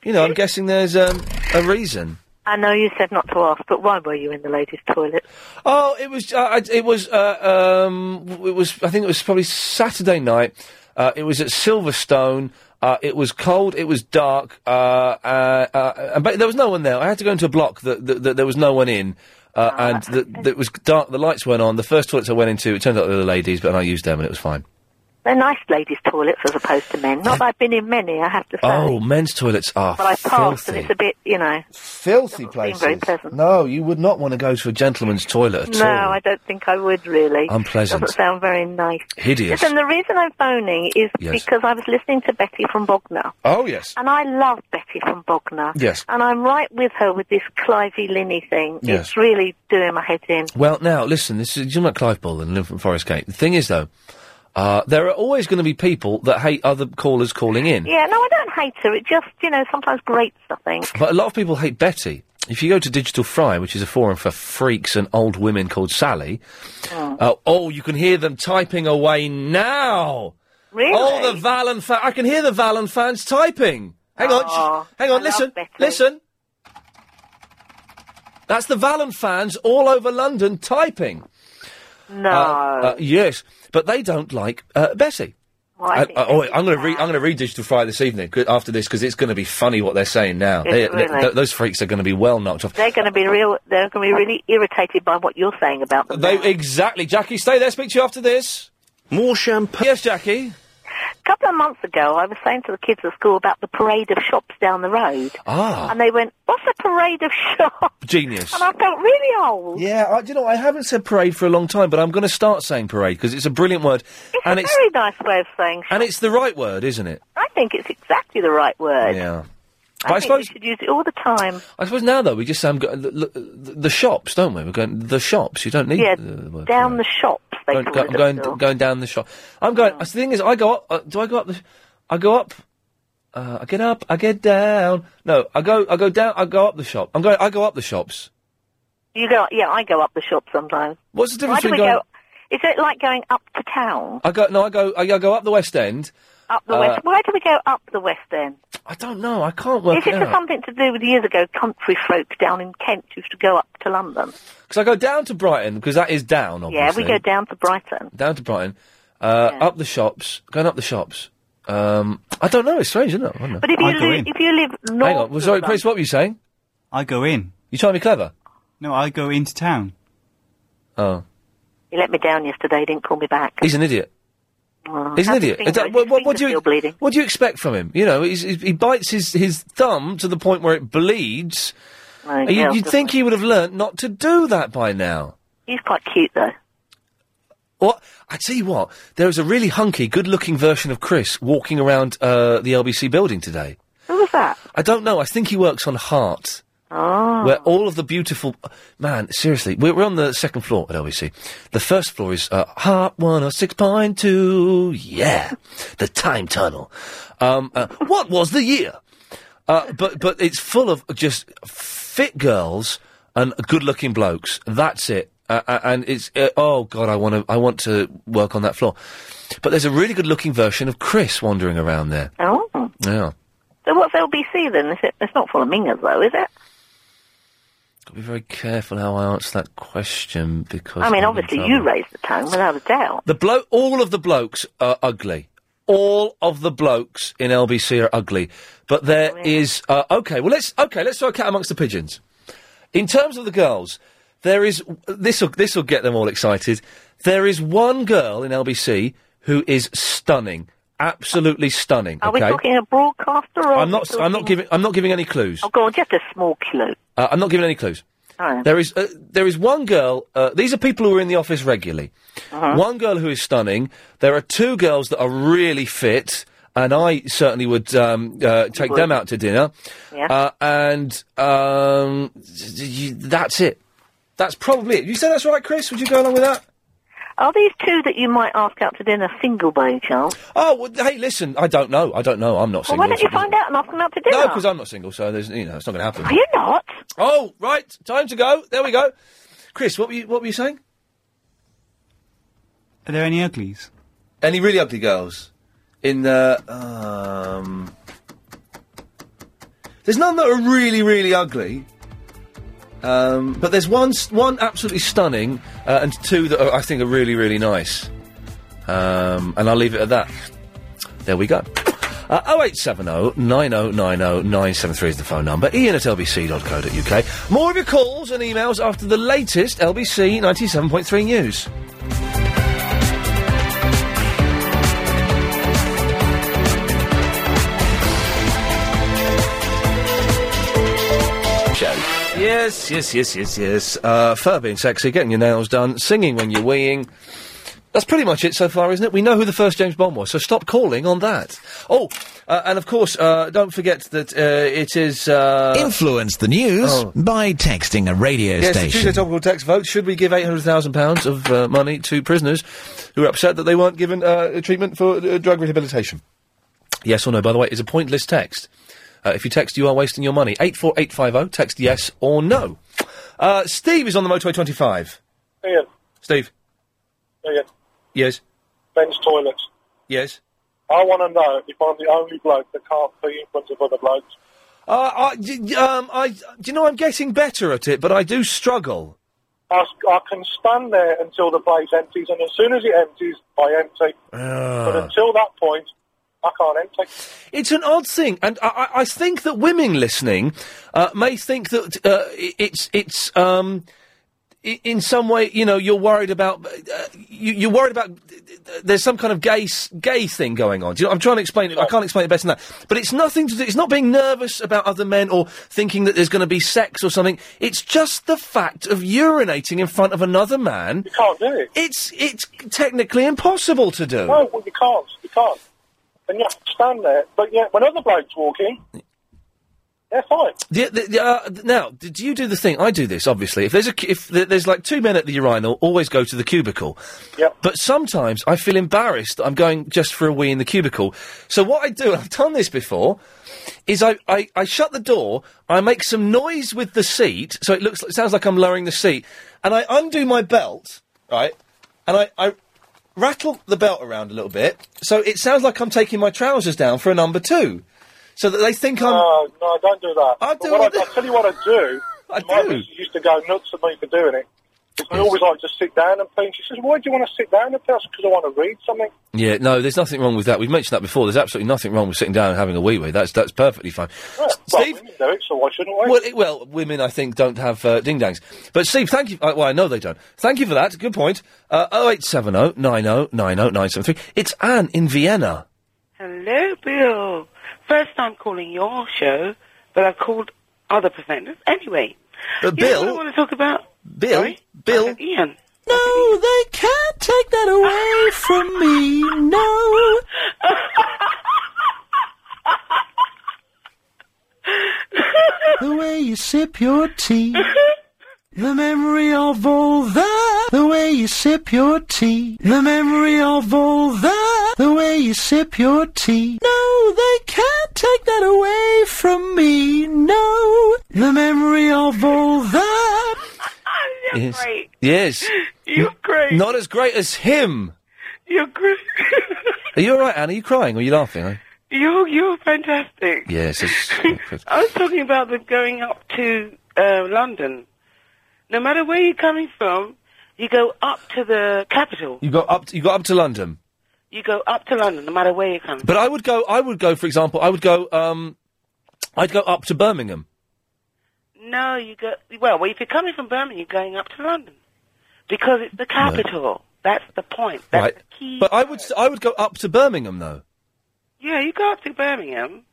S1: You know, I'm guessing there's um, a reason.
S29: I know you said not to ask, but why were you in the ladies' toilet?
S1: Oh, it was. Uh, I- it was. Uh, um, w- it was. I think it was probably Saturday night. Uh, it was at Silverstone. Uh, it was cold. It was dark. Uh, uh, uh, and but there was no one there. I had to go into a block that, that, that there was no one in. Uh, and the, that it was dark. The lights weren't on. The first toilets I went into, it turned out they were the ladies, but I used them and it was fine.
S29: They're nice ladies' toilets as opposed to men. Not that I've been in many, I have to say.
S1: Oh, men's toilets are
S29: but I passed,
S1: filthy.
S29: and it's a bit, you know.
S1: filthy
S29: very
S1: places.
S29: pleasant.
S1: No, you would not want to go to a gentleman's toilet at
S29: no,
S1: all.
S29: I don't think I would really.
S1: Unpleasant.
S29: Doesn't sound very nice.
S1: Hideous.
S29: Listen, the reason I'm phoning is
S1: Yes.
S29: because I was listening to Betty from Bognor.
S1: Oh yes.
S29: And I love Betty from Bognor.
S1: Yes.
S29: And I'm right with her with this Clivey Linney thing.
S1: Yes.
S29: It's really doing my head in.
S1: Well, now listen. This is you're not Clive Bolden, live from Forest Gate. The thing is, though, uh, there are always going to be people that hate other callers calling in.
S29: Yeah, no, I don't hate her. It just, you know, sometimes grates, I think.
S1: But a lot of people hate Betty. If you go to Digital Fry, which is a forum for freaks and old women called Sally, uh, oh, you can hear them typing away now.
S29: Really?
S1: All the Valen fa- I can hear the Valen fans typing. Hang on,
S29: Oh,
S1: sh- hang on,
S29: I love
S1: listen,
S29: Betty.
S1: listen. That's the Valen fans all over London typing.
S29: No.
S1: Uh, uh, yes, but they don't like uh, Betty.
S29: Well, I
S1: Uh,
S29: think
S1: uh, oh, I'm going to read. I'm going to read Digital Fry this evening 'cause- after this because it's going to be funny what they're saying now.
S29: Is
S1: They-
S29: it
S1: th-
S29: really?
S1: th- those freaks are going to be well knocked off.
S29: They're going to be real. They're going to be really irritated by what you're saying about them.
S1: They exactly, Jackie. Stay there. Speak to you after this. More champagne. Yes, Jackie.
S16: A couple of months ago, I was saying to the kids at school about the parade of shops down the road.
S1: Ah.
S16: And they went, what's a parade of shops?
S1: Genius.
S16: And I felt really old.
S1: Yeah, I, do you know, I haven't said parade for a long time, but I'm going to start saying parade because it's a brilliant word,
S16: It's
S1: and
S16: a
S1: it's
S16: very nice way of saying shop.
S1: and it's the right word, isn't it?
S16: I think it's exactly the right word.
S1: Yeah.
S16: I,
S1: But I
S16: think
S1: suppose-
S16: we should use it all the time.
S1: I suppose now though we just sound go- the, the, the shops, don't we? We're going the shops. You don't need
S16: yeah,
S1: the word.
S16: down the shops. They
S1: Going,
S16: call
S1: go-
S16: it
S1: I'm
S16: at
S1: going
S16: school.
S1: going down the shop. I'm going. The thing is, I go up. Uh, do I go up? The, I go up. Uh, I get up. I get down. No, I go. I go down. I go up the shop. I'm going. I go up the shops.
S16: You go, yeah, I go up the shop sometimes.
S1: What's the difference
S16: Why do
S1: between
S16: we
S1: going-
S16: Go, is it like going up to town,
S1: I go. No, I go. I, go- I go up the West End.
S16: up the
S1: Uh,
S16: west? Why do we go up the west end?
S1: I don't know. I can't work
S16: Is it
S1: it
S16: for
S1: out.
S16: something to do with years ago country folk down in Kent who used to go up to London?
S1: Because I go down to Brighton because that is down. Obviously.
S16: Yeah, we go down to Brighton.
S1: down to Brighton, uh, up the shops, going up the shops. Um, I don't know. It's strange, isn't it? I don't know.
S16: But if you live, if you live north,
S1: hang on. Uh, Well, sorry,
S16: of
S1: Chris. What were you saying?
S7: I go in.
S1: You trying to be clever?
S7: No, I go into town.
S1: Oh,
S16: London- you let me down yesterday. he Didn't call me back.
S1: he's an idiot.
S16: Oh,
S1: He's an
S16: how's his
S1: idiot.
S16: finger?
S1: Uh,
S16: Is
S1: what,
S16: his
S1: what- what do you
S16: finger still bleeding?
S1: what do you expect from him? You know, he's, he's, he bites his, his thumb to the point where it bleeds.
S16: Oh,
S1: Uh, you,
S16: yeah,
S1: would
S16: doesn't
S1: think he would have learnt not to do that by now.
S16: He's quite cute though.
S1: What I tell you what, there was a really hunky, good-looking version of Chris walking around uh, the LBC building today.
S16: Who was that?
S1: I don't know. I think he works on Heart.
S2: Ah.
S16: Oh,
S1: Where all of the beautiful man, seriously, we're, we're on the second floor at LBC. The first floor is uh, Heart One Hundred Six Point Two. Yeah, the time tunnel. Um, uh, what was the year? Uh, but but it's full of just fit girls and good-looking blokes. That's it. Uh, uh, and it's uh, oh god, I want to I want to work on that floor. But there's a really good-looking version of Chris wandering around there.
S16: oh.
S1: Yeah,
S16: So what's LBC then? Is it? It's not full of mingers though, is it?
S1: got to be very careful how I answer that question because
S16: I mean,
S1: I'm in
S16: obviously
S1: trouble.
S16: you raised the tone without a doubt.
S1: The blo- all of the blokes are ugly. All of the blokes in LBC are ugly. But
S16: Oh,
S1: there is uh, okay. Well, let's okay. Let's throw a cat amongst the pigeons. In terms of the girls, there is this will this will get them all excited. There is one girl in LBC who is stunning, absolutely stunning.
S16: Are we
S1: okay,
S16: talking a broadcaster or?
S1: I'm not. I'm not giving. I'm not giving any clues.
S16: Oh God, just a small clue.
S1: Uh, I'm not giving any clues.
S16: Oh.
S1: There is uh, there is one girl. Uh, these are people who are in the office regularly.
S16: Uh-huh.
S1: One girl who is stunning. There are two girls that are really fit, and I certainly would um, uh, take them out to dinner.
S16: Yeah.
S1: Uh, and um, s- you, that's it. That's probably it. You say that's right, Chris? Would you go along with that?
S16: Are these two that you might ask out to dinner single by any chance?
S1: Oh well, hey, listen. I don't know. I don't know. I'm not
S16: Well,
S1: single.
S16: why don't
S1: so
S16: you
S1: it doesn't-
S16: find out and ask them out to dinner?
S1: No, because I'm not single, so there's you know it's not going to happen.
S16: Are you not?
S1: Oh, right. Time to go. There we go. Chris, what were you, what were you saying?
S7: Are there any uglies?
S1: Any really ugly girls in the um. There's none that are really, really ugly. Um, but there's one, s- one absolutely stunning, uh, and two that are, I think are really, really nice. Um, and I'll leave it at that. There we go. Uh, 0870 9090 973 is the phone number. Ian at lbc.co.uk. More of your calls and emails after the latest LBC 97.3 news. show. Yes, yes, yes, yes, yes. Uh, fur being sexy, getting your nails done, singing when you're weeing. That's pretty much it so far, isn't it? We know who the first James Bond was, so stop calling on that. Oh, uh, and of course, uh, don't forget that uh, it is. Uh,
S18: Influence the news
S1: Oh.
S18: by texting a radio
S1: Yes, the Tuesday
S18: station.
S1: topical text vote. Should we give eight hundred thousand pounds of uh, money to prisoners who are upset that they weren't given uh, treatment for uh, drug rehabilitation? Yes or no. By the way, it's a pointless text. Uh, if you text, you are wasting your money. Eight four eight five zero. Text yes or no. Uh, Steve is on the motorway twenty five.
S13: Ian,
S1: Steve,
S13: Ian,
S1: yes,
S13: men's toilets.
S1: yes.
S13: I want to know if I'm the only bloke that can't pee in front of other blokes.
S1: Uh, I, d- d- um, I, do you know I'm getting better at it, but I do struggle.
S13: I, I can stand there until the place empties, and as soon as it empties, I empty. But
S1: Ah.
S13: until that point, I can't empty.
S1: It's an odd thing, and I, I- I think that women listening uh, may think that uh, i- it's it's um, i- in some way, you know, you're worried about uh, you, you're worried about uh, there's some kind of gay s- gay thing going on. Do you know, I'm trying to explain it. I can't explain it better than that. But it's nothing to do. It's not being nervous about other men or thinking that there's going to be sex or something. It's just the fact of urinating in front of another man. You
S13: can't do it.
S1: It's it's technically impossible to do.
S13: No, well, you can't. You can't. And you have to stand there. But yet, when other blokes walk in, they're fine.
S1: The, the, the, uh, now, d- do you do the thing? I do this, obviously. If there's a, cu- if th- there's like two men at the urinal, always go to the cubicle.
S13: Yep.
S1: But sometimes I feel embarrassed. that I'm going just for a wee in the cubicle. So what I do, and I've done this before, is I, I, I shut the door. I make some noise with the seat, so it looks it sounds like I'm lowering the seat, and I undo my belt, right, and I, I rattle the belt around a little bit, so it sounds like I'm taking my trousers down for a number two. So that they think I'm.
S13: No, no, don't do that. I do. What I, I'll tell you what I do. my missus used to go nuts at me for doing it. Because we always like to sit down and pee. And She says, "Why do you want to sit down and pee?" "Because I want to read something."
S1: Yeah, no, there's nothing wrong with that. We've mentioned that before. There's absolutely nothing wrong with sitting down and having a wee wee. That's that's perfectly fine.
S13: Yeah, well, women do it, so why shouldn't we?
S1: Well, it, well, women I think don't have uh, ding dangs. But Steve, thank you. Uh, well, I know they don't. Thank you for that. Good point. Uh, 0870 90 90 973. It's Anne in Vienna.
S30: Hello, Bill. First time calling your show, but I've called other presenters. Anyway.
S1: But
S30: you know
S1: Bill-
S30: what I want to talk about?
S1: Bill? Bill?
S30: Ian.
S1: No, they can't take that away from me. No.
S6: the way you sip your tea. The memory of all that. The way you sip your tea. The memory of all that. The way you sip your tea. No, they can't take that away from me. No. The memory of all that.
S1: yes. Yes. You're great. Not as great as him.
S30: You're great.
S1: Are you all right, Anne? Are you crying or are you laughing? I-
S30: You're, you're fantastic.
S1: Yes. It's,
S30: I was talking about the going up to uh, London. No matter where you're coming from, you go up to the capital.
S1: you got up. To, you got up to London.
S30: You go up to London, no matter where you're coming.
S1: But I would go. I would go. For example, I would go. Um, I'd go up to Birmingham.
S30: No, you go. Well, well, if you're coming from Birmingham, you're going up to London because it's the capital. That's the point. That's
S1: right.
S30: the key.
S1: But I would. I would go up to Birmingham though.
S30: Yeah, you go up to Birmingham.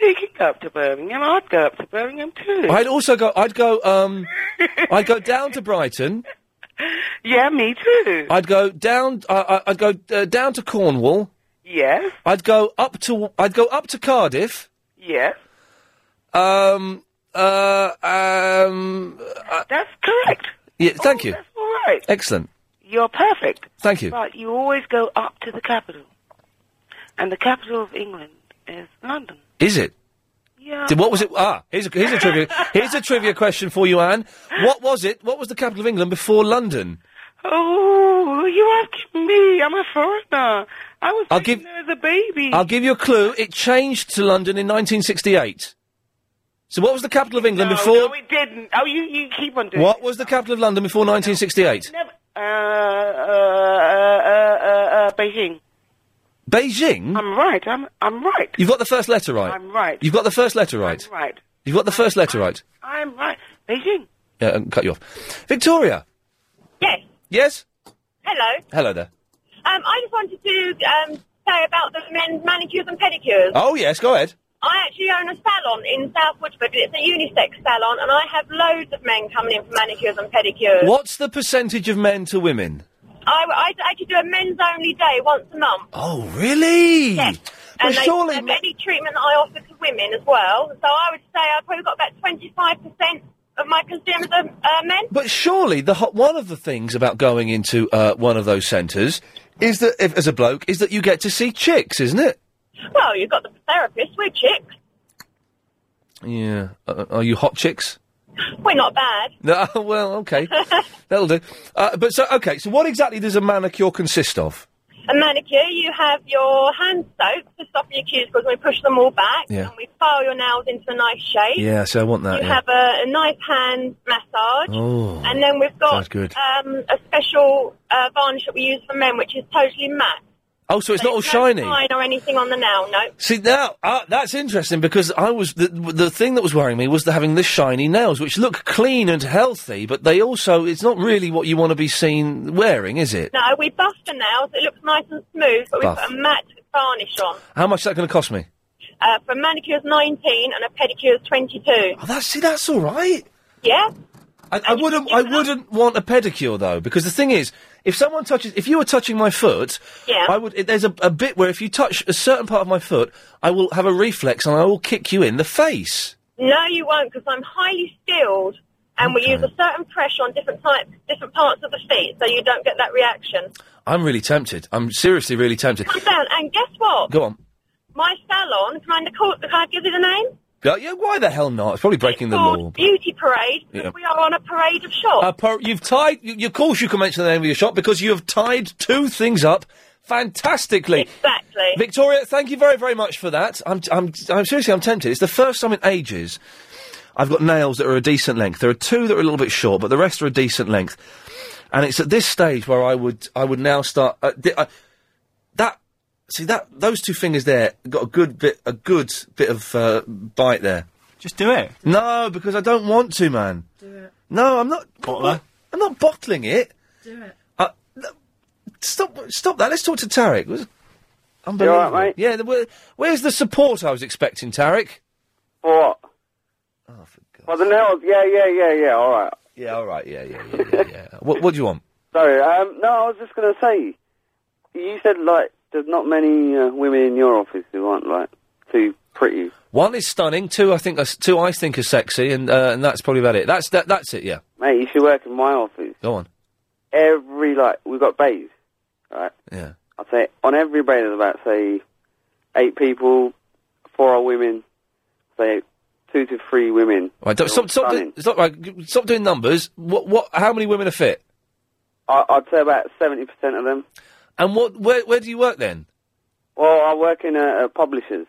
S30: You can go up to Birmingham. I'd go up to Birmingham too.
S1: I'd also go. I'd go. Um, I'd go down to Brighton.
S30: Yeah, me too.
S1: I'd go down. I I- I'd go uh, down to Cornwall.
S30: Yes,
S1: I'd go up to. I'd go up to Cardiff.
S30: yes.
S1: Um. Uh. Um. uh,
S30: That's correct.
S1: yeah. Thank you.
S30: All right.
S1: Excellent.
S30: You're perfect.
S1: Thank you.
S30: But you always go up to the capital. And the capital of England is London.
S1: Is it?
S30: Yeah.
S1: Did- What was it? Ah, here's a, here's a trivia. Here's a trivia question for you, Anne. What was it? What was the capital of England before London?
S30: Oh, you asking me? I'm a foreigner. I was
S1: I'll
S30: taken
S1: give-
S30: there as a baby.
S1: I'll give you a clue. It changed to London in 1968. So, what was the capital of England
S30: no,
S1: before?
S30: no, it didn't. Oh, you, you keep on doing
S1: What was the capital of London before 1968?
S30: Never. Uh, uh, uh, uh, uh, Beijing.
S1: Beijing.
S30: I'm right. I'm, I'm right.
S1: You've got the first letter right.
S30: I'm right.
S1: You've got the first letter right.
S30: I'm right.
S1: You've got the first letter right.
S30: I'm right. Beijing.
S1: Yeah, I'll cut you off. Victoria.
S20: Yes.
S1: Yes.
S20: Hello.
S1: Hello there.
S20: Um, I just wanted to um, say about the men's manicures and
S30: Uh,
S20: pedicures.
S1: Oh yes, go ahead.
S20: I actually own a salon in South Woodford. It's a unisex salon, and I have loads of men coming in for manicures and
S30: uh,
S20: pedicures.
S1: What's the percentage of men to women?
S20: I, I actually do a men's only day once a month.
S1: Oh really?
S20: Yes.
S1: But
S20: And they
S1: surely
S20: have any treatment that I offer to women as well. So I would say I've probably got about 25% of my consumers are uh, men.
S1: But surely the ho- one of the things about going into uh, one of those centres is that, if, as a bloke, is that you get to see chicks, isn't it?
S20: Well, you've got the therapist. We're chicks.
S1: Yeah. Uh, are you hot chicks?
S20: We're not bad.
S1: No. Well, okay, that'll do. Uh, but so, okay. So, what exactly does a manicure consist of?
S20: A manicure, you have your hand soap to soften your cuticles and we push them all back
S1: Yeah.
S20: and we file your nails into a nice shape.
S1: Yeah. So I want that.
S20: You
S1: yeah.
S20: have a, a nice hand massage.
S1: Oh,
S20: and then we've
S1: sounds
S20: got
S1: good.
S20: Um, a special uh, varnish that we use for men, which is totally matte.
S1: Oh, so it's not all
S20: There's
S1: shiny.
S20: No sign or anything on the nail, no.
S1: See now, uh, that's interesting because I was the, the thing that was worrying me was the having the shiny nails, which look clean and healthy, but they also—it's not really what you want to be seen wearing, is it?
S20: No, we buff the nails. It looks nice and smooth, but
S1: Buff.
S20: we put a matte varnish on.
S1: How much is that going to cost me?
S20: Uh, for manicure's 19 and a pedicure's 22.
S1: Oh, that's see, that's all right.
S20: Yeah?
S1: I, I wouldn't. I wouldn't want a pedicure though, because the thing is, if someone touches, if you were touching my foot,
S20: Yeah.
S1: I would. There's a, a bit where if you touch a certain part of my foot, I will have a reflex and I will kick you in the face.
S20: No, you won't, because I'm highly skilled, and we use a certain pressure on different types, different parts of the feet, so you don't get that reaction.
S1: I'm really tempted. I'm seriously really tempted.
S20: Come down, and guess what?
S1: Go on.
S20: My salon, can I, call, can I give you the name?
S1: Yeah, yeah, why the hell not? It's probably breaking the law.
S20: Beauty Parade.
S1: Yeah.
S20: We are on a parade of shops.
S1: Uh, per- you've tied. You, of course, you can mention the name of your shop because you have tied two things up fantastically.
S20: Exactly.
S1: Victoria, thank you very, very much for that. I'm, I'm, I'm seriously, I'm tempted. It's the first time in ages I've got nails that are a decent length. There are two that are a little bit short, but the rest are a decent length. And it's at this stage where I would, I would now start. Uh, di- uh, that see that those two fingers there got a good bit, a good bit of uh, bite there. Just do it. No, because I don't want to, man. Do it. No, I'm not. Bottler. I'm not bottling it.
S2: Do it.
S1: Uh, no, stop! Stop that. Let's talk to Tarek. It was unbelievable.
S21: You all right,
S1: Yeah. The, where, where's the support I was expecting, Tarek?
S21: For what? Oh, for God's For the nails, yeah, yeah, yeah, yeah, all right.
S1: Yeah, all right, yeah, yeah, yeah, yeah. yeah. Uh, What, what do you want?
S21: Sorry, um, no, I was just going to say, you said, like, there's not many uh, women in your office who aren't, like, too pretty.
S1: One is stunning. Two, I think. Are, s- two, I think are sexy, and uh, and that's probably about it. That's that. That's it. Yeah.
S21: Mate, you should work in my office.
S1: Go on.
S21: Every, like, we've got bays, right?
S1: Yeah.
S21: I'd say on every bay there's about, say, eight people, four are women, say, two to three women.
S1: All right. Don't, stop. Stop, doing, stop. Right, g- stop doing numbers. What? What? How many women are fit?
S21: I, I'd say about 70% of them.
S1: And what? Where? Where do you work then?
S21: Well, I work in a, a publisher's.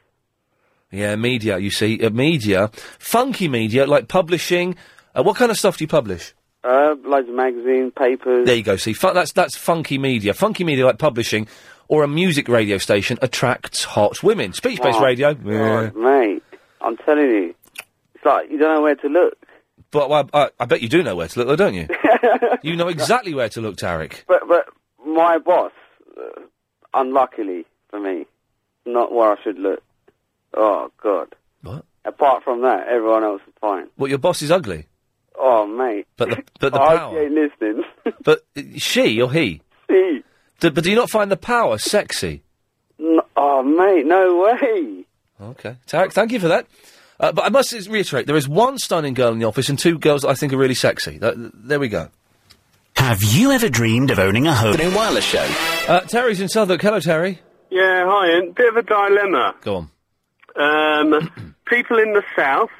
S1: Yeah, media. You see, uh, media, funky media like publishing. Uh, what kind of stuff do you publish?
S21: Uh, loads of magazines, papers.
S1: There you go. See, fu- that's that's funky media. Funky media like publishing or a music radio station attracts hot women. Speech-based
S21: Oh,
S1: radio. Yeah.
S21: God, mate, I'm telling you, it's like you don't know where to look.
S1: But well, I, I bet you do know where to look, though, don't you? you know exactly where to look, Tarek.
S21: But but my boss, uh, unluckily for me, not where I should look. Oh God.
S1: What?
S21: Apart from that, everyone else is fine.
S1: Well, your boss is ugly,
S21: Oh mate.
S1: but the but the
S21: I hope
S1: power.
S21: you ain't listening.
S1: But uh, she or he.
S21: He.
S1: Do, but do you not find the power sexy?
S21: N- oh mate, no way.
S1: Okay, Tarek, thank you for that. Uh, but I must s- reiterate, there is one stunning girl in the office and two girls that I think are really sexy. Th- th- there we go.
S22: Have you ever dreamed of owning a home?
S1: Afternoon Wireless
S22: Show.
S1: Uh, Terry's in Southwark. Hello, Terry.
S23: Yeah, hi. And bit of a dilemma.
S1: Go on.
S23: Um, people in the south,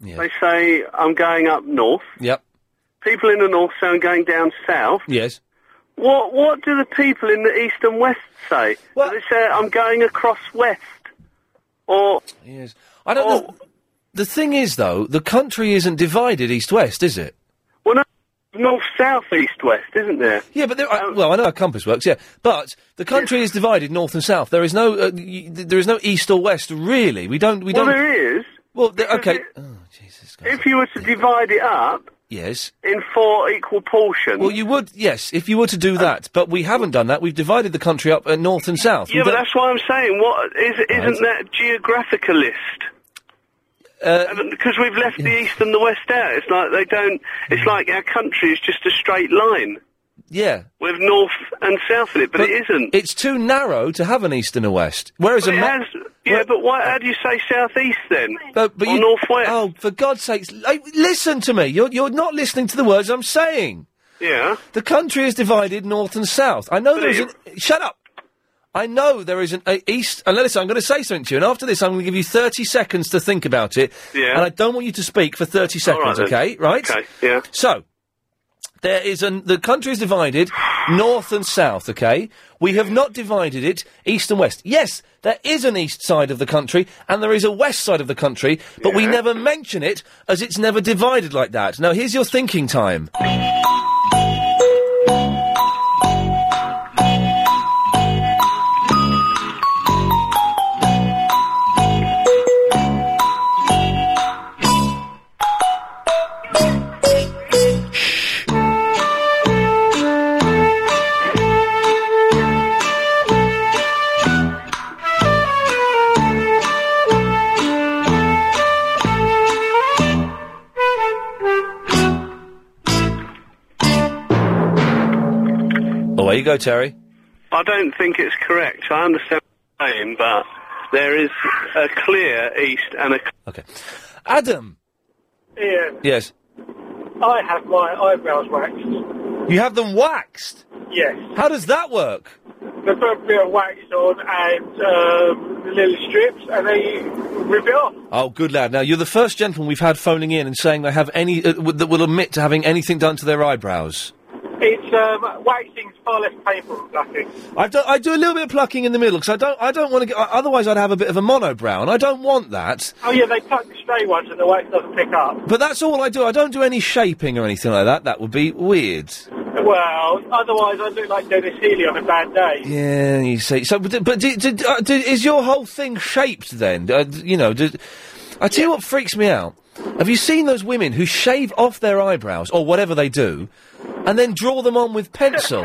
S23: they say I'm going up north.
S1: Yep.
S23: People in the north say I'm going down south.
S1: Yes.
S23: What What do the people in the east and west say? do they say I'm going across west? Or
S1: yes, I don't know.
S23: Oh.
S1: The thing is, though, the country isn't divided east-west, is it?
S23: Well, no, north, south, east, west, isn't there? Oh.
S1: Yeah, but there, I, well, I know how compass works. Yeah, but the country is divided north and south. There is no, uh, y- th- there is no east or west. Really, we don't, we
S23: well,
S1: don't.
S23: there is.
S1: Well, there, okay.
S23: If you were to divide it up
S1: Yes.
S23: in four equal portions.
S1: Well, you would, yes, if you were to
S23: Oh.
S1: do that. But we haven't done that. We've divided the country up uh, north and south. We
S23: Yeah, but
S1: don't-
S23: that's why I'm saying. What is, isn't that geographical list?
S1: Uh,
S23: Because we've left the east and the west out. It's like they don't.
S1: Mm.
S23: It's like our country is just a straight line
S1: yeah.
S23: with north and south in it, but, it isn't.
S1: It's too narrow to have an east and a west. Whereas
S23: But
S1: a
S23: it
S1: map.
S23: has- yeah, but why? How do you say southeast then?
S1: But, but
S23: or
S1: you,
S23: northwest?
S1: Oh, for God's sakes! Hey, listen to me. You're you're not listening to the words I'm saying.
S23: Yeah.
S1: The country is divided north and south. I know there is an. Shut up. I know there is an a east. And listen, I'm going to say something to you, and after this, I'm going to give you 30 seconds to think about it.
S23: Yeah.
S1: And I don't want you to speak for 30
S23: All right
S1: seconds.
S23: then.
S1: okay. Right.
S23: Okay. Yeah.
S1: So, there is an the country is divided north and south. Okay, we have not divided it east and west. Yes, there is an east side of the country and there is a west side of the country, but we never mention it as it's never divided like that. Now, here's your thinking time. Away Oh, you go, Terry.
S31: I don't think it's correct. I understand what you're saying, but there is a clear east and a.
S1: Okay. Adam!
S13: Ian,
S1: Yes.
S13: I have my eyebrows waxed.
S1: You have them waxed?
S13: Yes.
S1: How does that work?
S13: They put a bit of wax on and um, little strips, and then you rip it off.
S1: Oh, good lad. Now, you're the first gentleman we've had phoning in and saying they have any, uh, w- that will admit to having anything done to their eyebrows.
S13: It's um, waxing's far less painful, lucky.
S1: I do, I do a little bit of plucking in the middle because I don't, I don't want to get, otherwise I'd have a bit of a monobrow and I don't want that.
S13: Oh yeah, they tuck the stray ones, and the wax doesn't pick up.
S1: But that's all I do. I don't do any shaping or anything like that. That would be weird.
S13: Well, otherwise I look like Dennis Healy on a bad day.
S1: Yeah, you see. So, but, but do, do, uh, do, is your whole thing shaped then? Uh, d- you know, do, I tell you what freaks me out. Have you seen those women who shave off their eyebrows or whatever they do, and then draw them on with pencil?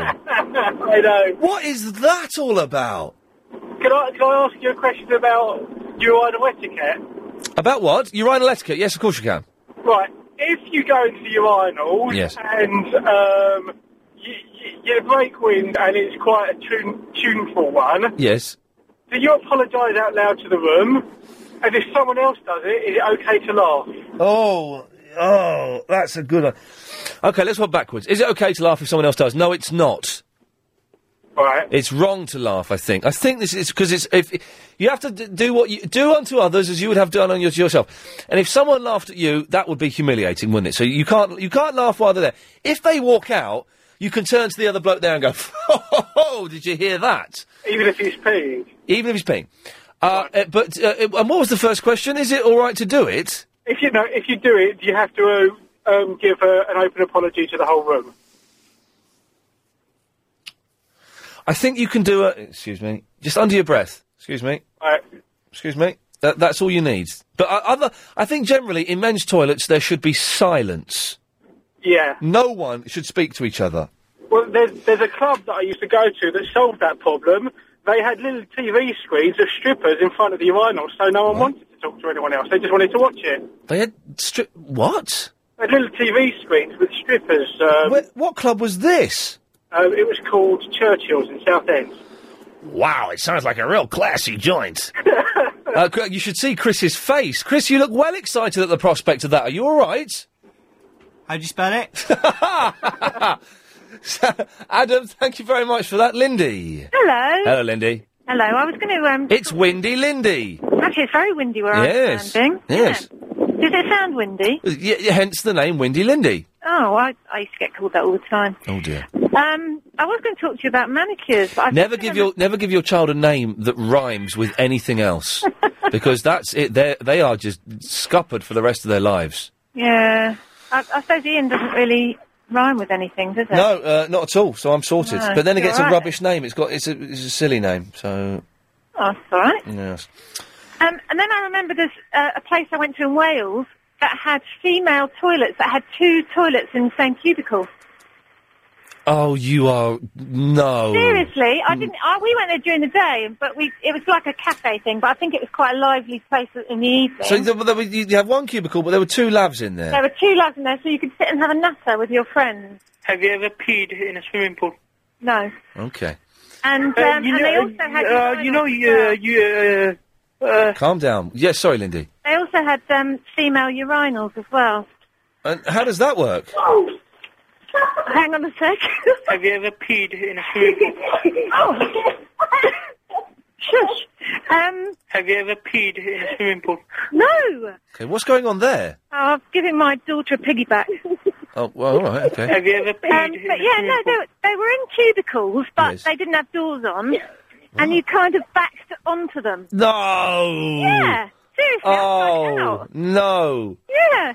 S13: I know.
S1: What is that all about?
S13: Can I can I ask you a question about urinal etiquette?
S1: About what? Urinal etiquette? Yes, of course you can.
S13: Right, if you go into the urinals
S1: Yes.
S13: and um, you, you, you break wind and it's quite a tune, tuneful one,
S1: Yes.
S13: do you apologise out loud to the room? And if someone else does it, is it okay to laugh?
S1: Oh, oh, that's a good one. Okay, let's walk backwards. Is it okay to laugh if someone else does? No, it's not.
S13: Right.
S1: It's wrong to laugh. I think. I think this is because it's if you have to d- do what you do unto others as you would have done on your, to yourself, and if someone laughed at you, that would be humiliating, wouldn't it? So you can't you can't laugh while they're there. If they walk out, you can turn to the other bloke there and go, "Oh, did you hear that?"
S13: Even if he's peeing.
S1: Even if he's peeing. Uh, uh, but uh, it- and what was the first question? Is it all right to do it?
S13: If you know, if you do it, you have to uh, um, give uh, an open apology to the whole room.
S1: I think you can do a. Excuse me. Just under your breath. Excuse me.
S13: Right.
S1: Excuse me. That, that's all you need. But uh, other, I think generally in men's toilets there should be silence.
S13: Yeah.
S1: No one should speak to each other.
S13: Well, there's, there's a club that I used to go to that solved that problem. They had little TV screens of strippers in front of the urinal, so no one wanted to talk to anyone else. They just wanted to watch it.
S1: They had stri- what?
S13: They had little TV screens with strippers. Um,
S1: Where, what club was this?
S13: um, it was called Churchill's in Southend.
S1: Wow, it sounds like a real classy joint. uh, Cr- you should see Chris's face. Chris, you look well excited at the prospect of that. Are you all right?
S32: How'd you spell it?
S1: So, Adam, thank you very much for that, Lindy.
S15: Hello.
S1: Hello, Lindy.
S15: Hello, I was going to. Um,
S1: It's windy, Lindy.
S15: actually, it's very windy where I'm
S1: yes.
S15: standing.
S1: Yes.
S15: Does it sound windy?
S1: Y- y- hence the name Windy Lindy.
S15: Oh, I, I used to get called that all the time.
S1: Oh dear.
S15: Um, I was going to talk to you about manicures, but I
S1: Never give your never give your child a name that rhymes with anything else, because that's it. They they are just scuppered for the rest of their lives.
S15: yeah. I, I suppose Ian doesn't really rhyme with anything, does it?
S1: No, uh, not at all. So I'm sorted.
S15: No,
S1: but then it
S15: you're
S1: gets a
S15: right.
S1: rubbish name. It's got it's a, it's a silly name. So
S15: Oh, that's all right.
S1: yes.
S15: Um, and then I remember there's uh, a place I went to in Wales that had female toilets that had two toilets in the same cubicle.
S1: Oh, you are no.
S15: Seriously, I didn't. I, we went there during the day, but we it was like a cafe thing. But I think it was quite a lively place in the evening.
S1: So there, there were, you you have one cubicle, but there were two labs in there.
S15: there were two lads in there, so you could sit and have a natter with your friends.
S2: Have you ever peed in a swimming pool?
S15: No,
S1: Okay.
S15: and um,
S2: Uh,
S15: and
S2: you
S15: they
S2: know-
S15: also had
S2: uh, you know,
S15: urinals.
S2: you, uh, you, uh, uh,
S1: Calm down. Yes, sorry, Lindy.
S15: They also had um, female urinals as well.
S1: And how does that work?
S2: Oh.
S15: Hang on a sec.
S2: have you ever peed in a swimming pool?
S15: oh. Shush. Um,
S2: Have you ever peed in a swimming pool?
S15: no.
S1: Okay, what's going on there?
S15: Oh, i was giving my daughter a piggyback.
S1: Oh, well, all right, okay.
S2: you ever
S15: Um, but yeah, no, they, were- they were in cubicles, but
S1: Yes.
S15: they didn't have doors on, and you kind of backed onto them.
S1: No.
S15: Yeah, seriously.
S1: Oh no.
S15: Yeah,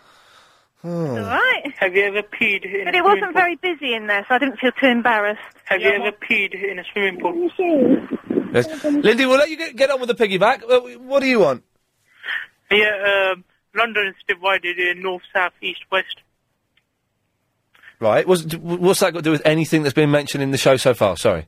S1: Oh.
S15: all right.
S2: Have you ever peed in
S15: But
S2: a
S15: it
S2: swimming
S15: wasn't
S2: pool?
S15: very busy in there, so I didn't feel too embarrassed.
S2: Have you ever peed in a swimming pool?
S1: Yes. Lindy, we'll let you get, get on with the piggyback. Uh, What do you want?
S2: Yeah, um, London is divided in north, south, east, west.
S1: Right. What's, d- what's that got to do with anything that's been mentioned in the show so far? Sorry.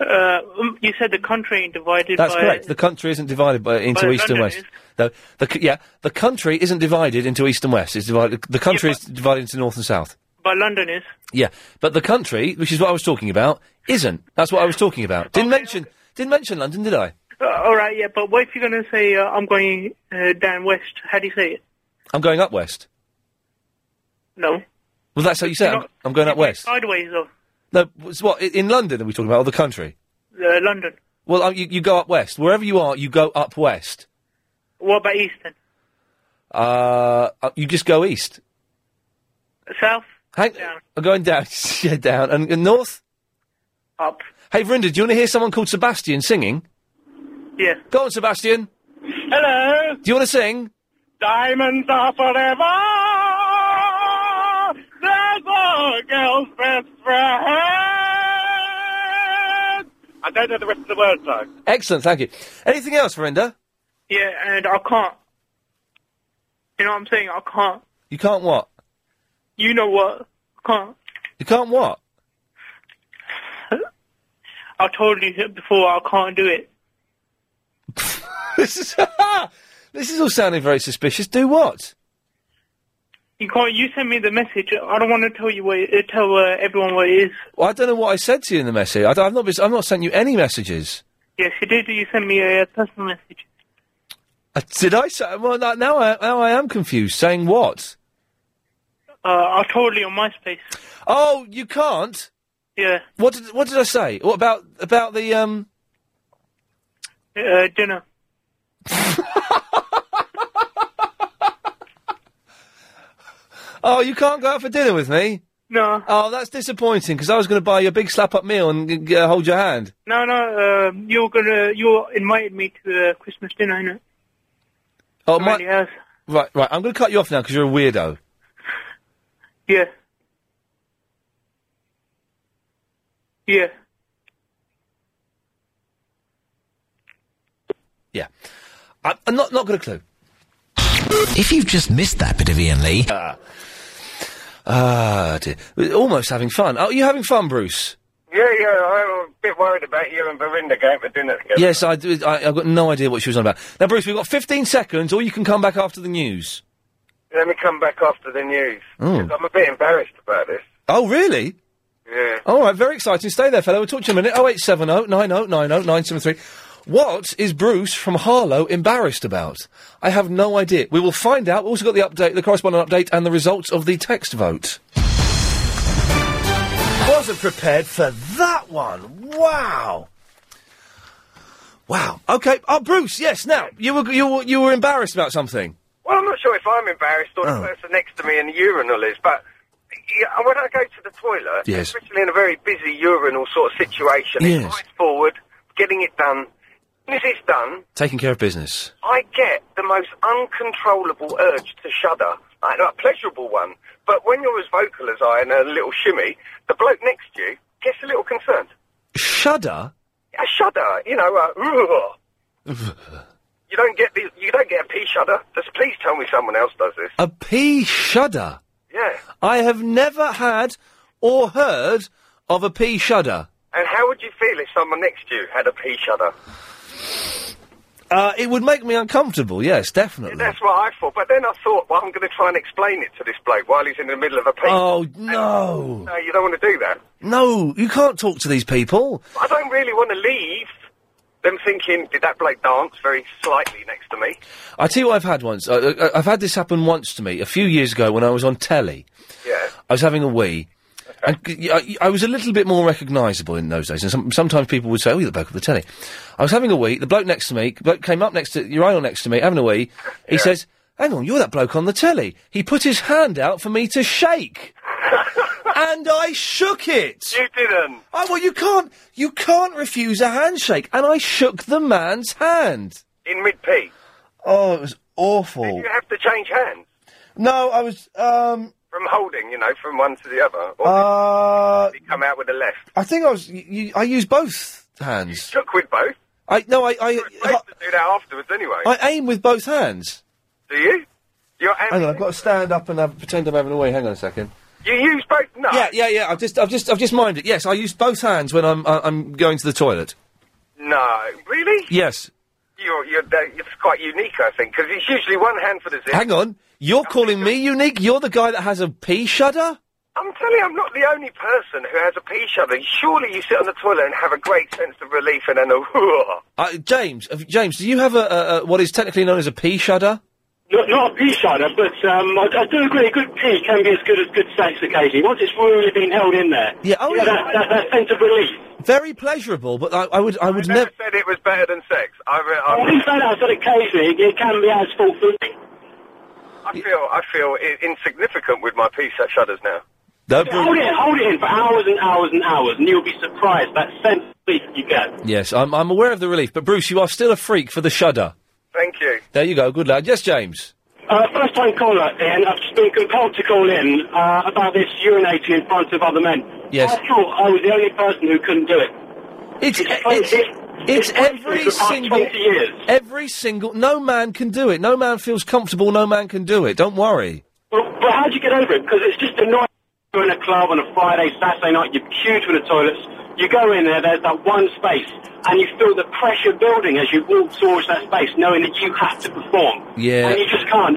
S2: Uh, um, you said the country ain't divided
S1: That's
S2: by...
S1: correct. The country isn't divided by, into
S2: By
S1: east and west.
S2: London is.
S1: No, the c- yeah, the country isn't divided into east and west. It's divided. The country is divided into north and south.
S2: But London is.
S1: Yeah, but the country, which is what I was talking about, isn't. That's what I was talking about. Didn't mention didn't mention London, did I?
S2: Uh, all right, yeah, but what if you're going to say, uh, I'm going uh, down west? How do you say it?
S1: I'm going up west.
S2: No.
S1: Well, that's how you say it.
S2: You're
S1: I'm, I'm going up west.
S2: Sideways, though.
S1: No, it's what i- in London are we talking about or the country?
S2: Uh, London.
S1: Well, uh, you, you go up west. Wherever you are, you go up west.
S2: What about Eastern?
S1: Uh, uh, you just go east.
S2: South?
S1: Hang, I'm going down, yeah, down, and, and north.
S2: Up.
S1: Hey, Verinda, do you want to hear someone called Sebastian singing?
S2: Yeah.
S1: Go on, Sebastian.
S3: Hello.
S1: Do you want to sing?
S3: Diamonds are forever. There's a girl's best friend. I don't know the rest of the words though.
S1: Excellent, thank you. Anything else, Verinda?
S2: Yeah, and I can't. You know what I'm saying? I can't.
S1: You can't what?
S2: You know what? I can't.
S1: You can't what?
S2: I told you before I can't do it.
S1: this is this is all sounding very suspicious. Do what?
S2: You can't. You send me the message. I don't want to tell you what. It, uh, tell uh, everyone what it is.
S1: Well, I don't know what I said to you in the message. I, have not. been- I've not sent you any messages.
S2: Yes, you did. You sent me a, uh, personal message.
S1: Uh, did I say? Well, no- now I now I am confused. Saying what?
S2: Uh, I told you on MySpace.
S1: Oh, you can't.
S2: Yeah.
S1: What did What did I say? What about about the um?
S2: Uh, dinner.
S1: Oh, you can't go out for dinner with me.
S2: No.
S1: Oh, that's disappointing because I was going to buy you a big slap up meal and uh, hold your hand.
S2: No, no. Um, you're gonna. You invited me to uh, Christmas dinner, innit?
S1: Oh,
S2: Somebody else.
S1: Right, right. I'm going to cut you off now because you're a weirdo.
S2: Yeah. Yeah.
S1: Yeah. I, I'm not, not got a clue.
S18: If you've just missed that bit of Ian Lee.
S1: Ah, dear. We're Almost having fun. Oh, you having fun, Bruce?
S33: Yeah, yeah, I'm a bit worried about you and Verinda going for dinner together.
S1: Yes, I, do- I, I've got no idea what she was on about. Now, Bruce, we've got 15 seconds, or you can come back after the news.
S33: Let me come back after the news.
S1: Oh.
S33: 'cause I'm a bit embarrassed about this.
S1: Oh, really?
S33: Yeah.
S1: All right, very exciting. Stay there, fellow. We'll talk to you in a minute. 0870 90 90 973. What is Bruce from Harlow embarrassed about? I have no idea. We will find out. We've also got the update, the correspondent update, and the results of the text vote. Wasn't prepared for that one. Wow. Wow. Okay. Oh, Bruce. Yes. Now you were you were, you were embarrassed about something.
S33: Well, I'm not sure if I'm embarrassed or
S1: Oh.
S33: the person next to me in the urinal is, but yeah, when I go to the toilet,
S1: Yes.
S33: especially in a very busy urinal sort of situation,
S1: Yes.
S33: it's eyes forward, getting it done. As soon as it's done,
S1: Taking care of business.
S33: I get the most uncontrollable urge to shudder, like a pleasurable one. But when you're as vocal as I and a little shimmy, the bloke next to you gets a little concerned.
S1: Shudder.
S33: A shudder, you know. Uh, "Ugh." you don't get the, you don't get a pee shudder. Just please tell me someone else does this.
S1: A pea shudder.
S33: Yeah.
S1: I have never had or heard of a pea shudder.
S33: And how would you feel if someone next to you had a pee shudder?
S1: Uh, it would make me uncomfortable. Yes, definitely.
S33: That's what I thought. But then I thought, well, I'm going to try and explain it to this bloke while he's in the middle of a pee.
S1: Oh no!
S33: No, you don't want to do that.
S1: No, you can't talk to these people.
S33: I don't really want to leave. Them thinking, did that bloke dance very slightly next to me?
S1: I tell you what I've had once. Uh, uh, I've had this happen once to me a few years ago when I was on telly.
S33: Yeah.
S1: I was having a wee. And c- I, I was a little bit more recognisable in those days, and some, sometimes people would say, "Oh, you're the bloke of the telly." I was having a wee. The bloke next to me, bloke came up next to urinal next to me, having a wee. He says, "Hang on, you're that bloke on the telly." He put his hand out for me to shake, and I shook it.
S33: You didn't.
S1: Oh well, you can't, you can't refuse a handshake, and I shook the man's hand.
S33: In mid pee.
S1: Oh, it was awful.
S33: You have to change hands.
S1: No, I was. um...
S33: From holding, you know, from one to the other. Or
S1: Uh,
S33: you come out with the left.
S1: I think I was. You, you, I used both hands.
S33: Took with both.
S1: I no, I I, I,
S33: To do that afterwards anyway.
S1: I aim with both hands.
S33: Do you? You're am-
S1: Hang on, I've got to stand up and have, pretend I'm having a wee. Hang on a second.
S33: You use both? No.
S1: Yeah, yeah, yeah. I've just, I've just, I've just minded. Yes, I use both hands when I'm, I, I'm going to the toilet.
S33: No. Really?
S1: Yes.
S33: You're, you're, that- it's quite unique, I think, because it's usually one hand for the zip.
S1: Hang on. You're calling me unique. You're the guy that has a pee shudder.
S33: I'm telling you, I'm not the only person who has a pee shudder. Surely you sit on the toilet and have a great sense of relief and then a whoa.
S1: Uh, James, uh, James, do you have a, a, a what is technically known as a pea shudder?
S13: Not, not a pea shudder, but um, I, I do agree. A good pee can be as good as good sex occasionally. Once it's really been held in there,
S1: Yeah, oh, yeah.
S13: that, that, that sense of relief.
S1: Very pleasurable, but I, I would, I would never.
S33: Said it was better than sex. uh, I, re- I,
S13: I
S33: re-
S13: think that I said occasionally it, it can be as fulfilling.
S33: I feel I feel I- insignificant with my pee sh- shudders now.
S13: Hold it, hold it in for hours and hours and hours, and you'll be surprised that sense of relief you get.
S1: Yes, I'm, I'm aware of the relief, but Bruce, you are still a freak for the shudder.
S33: Thank you.
S1: There you go, good lad. Yes, James.
S13: Uh, first time caller, Ian. I've just been compelled to call in uh, about this urinating in front of other men.
S1: Yes.
S13: I thought I was the only person who couldn't do it.
S1: It's e-, it's, It's every single every single. No man can do it. No man feels comfortable. No man can do it. Don't worry.
S13: But, but how do you get over it? Because it's just annoying. You're in a club on a Friday, Saturday night. You're queued for the toilets. You go in there. There's that one space, and you feel the pressure building as you walk towards that space, knowing that you have to perform.
S1: Yeah.
S13: And you just can't.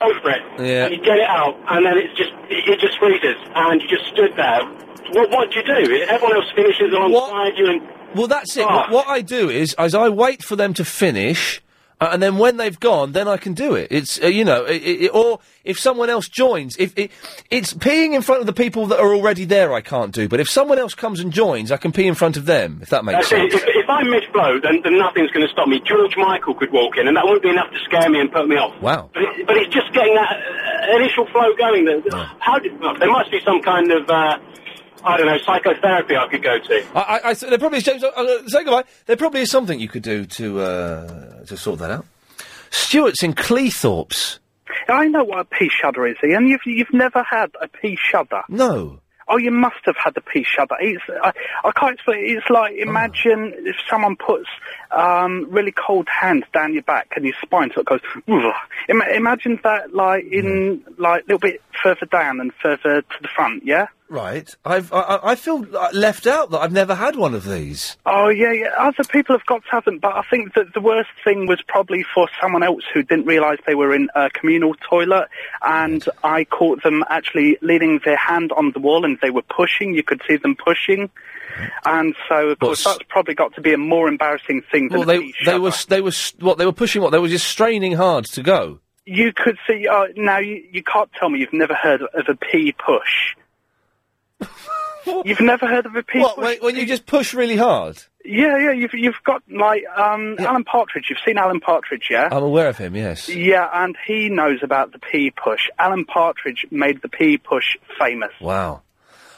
S13: Go for it.
S1: Yeah.
S13: And you get it out, and then it's just it it just freezes, and you just stood there. What what do you do? Everyone else finishes alongside you, and
S1: Well, that's it.
S13: Ah.
S1: What, what I do is, as I wait for them to finish, uh, and then when they've gone, then I can do it. It's uh, you know, i i or if someone else joins, if it, it's peeing in front of the people that are already there, I can't do. But if someone else comes and joins, I can pee in front of them. If that makes
S13: That's it.
S1: sense.
S13: If, if I'm mid blow, then, then nothing's going to stop me. George Michael could walk in, and that wouldn't be enough to scare me and put me off.
S1: Wow.
S13: But, it, but it's just getting that uh, initial flow going. That, how did, well, there must be some kind of, uh, I don't know, psychotherapy I could go to.
S1: I, I, I s- there probably is James. I'm going to say goodbye. There probably is something you could do to uh, to sort that out. Stuart's in Cleethorpes.
S6: I know what a pea shudder is, Ian. You've, you've never had a pea shudder.
S1: No.
S6: Oh, you must have had a pea shudder. It's, I, I can't explain. It's like imagine if someone puts um, really cold hands down your back and your spine sort of goes. "Oof." Ima- imagine that, like in like a little bit further down and further to the front. Yeah.
S1: Right. I've, I- I, I feel uh, left out that I've never had one of these.
S6: Oh yeah, yeah. Other people have got to have them, but I think that the worst thing was probably for someone else who didn't realise they were in a communal toilet, and I caught them actually leaning their hand on the wall, and they were pushing. You could see them pushing, and so of course that's probably got to be a more embarrassing thing. Than
S1: Well,
S6: a
S1: they
S6: pee
S1: they were s- they were s- what they were pushing. What they were just straining hard to go.
S6: You could see. Uh, now you, you can't tell me you've never heard of a pee push. you've never heard of a pee
S1: What,
S6: push?
S1: when- when you just push really hard?
S6: Yeah, yeah. You've you've got like um, Alan Partridge. You've seen Alan Partridge, yeah?
S1: I'm aware of him. Yes.
S6: Yeah, and he knows about the pee push. Alan Partridge made the pee push famous.
S1: Wow.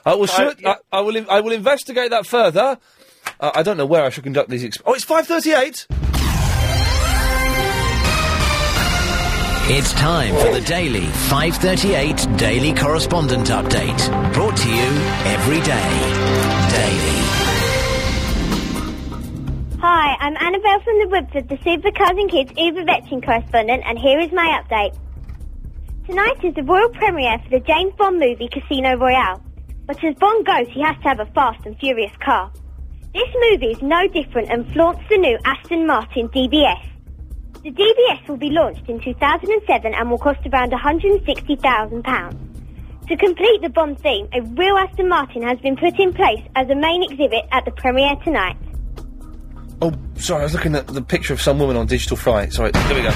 S1: I will. sur- I, I will. in- I will investigate that further. Uh, I don't know where I should conduct these. Exp- oh, it's five thirty-eight.
S18: It's time for the daily 538 Daily Correspondent Update. Brought to you every day.
S34: Hi, I'm Annabelle from the Woodford, the Super Cousin Kids Eva Vetching correspondent, and here is my update. Tonight is the world premiere for the James Bond movie Casino Royale. But as Bond goes, he has to have a fast and furious car. This movie is no different and flaunts the new Aston Martin DBS. The DBS will be launched in 2007 and will cost around £160,000. To complete the Bond theme, a real Aston Martin has been put in place as a main exhibit at the premiere tonight.
S1: Oh, sorry. I was looking at the picture of some woman on Digital Fry. Sorry. There we go.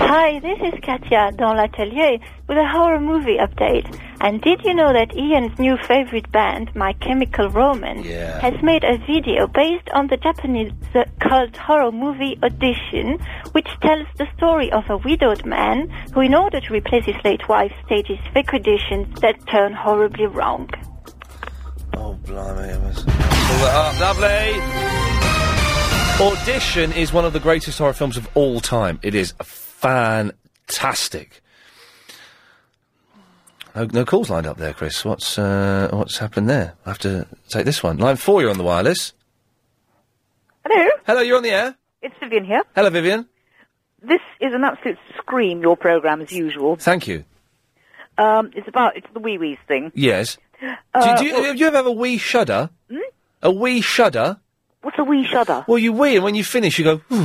S9: Hi, this is Katia dans l'atelier with a horror movie update. And did you know that Ian's new favorite band, My Chemical Romance,
S35: Yeah.
S9: has made a video based on the Japanese uh, cult horror movie Audition, which tells the story of a widowed man who, in order to replace his late wife, stages fake auditions that turn horribly wrong.
S1: Oh, blimey. I must- Pull that up. Lovely. Audition is one of the greatest horror films of all time. It is fantastic. No, no calls lined up there, Chris. What's uh, what's happened there? I have to take this one. Line four, you're on the wireless.
S24: Hello,
S1: Hello, you're on the air.
S24: it's Vivian here.
S1: Hello, Vivian.
S24: This is an absolute scream, your programme, as usual.
S1: Thank you.
S24: Um, it's about, it's the wee wees thing.
S1: Yes.
S24: Uh,
S1: do, do, you, do you ever have a wee shudder?
S24: Hmm?
S1: A wee shudder?
S24: What's a wee shudder?
S1: Well, you wee, and when you finish, you go.
S24: No,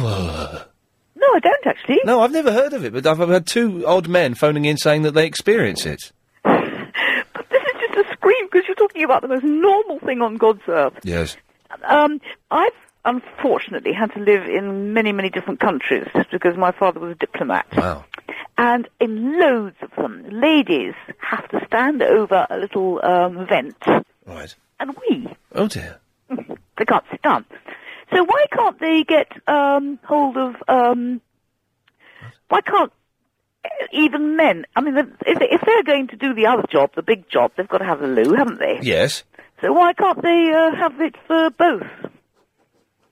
S24: I don't actually.
S1: No, I've never heard of it, but I've, I've had two odd men phoning in saying that they experience it.
S24: It's just a scream because you're talking about the most normal thing on God's earth.
S1: Yes.
S24: Um, I've unfortunately had to live in many, many different countries because my father was a diplomat.
S1: Wow.
S24: And in loads of them, ladies have to stand over a little um, vent.
S1: Right.
S24: And we,
S1: Oh dear.
S24: they can't sit down. So why can't they get um, hold of? Um, why can't even men? I mean, the- if, if they're going to do the other job, the big job, they've got to have a loo, haven't they?
S1: Yes.
S24: So why can't they uh, have it for both?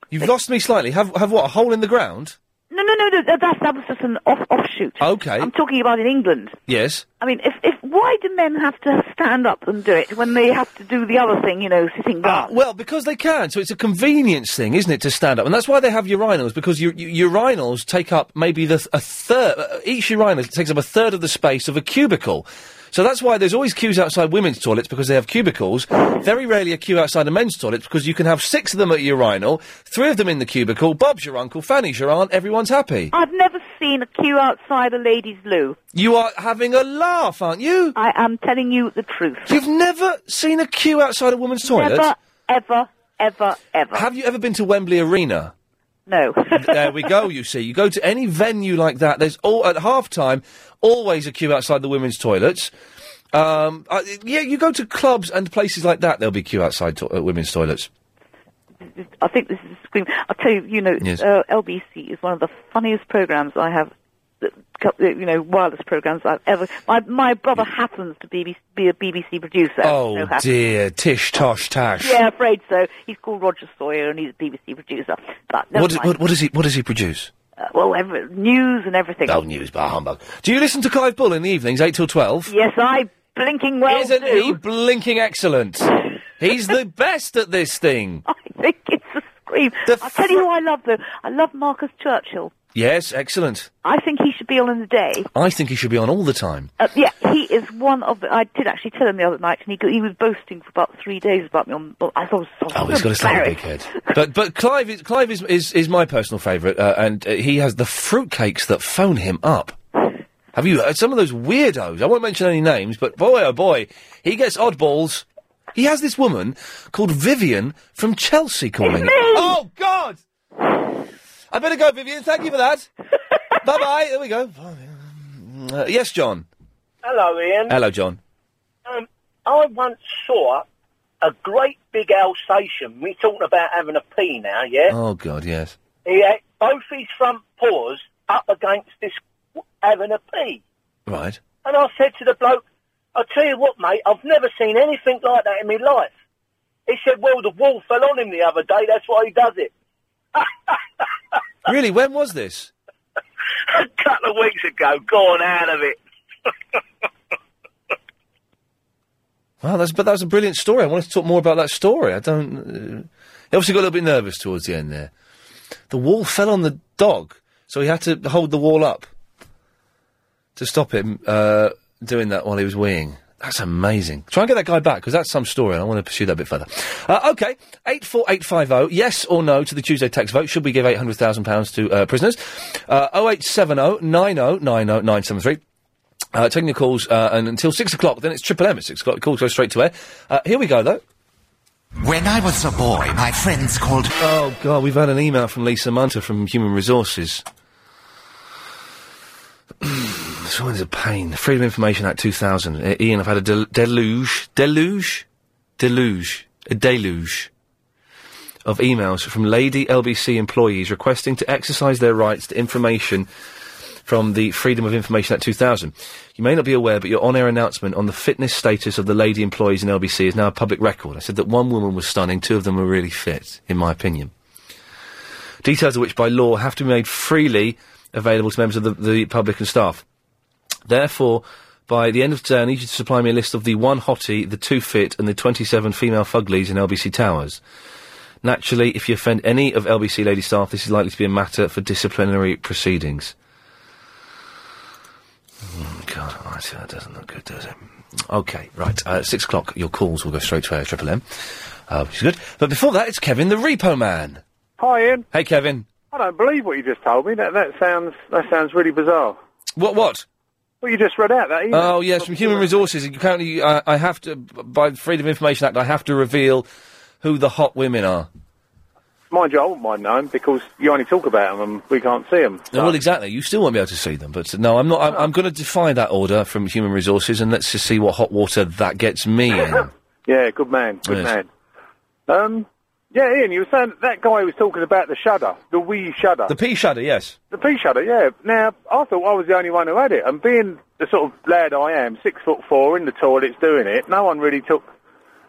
S1: You've lost me slightly. Have have what? A hole in the ground?
S24: No, no, no, no. That, that, that was just an off offshoot.
S1: Okay.
S24: I'm talking about in England.
S1: Yes.
S24: I mean, if, if why do men have to stand up and do it when they have to do the other thing? You know, sitting down.
S1: Uh, Well, because they can. So it's a convenience thing, isn't it, to stand up? And that's why they have urinals, because u- u- urinals take up maybe the th- a third, uh, each urinal takes up a third of the space of a cubicle. So that's why there's always queues outside women's toilets because they have cubicles. Very rarely a queue outside a men's toilet because you can have six of them at a urinal, three of them in the cubicle, Bob's your uncle, Fanny's your aunt, everyone's happy.
S24: I've never seen a queue outside a lady's loo.
S1: You are having a laugh, aren't you?
S24: I am telling you the truth.
S1: You've never seen a queue outside a woman's toilet?
S24: Never, ever, ever, ever.
S1: Have you ever been to Wembley Arena?
S24: No.
S1: there we go. You see, you go to any venue like that. There's all at half time, always a queue outside the women's toilets. Um, uh, yeah, you go to clubs and places like that. There'll be queue outside to- uh, women's toilets.
S24: I think this is a scream. I'll tell you, you know,
S1: Yes.
S24: uh, LBC is one of the funniest programs I have. the co- the, You know, wireless programs I've ever. My my brother happens to be, be a BBC producer.
S1: Oh
S24: so happens.
S1: dear, tish tosh tash.
S24: Yeah, afraid so. He's called Roger Sawyer and he's a BBC producer. But never
S1: What,
S24: mind.
S1: what, what does he? What does he produce?
S24: Uh, well, every, news and everything.
S1: Oh, news bar humbug. Do you listen to Clive Bull in the evenings, eight till twelve?
S24: Yes, I blinking well
S1: Isn't
S24: do.
S1: he blinking excellent? He's the best at this thing.
S24: I think it's a scream. I'll tell you who I love though. I love Marcus Churchill.
S1: Yes, excellent.
S24: I think he should be on in the day.
S1: I think he should be on all the time.
S24: Uh, yeah, he is one of the. I did actually tell him the other night, and he go- he was boasting for about three days about me. On, well, I thought, I was
S1: Oh, he's got a slightly big
S24: embarrassed.
S1: head. But but Clive is Clive is is, is my personal favourite, uh, and uh, he has the fruitcakes that phone him up. Have you heard some of those weirdos? I won't mention any names, but boy oh boy, he gets oddballs. He has this woman called Vivian from Chelsea calling. him. Oh God! I better go, Vivian. Thank you for that. bye bye. There we go. Uh, yes, John.
S5: Hello, Ian.
S1: Hello, John.
S5: Um, I once saw a great big Alsatian. We're talking about having a pee now, yeah?
S1: Oh God, yes.
S5: He had both his front paws up against this w- having a pee.
S1: Right.
S5: And I said to the bloke, I'll tell you what, mate, I've never seen anything like that in my life. He said, well, the wall fell on him the other day, that's why he does it.
S1: Really, when was this?
S5: a couple of weeks ago, gone out of it.
S1: Wow, that's but that's a brilliant story. I want to talk more about that story. I don't. Uh, he obviously got a little bit nervous towards the end there. The wall fell on the dog, so he had to hold the wall up to stop him uh, doing that while he was weeing. That's amazing. Try and get that guy back because that's some story, and I want to pursue that a bit further. Uh, okay, eight four eight five zero. Yes or no to the Tuesday tax vote? Should we give eight hundred thousand pounds to uh, prisoners? Oh eight seven zero nine zero nine zero nine seven three. Uh, taking your calls uh, and until six o'clock. Then it's triple M at six o'clock. Calls go straight to air. Uh, here we go, though.
S22: When I was a boy, my friends called.
S1: Oh God, we've had an email from Lisa Munter from Human Resources. this one's a pain. Freedom of Information Act 2000. Uh, Ian, I've had a del- deluge, deluge, deluge, a deluge of emails from lady LBC employees requesting to exercise their rights to information from the Freedom of Information Act 2000. You may not be aware, but your on-air announcement on the fitness status of the lady employees in LBC is now a public record. I said that one woman was stunning, two of them were really fit, in my opinion details of which by law have to be made freely available to members of the, the public and staff. Therefore, by the end of today, I need you to supply me a list of the one hottie, the two fit, and the 27 female fuglies in LBC Towers. Naturally, if you offend any of LBC lady staff, this is likely to be a matter for disciplinary proceedings. Oh, God, all right, that doesn't look good, does it? Okay, right. Uh, six o'clock, your calls will go straight to air, Triple M, uh, which is good. But before that, it's Kevin the Repo Man.
S14: Hi, Ian.
S1: Hey, Kevin.
S14: I don't believe what you just told me. That that sounds that sounds really bizarre.
S1: What? What?
S14: Well, you just read out that email.
S1: Oh yes, from Human Resources. and Currently, I, I have to by the Freedom of Information Act. I have to reveal who the hot women are.
S14: Mind you, I wouldn't mind knowing because you only talk about them and we can't see them.
S1: No, well, exactly. You still won't be able to see them, but uh, no, I'm not. I'm, I'm going to defy that order from Human Resources, and let's just see what hot water that gets me in.
S14: Yeah, good man, good
S1: Yes.
S14: man. Um, yeah, Ian, you were saying that, that guy was talking about the shudder, the wee shudder,
S1: The pea shudder, yes.
S14: the pea shudder. Yeah. Now I thought I was the only one who had it, and being the sort of lad I am, six foot four, in the toilets doing it, no one really took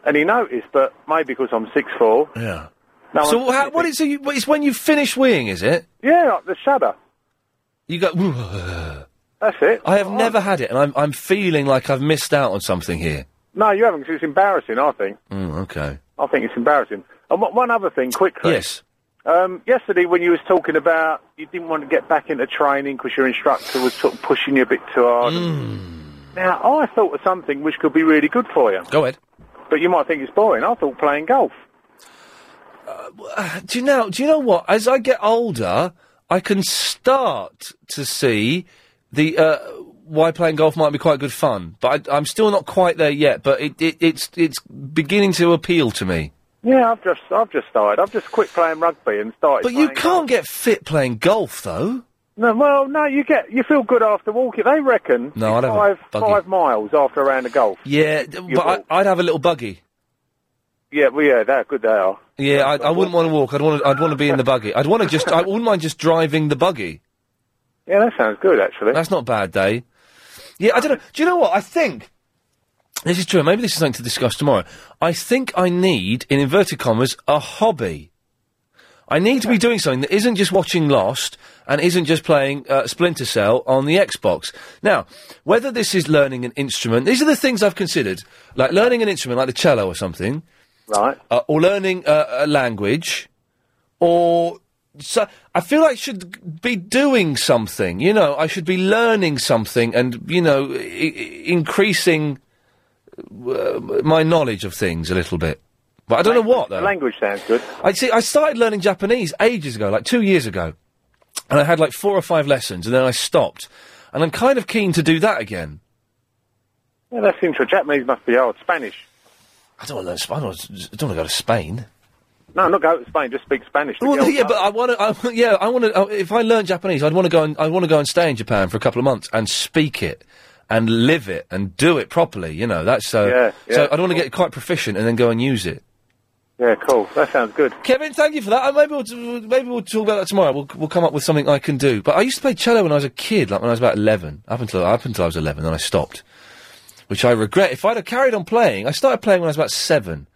S14: any notice. But maybe because I'm six four,
S1: Yeah.
S14: no
S1: so
S14: one.
S1: how, what is it? You, it's when you finish weeing, is it?
S14: Yeah, like the shudder.
S1: You go.
S14: That's it.
S1: I have never had it, and I'm I'm feeling like I've missed out on something here.
S14: No, you haven't. 'cause it's embarrassing. I think.
S1: Mm, okay.
S14: I think it's embarrassing. And one- one other thing, quickly.
S1: Yes.
S14: Um, yesterday, when you was talking about you didn't want to get back into training because your instructor was sort of pushing you a bit too hard. Now, I thought of something which could be really good for you.
S1: Hmm. Go ahead.
S14: But you might think it's boring. I thought playing golf.
S1: Do you know? Do you know what? As I get older, I can start to see the uh, why playing golf might be quite good fun. But I, I'm still not quite there yet. But it, it, it's it's beginning to appeal to me.
S14: Yeah, I've just I've just started. I've just quit playing rugby and started.
S1: But you can't get fit playing golf, though.
S14: No, well, no, you get you feel good after walking. They reckon
S1: No, I'd
S14: it's
S1: have a
S14: five
S1: buggy.
S14: five miles after a round of golf.
S1: Yeah, d- but I, I'd have a little buggy.
S14: Yeah, well, yeah, they're good. They are.
S1: Yeah, I, I wouldn't want to walk. I'd want to. I'd want to be in the buggy. I'd want to just. I wouldn't mind just driving the buggy.
S14: Yeah, that sounds good actually.
S1: That's not a bad day. Yeah, I don't know. Do you know what I think? This is true. Maybe this is something to discuss tomorrow. I think I need, in inverted commas, a hobby. I need to be doing something that isn't just watching Lost and isn't just playing uh, Splinter Cell on the Xbox. Now, whether this is learning an instrument, these are the things I've considered, like learning an instrument, like the cello or something,
S14: right?
S1: Uh, or learning uh, a language, or so I feel like I should be doing something. You know, I should be learning something, and you know, I- I- increasing uh, my knowledge of things a little bit. But I don't know what though.
S14: Language sounds good.
S1: I see. I started learning Japanese ages ago, like two years ago, and I had like four or five lessons, and then I stopped. And I'm kind of keen to do that again.
S14: Yeah, that's interesting. Japanese must be old. Spanish.
S1: I don't want to learn. Sp- I don't want to, I don't want to go to Spain.
S14: No, not go to Spain. Just speak Spanish. The
S1: Well,
S14: girls
S1: yeah,
S14: know.
S1: but I want to. I, yeah, I want to. Uh, if I learn Japanese, I'd want to go and I want to go and stay in Japan for a couple of months and speak it and live it and do it properly. You know, that's so.
S14: Yeah, yeah,
S1: so I don't want to get quite proficient and then go and use it.
S14: Yeah, cool. That sounds good.
S1: Kevin, thank you for that. Uh, maybe we'll do- maybe we'll talk about that tomorrow. We'll we'll come up with something I can do. But I used to play cello when I was a kid, like when I was about eleven, up until up until I was eleven, then I stopped, which I regret. If I'd have carried on playing, I started playing when I was about seven.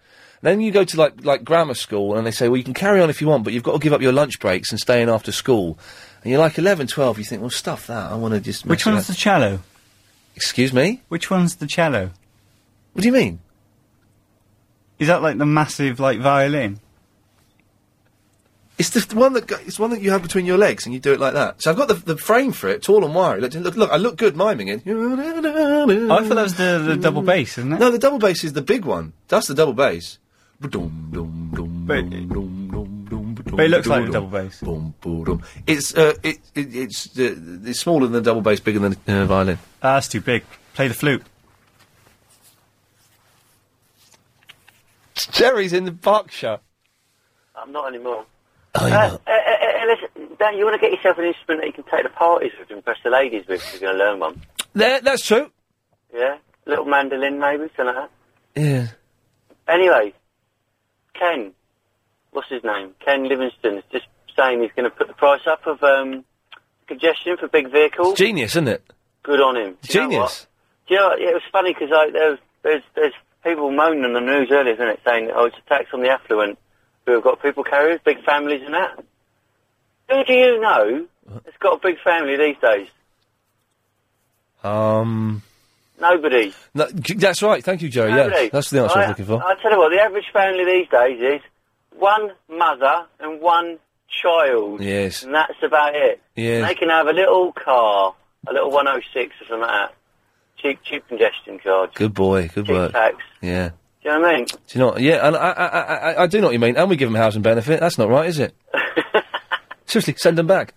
S1: Then you go to like like grammar school and they say, well, you can carry on if you want, but you've got to give up your lunch breaks and stay in after school. And you're like 11, 12, you think, well, stuff that. I want to just.
S7: Which
S1: mess it
S7: one's
S1: up.
S7: the cello?
S1: Excuse me?
S7: Which one's the cello?
S1: What do you mean?
S7: Is that like the massive like violin?
S1: It's the one that go- it's one that you have between your legs and you do it like that. So I've got the, the frame for it, tall and wiry. Look, look, look, I look good miming it. I
S7: thought that was the- the double bass, isn't it?
S1: No, the double bass is the big one. That's the double bass.
S7: But but it looks like the double bass.
S1: It's uh, it, it it's uh, it's smaller than the double bass, bigger than the uh, violin.
S7: Ah, that's too big. Play the flute.
S1: Jerry's in the Berkshire.
S8: I'm not anymore. uh, uh, uh, uh, listen, Dan, you want to get yourself an instrument that you can take to parties with, impress the ladies with, if you're going to learn one.
S1: There, that's true.
S8: Yeah? Little mandolin, maybe, something like
S1: Yeah.
S8: that. Anyway, Ken, what's his name? Ken Livingston is just saying he's going to put the price up of um, congestion for big vehicles.
S1: Genius, isn't it?
S8: Good on him. Oh. Do you know what?
S1: Genius.
S8: Do you know, what? it was funny because like, there's, there's, there's people moaning on the news earlier, isn't it, saying, oh, it's a tax on the affluent who have got people carriers, big families and that. Who do you know that's got a big family these days?
S1: Um.
S8: Nobody.
S1: no, g- that's right. Thank you, Jerry. Uh, Yeah,
S8: Nobody.
S1: that's the answer I
S8: I-
S1: was looking for.
S8: I tell you what, the average family these days is one mother and one child.
S1: Yes.
S8: And that's about it.
S1: Yes.
S8: And They can have a little car, a little 106 or something like that. Cheap, cheap congestion charge.
S1: Good boy. Good work.
S8: Tax.
S1: Yeah.
S8: Do you know what I mean?
S1: Do you know? what- Yeah, and I, I, I, I- I do know what you mean. And we give them housing benefit. That's not right, is it? Seriously, send them back.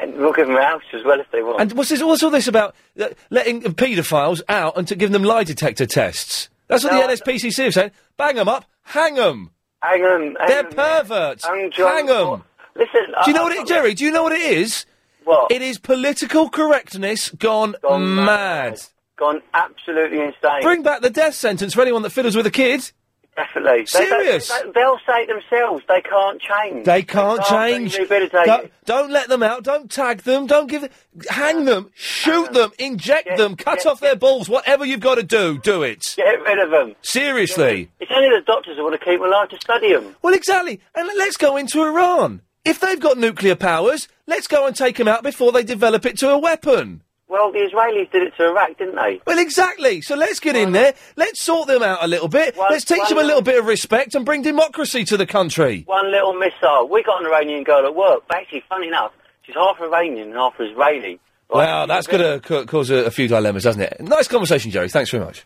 S8: and we'll give them out as well if they want.
S1: And what's this? What's all this about uh, letting paedophiles out and to give them lie detector tests? That's what
S8: No,
S1: the NSPCC have said. Bang them up, hang them.
S8: Hang them.
S1: They're perverts. hang them.
S8: Listen.
S1: Do you know what it, Jerry? Do you know what it is? What? It is political correctness gone, mad.
S8: Gone absolutely insane.
S1: Bring back the death sentence for anyone that fiddles with a kid.
S8: Definitely. They- they-
S1: Serious.
S8: They, will say it themselves. They can't change.
S1: They can't change.
S8: rehabilitate
S1: Don't,
S8: it.
S1: don't let them out. Don't tag them. Don't give. Hang them. Shoot them. Inject them. Cut off their balls. Whatever you've got to do, do it.
S8: Get
S6: uh,
S8: rid of them.
S1: Seriously.
S8: It's only the doctors who want to keep them alive to study them.
S1: Well, exactly. And let's go into Iran. If they've got nuclear powers, let's go and take them out before they develop it to a weapon.
S8: Well, the Israelis did it to Iraq, didn't they?
S1: Well, exactly. So let's get in there. Let's sort them out a little bit. let's teach them a little bit of respect and bring democracy to the country.
S8: One little missile. We got an Iranian girl at work. But actually, funny enough, she's half Iranian and half Israeli.
S1: Well, that's going to ca- cause a, a few dilemmas, doesn't it? Nice conversation, Jerry. Thanks very much.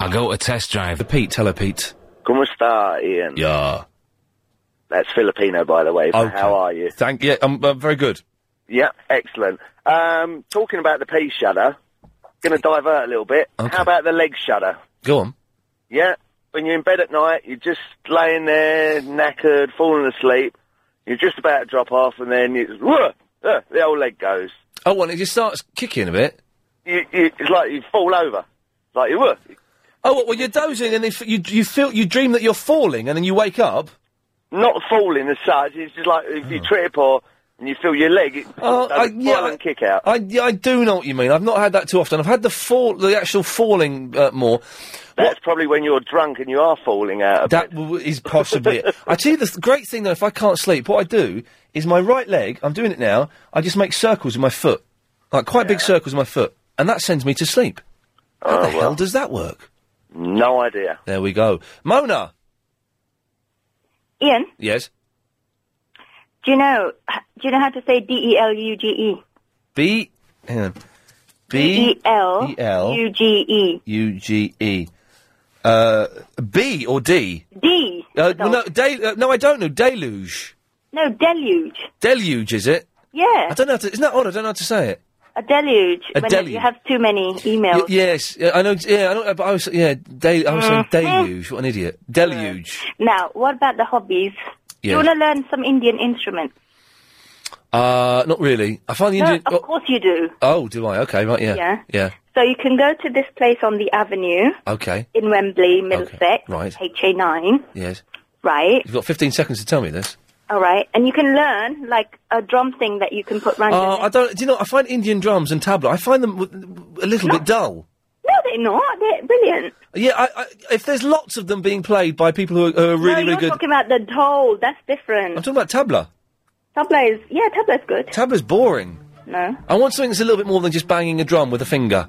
S1: I'll go to test drive. Pete, hello, Pete.
S6: Como esta, Ah, Ian?
S1: Yeah.
S6: That's Filipino, by the way. but How are you?
S1: Thank you. I'm, I'm very good.
S6: Yep, excellent. Um, talking about the pea shudder, going to divert a little bit. How about the leg shudder?
S1: Go on.
S6: Yeah, when you're in bed at night, you're just laying there, knackered, falling asleep. You're just about to drop off, and then it's "Whoa!" Uh, the old leg goes.
S1: Oh, well, it just starts kicking a bit.
S6: You, you, it's like you fall over, like you were.
S1: Oh, well, well, you're dozing and if you you feel you dream that you're falling and then you wake up.
S6: Not falling as such. It's just like if you trip or and you feel your leg. It,
S1: Oh, I, yeah, I-
S6: kick out.
S1: I, yeah, I do know what you mean. I've not had that too often. I've had the fall, the actual falling uh, more.
S6: That's probably when you're drunk and you are falling out. Of
S1: that w- is possibly it. I tell you the th- great thing though, if I can't sleep, what I do is my right leg. I'm doing it now. I just make circles with my foot, like quite big circles with my foot, and that sends me to sleep. How the hell does that work?
S6: Oh, No idea.
S1: There we go, Mona.
S9: Ian,
S1: Yes,
S9: do you know do you know how to say D E L U G E?
S1: B. Hang on. B
S9: D E L
S1: E L
S9: U G E.
S1: U G E. Uh, B or D?
S9: D.
S1: Uh, well, no, de- uh, no, I don't know. Deluge.
S9: No, deluge.
S1: Deluge, is it?
S9: Yeah.
S1: I don't know how to, isn't that odd? I don't know how to say it.
S9: A deluge.
S1: A
S9: when
S1: deluge.
S9: You have too many emails.
S1: Y- yes, yeah, I know, yeah, I know, but I was, yeah, de- I was saying
S9: Mhm.
S1: deluge. What an idiot. Deluge.
S9: Now, what about the hobbies? Do
S1: Yes.
S9: you want to learn some Indian instruments?
S1: Uh, not really. I find the
S9: no,
S1: Indian.
S9: of course you do.
S1: Oh, do I? Okay, right, yeah.
S9: Yeah.
S1: Yeah,
S9: So you can go to this place on the avenue
S1: okay.
S9: in Wembley, Middlesex,
S1: right.
S9: HA9,
S1: Yes.
S9: right?
S1: You've got 15 seconds to tell me this.
S9: All right. And you can learn, like, a drum thing that you can put round your
S1: Uh, I don't, do you know, I find Indian drums and tabla, I find them w- w- a little bit dull.
S9: No, they're not. They're brilliant.
S1: Yeah, I, I, if there's lots of them being played by people who are, who
S9: no,
S1: are really, really
S9: you're
S1: good.
S9: talking about the dole. That's
S1: I'm
S9: different.
S1: talking about tabla.
S9: Tabla is yeah, tabla's good.
S1: Tabla's boring.
S9: No.
S1: I want something that's a little bit more than just banging a drum with a finger.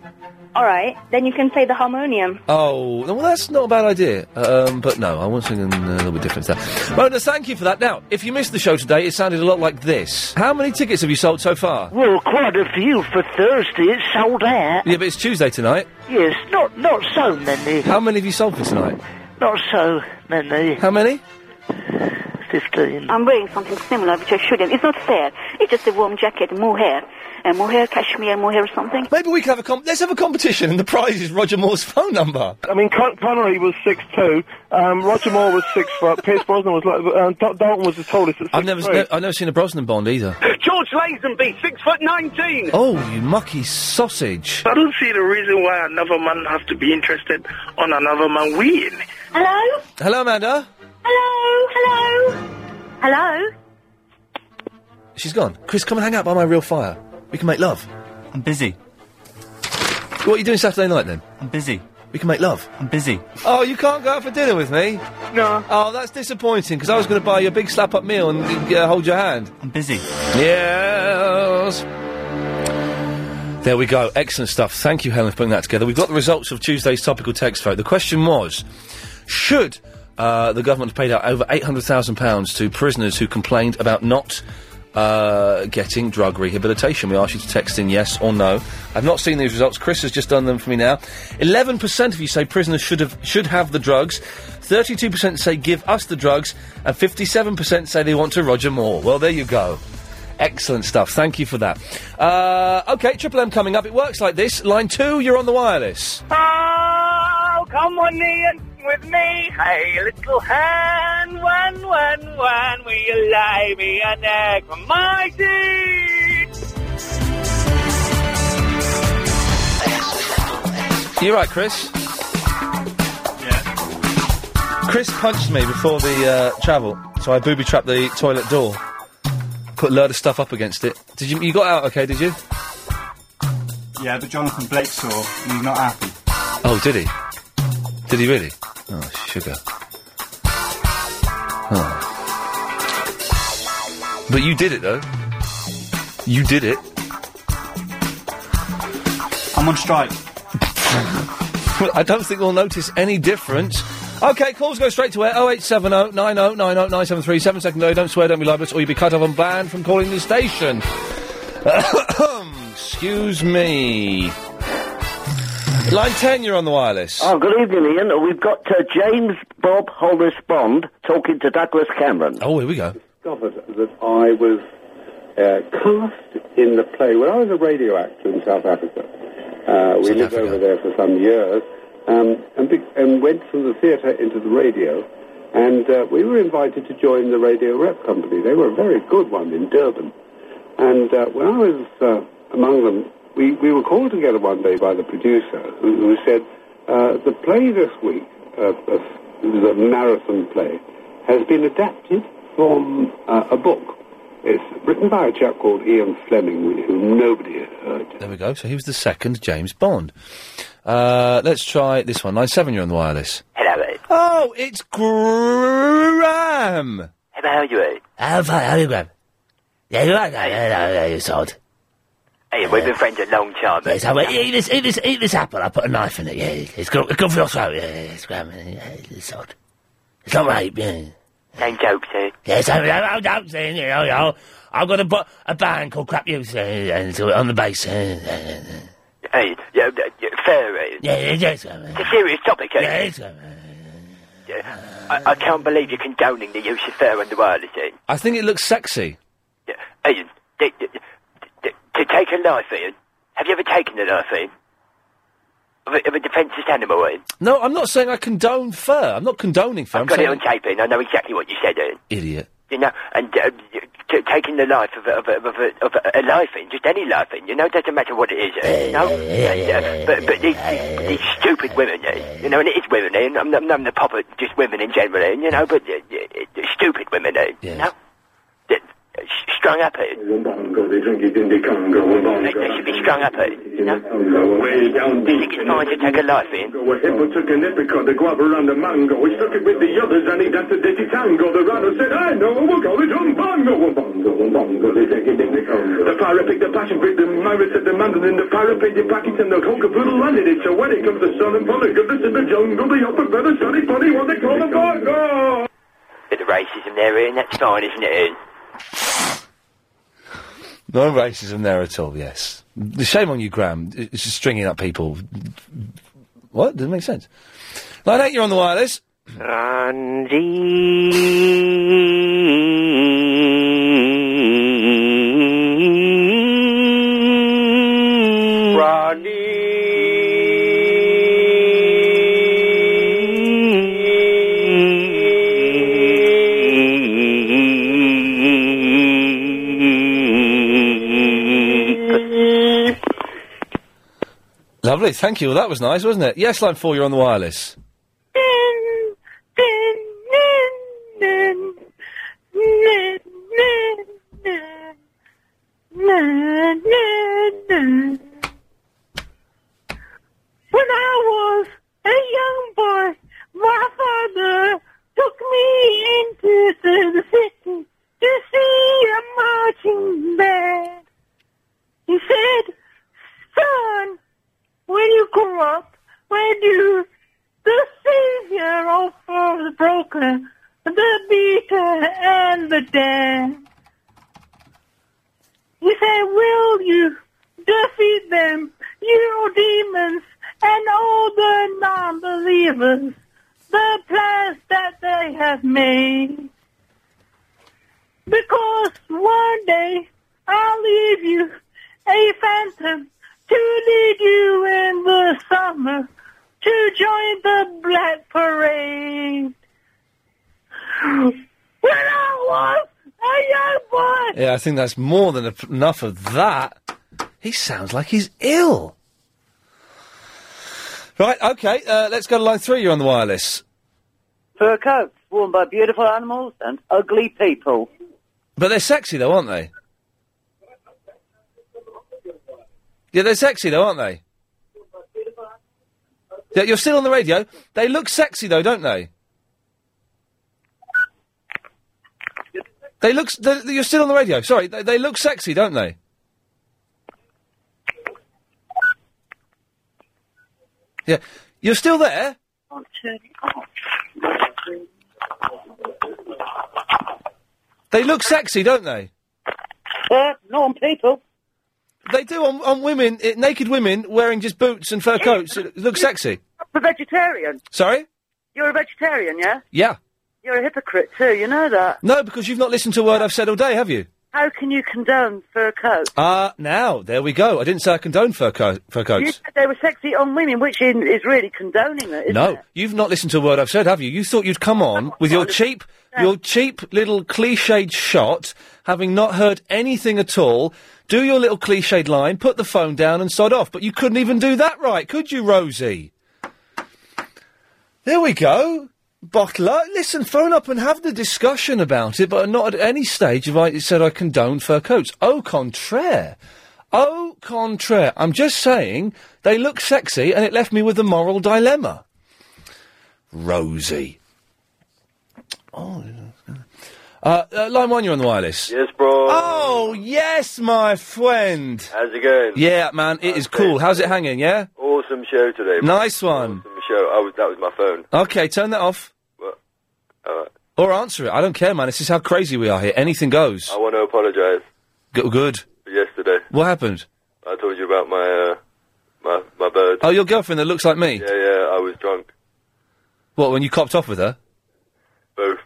S9: All right. Then you can play the harmonium.
S1: Oh, well, that's not a bad idea. Um, but no, I want something a little bit different to that. Mona, thank you for that. Now, if you missed the show today, it sounded a lot like this. How many tickets have you sold so far?
S9: Well, quite a few for Thursday. It's sold out.
S1: Yeah, but it's Tuesday tonight.
S9: Yes, not not so many.
S1: How many have you sold for tonight?
S9: Not so many.
S1: How many?
S9: Fifteen. I'm wearing something similar, which I shouldn't. It's not fair. It's just a warm jacket, mohair,
S16: Uh,
S9: and mohair cashmere, mohair something.
S1: Maybe we can have a comp- let's have a competition, and the prize is Roger Moore's phone number.
S4: I mean, Con- Connery was six two. Um, Roger Moore was six foot. Pierce Brosnan was like um, Dal- Dalton was the tallest. At
S1: I've never,
S4: seen
S1: I've never seen a Brosnan Bond either.
S4: George Lazenby, six foot nineteen.
S1: Oh, you mucky sausage!
S25: I don't see the reason why another man has to be interested on another man win.
S9: Hello.
S1: Hello, Amanda.
S9: Hello. Hello. Hello.
S1: She's gone. Chris, come and hang out by my real fire. We can make love. I'm busy. What are you doing Saturday night then? I'm busy. We can make love. I'm busy. Oh, you can't go out for dinner with me? No. Oh, that's disappointing because I was going to buy you a big slap up meal and uh, hold your hand. I'm busy. Yes. There we go. Excellent stuff. Thank you, Helen, for putting that together. We've got the results of Tuesday's topical text vote. The question was should uh, the government have paid out over £800,000 to prisoners who complained about not uh, getting drug rehabilitation. We ask you to text in yes or no. I've not seen these results. Chris has just done them for me now. Eleven percent of you say prisoners should have should have the drugs. Thirty-two percent say give us the drugs, and fifty-seven percent say they want to Roger Moore. Well, there you go. Excellent stuff. Thank you for that. Uh, okay, Triple M coming up. It works like this. Line two, you're on the wireless.
S3: Oh, come on in with me. Hey, little hand, one, one, one. Will you lay me an egg for my seed?
S1: You right, Chris? Chris punched me before the uh, travel, so I booby trapped the toilet door. Put a load of stuff up against it. Did you? You got out okay? Did you?
S7: Yeah, but Jonathan Blake saw, and he's not happy.
S1: Oh, did he? Did he really? Oh, sugar. Oh. But you did it though. You did it.
S7: I'm on strike.
S1: Well, I don't think we'll notice any difference. Okay, calls go straight to air 0870 90 90 973. oh Seven second delay, don't swear, don't be libelous, or you'll be cut off and banned from calling the station. Excuse me. Line 10, you're on the wireless.
S36: Oh, good evening, Ian. We've got uh, James Bob Hollis Bond talking to Douglas Cameron.
S1: Oh, here we go.
S37: discovered that I was uh, cast in the play where I was a radio actor in South Africa. Uh, we lived over there for some years um, and, be- and went from the theatre into the radio. And uh, we were invited to join the radio rep company. They were a very good one in Durban. And uh, when I was uh, among them, we, we were called together one day by the producer who, who said, uh, the play this week, uh, uh, it was a marathon play, has been adapted from uh, a book. It's written by a chap called Ian Fleming, who nobody has heard.
S1: There we go. So he was the second James Bond. Uh, let's try this one. Line 7, you're on the wireless.
S3: Hello,
S1: Oh, it's Graham.
S3: Hello, how are you?
S1: I'm fine, how are you, Graham? Yeah, you're right, yeah, you sold.
S3: Hey, we've been friends a long time.
S36: Yes, I went, eat this, eat this, eat this apple. I put a knife in it. Yeah, it's good, it's good for your throat. Yeah, it's grand. Yeah, it's sod. It's not right. Yeah.
S3: Same joke, sir.
S36: Yes, I, I, I don't see. You know, you know, I've got a, bo- a band called Crap You, uh, and it's on the bass. uh, uh, uh.
S3: Hey, yeah, yeah, yeah, fair. eh?
S36: Yeah, yeah, yes, uh,
S3: It's a serious topic, eh?
S36: Yeah, it's, uh,
S3: Yeah. I, I can't believe you're condoning the use of fair and the wireless, eh?
S1: I think it looks sexy.
S3: Yeah. Ian, d- d- d- to take a knife, Ian, have you ever taken a knife, Ian? Of a, of a defenceless animal, Ian?
S1: No, I'm not saying I condone fur. I'm not condoning fur.
S3: I've
S1: I'm
S3: got it on
S1: saying...
S3: tape, Ian. I know exactly what you said, eh? Ian.
S1: Idiot.
S3: You know, and uh, t- taking the life of, a- of, a- of, a- of a, a life, Ian, just any life, Ian, you know, it doesn't matter what it is, Ian, you know? And, uh, but but these, these, these stupid women, Ian, you know, and it is women, Ian. I'm, I'm, I'm the pop at just women in general, Ian, you know, but uh, uh, uh, stupid women, Ian, you know? They're, uh, s- strung up, Ian. They, they should be strung up, eh? Ian, you know? Do you think it's fine to take a life, eh? Ian?
S11: Well, Hippo took an epico, the guava and the mango. He stuck it with the others and he danced a dirty tango. The rhino said, I know, we'll call it umbongo. Umbongo, umbongo, they take it in the congo. The pirate picked the passion fruit, the mirror said the mandarin, the pirate paid the packet and the whole caboodle landed it. So when it comes to sun and bullet, good, this is the jungle, the upper feather, sunny, funny, what they call the bongo.
S3: Bit of racism there, Ian, that's fine, isn't it, Ian?
S1: No racism there at all, yes. The shame on you, Graham. It's just stringing up people. What? Doesn't make sense. Line 8, you're on the wireless. Mm. Lovely, thank you. Well, that was nice, wasn't it? Yes, line 4, you're on the wireless.
S3: When I was a young boy, my father took me into the city to see a marching band. He said, son, when you grow up, when you, the savior of the broken, the beater and the damned. there will you defeat them, you demons, and all the non-believers, the plans that they have made. Because one day I'll leave you a phantom to lead you in the summer to join the Black Parade. When I was a young boy,
S1: Yeah, I think that's more than a- enough of that. He sounds like he's ill. Right, okay, uh, let's go to line three. You're on the wireless.
S26: Fur coats worn by beautiful animals and ugly people.
S1: But they're sexy, though, aren't they? Yeah, they're sexy, though, aren't they? Yeah, you're still on the radio. They look sexy, though, don't they? They look. s- They, you're still on the radio. Sorry, they, they look sexy, don't they? Yeah, you're still there. They look sexy, don't they?
S26: Uh, not on people.
S1: They do on, on women, eh, naked women wearing just boots and fur coats. It looks sexy.
S26: A vegetarian.
S1: Sorry?
S26: You're a vegetarian, yeah?
S1: Yeah.
S26: You're a hypocrite too, you know that.
S1: No, because you've not listened to a word I've said all day, have you?
S26: How can you condone fur coats?
S1: Ah, now, there we go. I didn't say I condone fur, co- fur
S26: You
S1: coats.
S26: said they were sexy on women, which in, is really condoning it, isn't
S1: no,
S26: it?
S1: you've not listened to a word I've said, have you? You thought you'd come on with your cheap, your cheap little cliched shot, having not heard anything at all. Do your little cliched line, put the phone down, and sod off. But you couldn't even do that right, could you, Rosie? There we go. Bottler, listen, phone up and have the discussion about it, but not at any stage have I said I condone fur coats. Au contraire. Au contraire. I'm just saying they look sexy and it left me with a moral dilemma. Rosie. Oh, yeah. uh, uh, line one, you're on the wireless.
S38: Yes, bro.
S1: Oh, yes, my friend.
S38: How's it going?
S1: Yeah, man, it is cool. How's it hanging, yeah?
S38: Awesome show today. bro.
S1: Nice one.
S38: Awesome show. I was, that was my phone.
S1: Okay, turn that off.
S38: Well, all right.
S1: Or answer it. I don't care, man. This is how crazy we are here. Anything goes.
S38: I want to apologise
S1: Go- good.
S38: for yesterday.
S1: What happened?
S38: I told you about my uh, my my bird.
S1: Oh, your girlfriend that looks like me?
S38: Yeah, yeah. I was drunk.
S1: What, when you copped off with her?
S38: Both.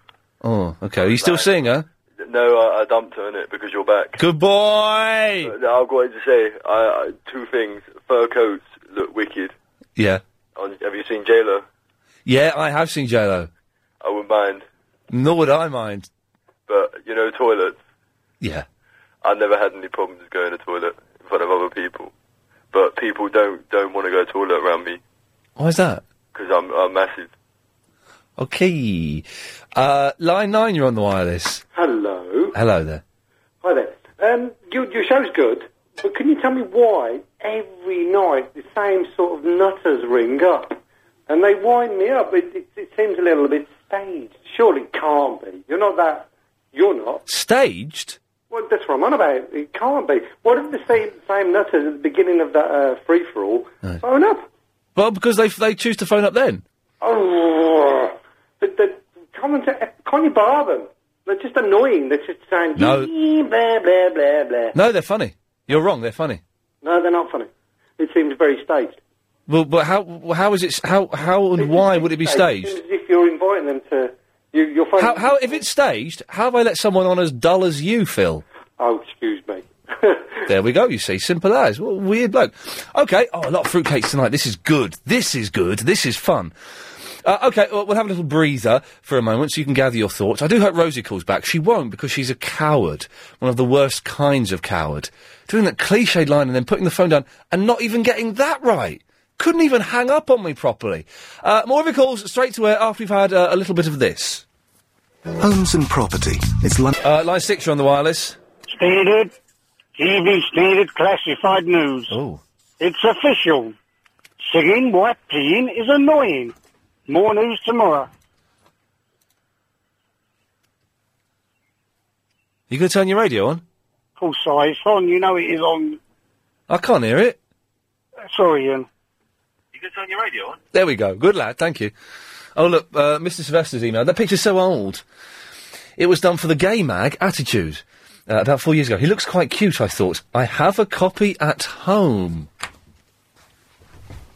S1: Oh, okay. Are you still seeing her?
S38: No, I, I dumped her in it because you're back.
S1: Good boy!
S38: But now I've got to say I, I, two things. Fur coats look wicked.
S1: Yeah.
S38: On, have you seen Jailer?
S1: Yeah, I have seen JLo.
S38: I wouldn't mind,
S1: Nor would I mind.
S38: but you know toilets.
S1: Yeah.
S38: I never had any problems going to toilet in front of other people, but people don't don't want to go to toilet around me
S1: Why's that?
S38: because I'm I'm massive.
S1: Okay. Uh, line nine, you're on the wireless.
S13: Hello.
S1: Hello there.
S13: Hi there. Um, you, your show's good, but can you tell me why every night the same sort of nutters ring up and they wind me up? It, it, it seems a little bit staged. Surely it can't be. You're not that. You're not.
S1: Staged?
S13: Well, that's what I'm on about. It can't be. What if the same, same nutters at the beginning of that uh, free for all phone up?
S1: Well, because they they choose to phone up then.
S13: Oh, but the comment, can't you bar them? They're just annoying. They're just saying
S1: No.
S13: blah blah blah blah.
S1: No, they're funny. You're wrong. They're funny.
S13: No, they're not funny. It seems very staged.
S1: Well, but how how is it? s- How how and why would it be
S13: It
S1: staged?
S13: seems as if you're inviting them to. You, you're finding.
S1: How how if it's staged? How have I let someone on as dull as you, Phil?
S13: Oh, excuse me.
S1: There we go. You see, simple as. What a weird bloke. Okay. Oh, a lot of fruitcakes tonight. This is good. This is good. This is fun. Uh, okay, well, we'll have a little breather for a moment so you can gather your thoughts. I do hope Rosie calls back. She won't because she's a coward. One of the worst kinds of coward. Doing that cliched line and then putting the phone down and not even getting that right. Couldn't even hang up on me properly. Uh, more of your calls straight to air after we've had uh, a little bit of this.
S39: Homes and property. It's London.
S1: Uh, line six, you're on the wireless.
S6: Standard, TV standard classified news.
S1: Oh.
S6: It's official. Singing white peeing is annoying. More news tomorrow.
S1: You going to turn your radio on?
S6: Of course, I, it's on. You know it is on.
S1: I can't hear it.
S6: Sorry, Ian.
S38: You can turn your radio on.
S1: There we go. Good lad. Thank you. Oh, look, uh, Mr. Sylvester's email. That picture's so old. It was done for the gay mag attitude. uh, about four years ago. He looks quite cute, I thought. I have a copy at home.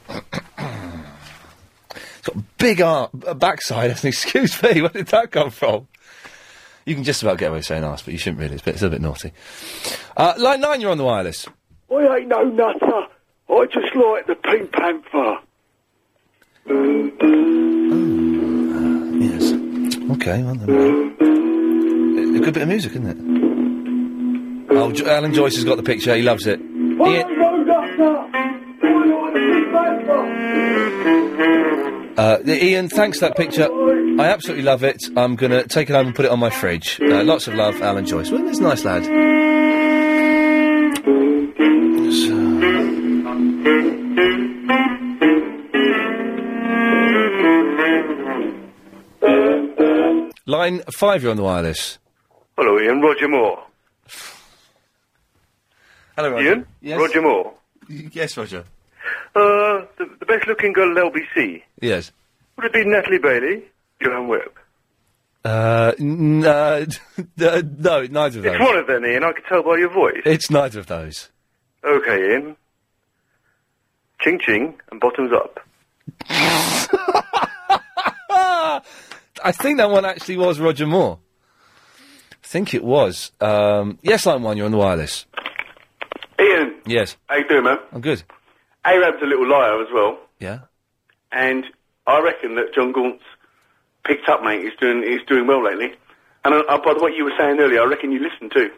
S1: It's got a big ar- a backside as an excuse me. Where did that come from? You can just about get away with saying arse, but you shouldn't really. It's a bit, it's a bit naughty. Uh, line nine, you're on the wireless.
S6: I ain't no nutter. I just like the Pink Panther.
S1: Yes. Okay. Well, then. A good bit of music, isn't it? Oh, jo- Alan Joyce has got the picture. He loves
S3: I
S1: it.
S3: ain't no nutter.
S1: Uh, Ian, thanks for that picture. I absolutely love it. I'm going to take it home and put it on my fridge. Uh, lots of love, Alan Joyce. Well, he's a nice lad. So- Line five, you're on the wireless.
S38: Hello, Ian. Roger Moore.
S1: Hello, Roger.
S38: Ian?
S1: Yes.
S38: Roger Moore.
S1: Yes, Roger.
S38: Uh, the, the best looking girl at LBC.
S1: Yes.
S38: Would it be Natalie Bailey? Joanne Webb.
S1: Uh, n- uh, no, neither of those.
S38: It's one of them, Ian. I could tell by your voice.
S1: It's neither of those.
S38: Okay, Ian. Ching ching and bottoms up.
S1: I think that one actually was Roger Moore. I think it was. Um, yes, line one, you're on the wireless.
S13: Ian,
S1: Yes,
S13: how you doing, man?
S1: I'm good.
S13: Arab's a little liar as well,
S1: Yeah.
S13: and I reckon that John Gaunt's picked up, mate. He's doing he's doing well lately. And uh, uh, by what you were saying earlier, I reckon you listened too.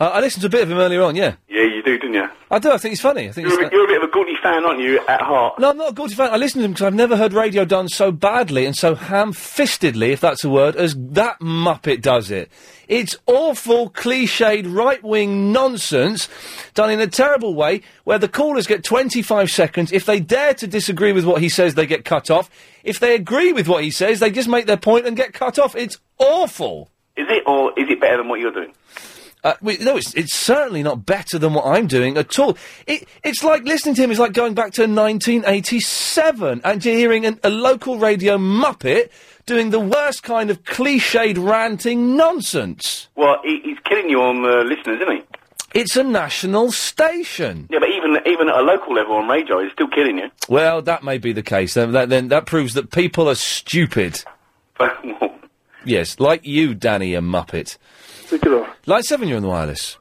S1: Uh, I listened to a bit of him earlier on, yeah.
S13: Yeah, you do, didn't you?
S1: I do, I think he's funny. I think
S13: You're
S1: he's,
S13: a, you're a bit of a Gaunty fan, aren't you? At heart.
S1: No, I'm not a guilty fan. I listened to him because I've never heard radio done so badly and so ham-fistedly, if that's a word, as that muppet does it. It's awful, cliched, right-wing nonsense done in a terrible way where the callers get 25 seconds. If they dare to disagree with what he says, they get cut off. If they agree with what he says, they just make their point and get cut off. It's awful.
S13: Is it, or is it better than what you're doing?
S1: Uh, we, no, it's, it's certainly not better than what I'm doing at all. It, it's like listening to him is like going back to 1987 and you're hearing an, a local radio muppet doing the worst kind of cliched ranting nonsense.
S13: Well, he, he's killing you on uh, listeners, isn't he?
S1: It's a national station.
S13: Yeah, but even even at a local level on radio, he's still killing you.
S1: Well, that may be the case. Then that, then that proves that people are stupid. yes, like you, Danny, a muppet. Line seven, you're on the wireless.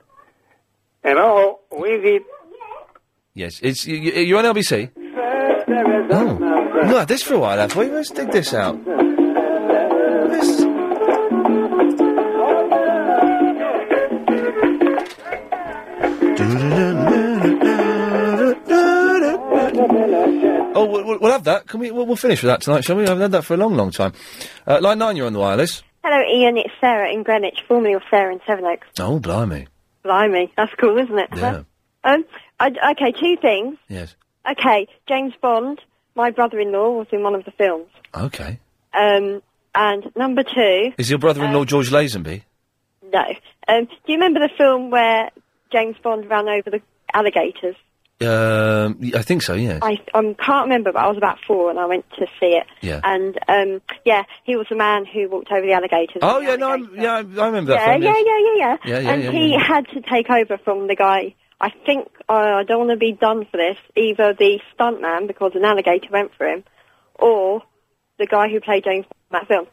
S2: Hello, who is it?
S1: Yes, it's you, you- you're on LBC. Oh, no, had this for a while, have we? Let's dig this out. This- Oh, we'll, we'll- we'll have that. Can we? We'll, we'll finish with that tonight, shall we? I've had that for a long, long time. Uh, line nine, you're on the wireless.
S19: Hello, Ian. It's Sarah in Greenwich, formerly of Sarah in Sevenoaks.
S1: Oh, blimey.
S19: Blimey, that's cool, isn't it?
S1: Yeah.
S19: Um, I, okay, two things.
S1: Yes.
S19: Okay, James Bond. My brother-in-law was in one of the films.
S1: Okay.
S19: Um, and number two,
S1: Is your
S19: Uh,
S1: brother-in-law George Lazenby?
S19: no. Um, do you remember the film where James Bond ran over the alligators?
S1: Um, y- I think so. Yes.
S19: I um, can't remember, but I was about four and I went to see it.
S1: Yeah.
S19: And um, yeah, he was the man who walked over the alligators.
S1: Oh yeah, no, I'm, yeah, I, I remember that
S19: yeah,
S1: film.
S19: yeah,
S1: yes.
S19: yeah, yeah, yeah.
S1: Yeah, yeah,
S19: and
S1: yeah,
S19: he
S1: yeah.
S19: had to take over from the guy. I think uh, I don't want to be done for this. Either the stuntman because an alligator went for him, or the guy who played James Bond in that film.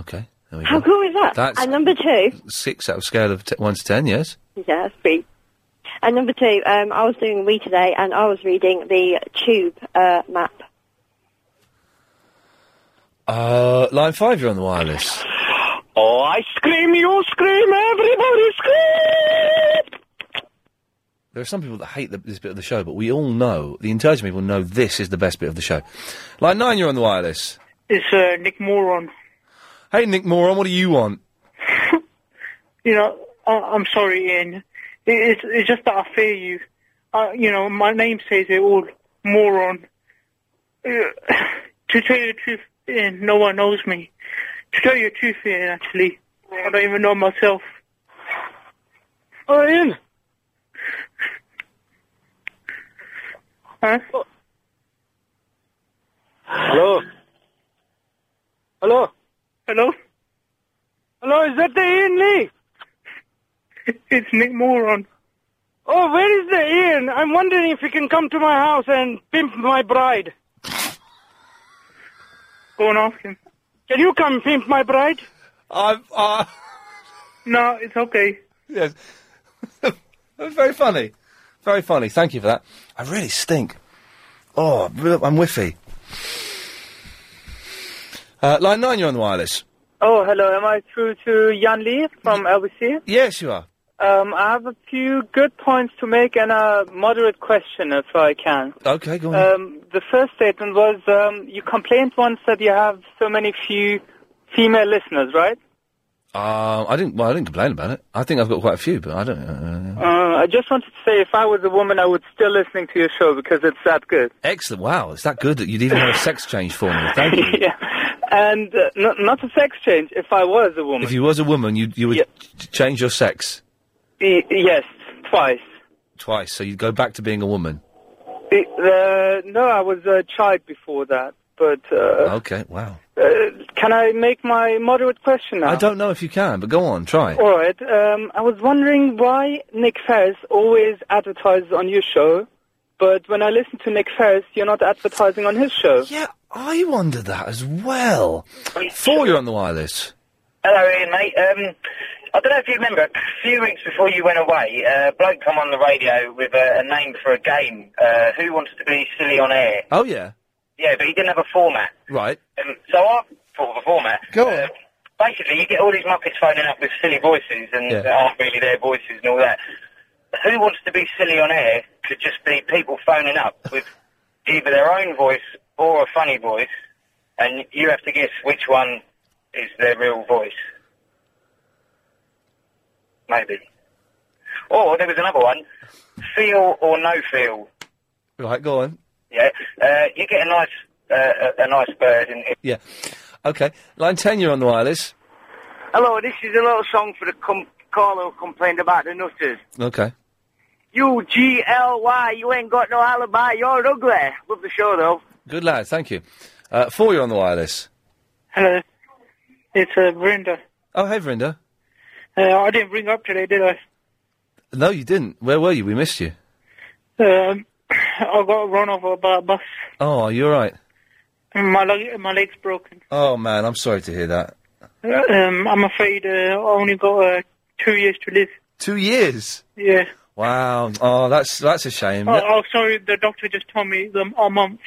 S1: Okay. There we
S19: How
S1: go.
S19: cool is that?
S1: That's-
S19: And number two,
S1: Six out of scale of t- one to ten. Yes.
S19: yeah, that's great. And number two, um, I was doing a wee today, and I was reading the tube uh, map.
S1: Uh, line five, you're on the wireless.
S3: Oh, I scream, you scream, everybody scream!
S1: There are some people that hate the, this bit of the show, but we all know the intelligent people know this is the best bit of the show. Line nine, you're on the wireless.
S2: It's uh, Nick Moron.
S1: Hey, Nick Moran, what do you want?
S2: You know, I, I'm sorry, Ian. It, it's, it's just that I fear you. Uh, you know, my name says it all. Moron. Uh, to tell you the truth, Ian, no one knows me. To tell you the truth, Ian, actually, I don't even know myself. Oh, Ian. Huh?
S3: Hello? Hello?
S2: Hello?
S3: Hello, is that the Ian Lee? It's Nick Moron.
S40: Oh, where is the Ian? I'm wondering if you can come to my house and pimp my bride.
S3: Go and ask him.
S40: Can you come pimp my bride?
S1: I'm. Uh...
S3: No, it's okay.
S1: Yes. that was very funny. Very funny. Thank you for that. I really stink. Oh, I'm whiffy. Uh, line 9, you're on the wireless.
S2: Oh, hello. Am I through to Yan Lee from LBC?
S1: Yes, you are.
S2: Um, I have a few good points to make and a moderate question, if I can.
S1: Okay, go on.
S2: Um, the first statement was um, you complained once that you have so many few female listeners, right?
S1: Uh, I didn't. Well, I didn't complain about it. I think I've got quite a few, but I don't. Uh,
S2: Uh, I just wanted to say, if I was a woman, I would still listening to your show because it's that good.
S1: excellent. Wow, it's that good that you'd even have a sex change for me. Thank you.
S2: yeah, and uh, not, not a sex change. If I was a woman,
S1: If you was a woman, you you would ch- change your sex
S2: E- yes, twice.
S1: twice, so you'd go back to being a woman.
S2: E- uh, no, I was a child before that. But uh,
S1: okay, wow.
S2: uh, can I make my moderate question now?
S1: I don't know if you can, but go on, try.
S2: All right. Um, I was wondering why Nick Ferris always advertises on your show, but when I listen to Nick Ferris, you're not advertising on his show.
S1: Yeah. I wonder that as well. Four, you're on the wireless.
S6: Hello, Ian, mate. Um, I don't know if you remember, a few weeks before you went away, uh, a bloke come on the radio with a, a name for a game, uh, Who Wants to Be Silly on Air?
S1: Oh yeah,
S6: Yeah, but he didn't have a format.
S1: right.
S6: Um, so I thought of a format. um,
S1: Go on.
S6: Basically, you get all these Muppets phoning up with silly voices and
S1: Yeah.
S6: that aren't really their voices and all that. Who Wants to Be Silly on Air could just be people phoning up with either their own voice or a funny voice, and you have to guess which one is their real voice. Maybe. Or there was another one, Feel or No Feel.
S1: Right, go on.
S6: Yeah, uh, you get a nice, uh, a, a nice bird, and
S1: Yeah. Okay. Line ten, you're on the wireless.
S41: Hello, this is a little song for the com- caller who complained about the nutters.
S1: Okay.
S41: You G L Y, you ain't got no alibi, you're ugly. Love the show though.
S1: Good lad, thank you. Uh, four, you're on the wireless.
S3: Hello. It's uh, Brenda.
S1: Oh, hey, Verinda.
S3: Uh, I didn't ring up today, did I?
S1: No, you didn't. Where were you? We missed you.
S3: Um, I got run over by a bus.
S1: Oh, are you all right?
S3: and My leg, my leg's broken.
S1: Oh man, I'm sorry to hear that.
S3: Um, I'm afraid uh, I only got uh, two years to live.
S1: Two years.
S3: Yeah.
S1: Wow. Oh, that's that's a shame.
S3: Oh, oh, sorry. The doctor just told me um, a month.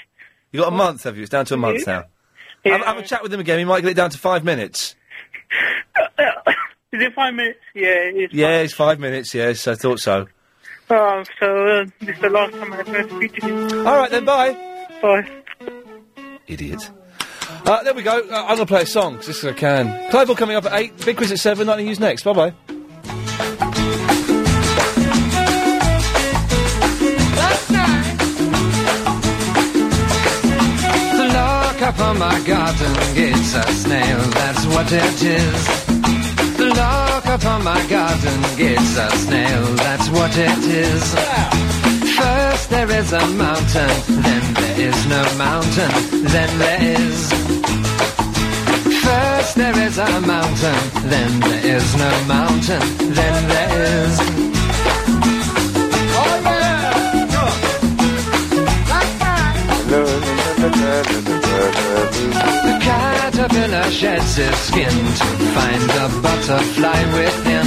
S1: You got a month, have you? It's down to a month now. Have, have a chat with him again. He might get it down to five minutes.
S3: Is it five minutes? Yeah. It's,
S1: Yeah, it's five minutes. Yes, I thought so.
S3: Oh, so uh, this is the last time I ever speak to you.
S1: All right then. Bye.
S3: Bye.
S1: Idiot. Uh, there we go. Uh, I'm gonna play a song just so I can. Clive Ball coming up at eight. Big quiz at seven. Lightning News next. Bye bye.
S42: Look up on my garden gates, a snail, that's what it is. Look up on my garden gates, a snail, that's what it is. First there is a mountain, then there is no mountain, then there is. First there is a mountain, then there is no mountain, then there is. Oh yeah! The caterpillar sheds its skin to find the butterfly within.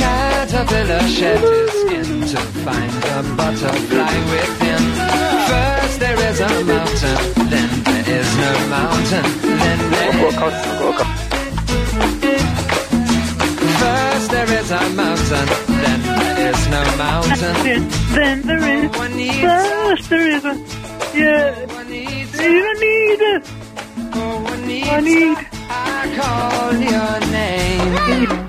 S42: Caterpillar sheds its skin to find the butterfly within. First there is a mountain, then there is no mountain, then there is. First there is a mountain, then there is no mountain.
S3: Then there is. First there is a. Yeah. You need it. I need.
S42: I call your name.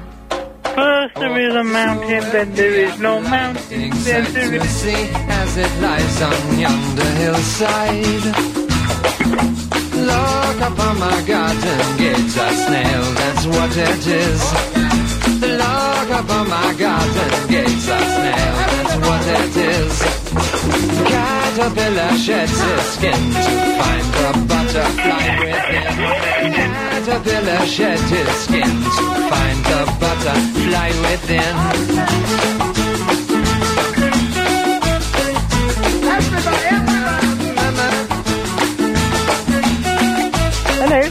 S3: First there is a mountain, then there is no mountain, then there
S42: to
S3: is.
S42: see as it lies on yonder hillside. Look up on my garden gates, a snail, that's what it is. Look up on my garden gates, a snail, that's what it is. Caterpillar sheds its skin to find the butterfly within. Caterpillar sheds its skin to find the butterfly butterfly within.
S9: Hello.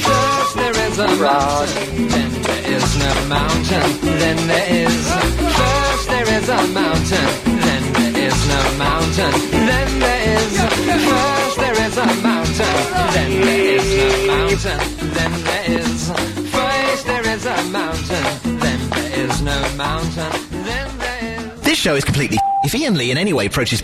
S42: First there is a mountain, then there is no mountain, then there is. First there is a mountain, then there is no mountain, then there is. First there is a mountain, then there is no mountain, then there is. First there is a mountain, then there is no mountain, then there is.
S7: This show is completely. If Ian Lee in any way approaches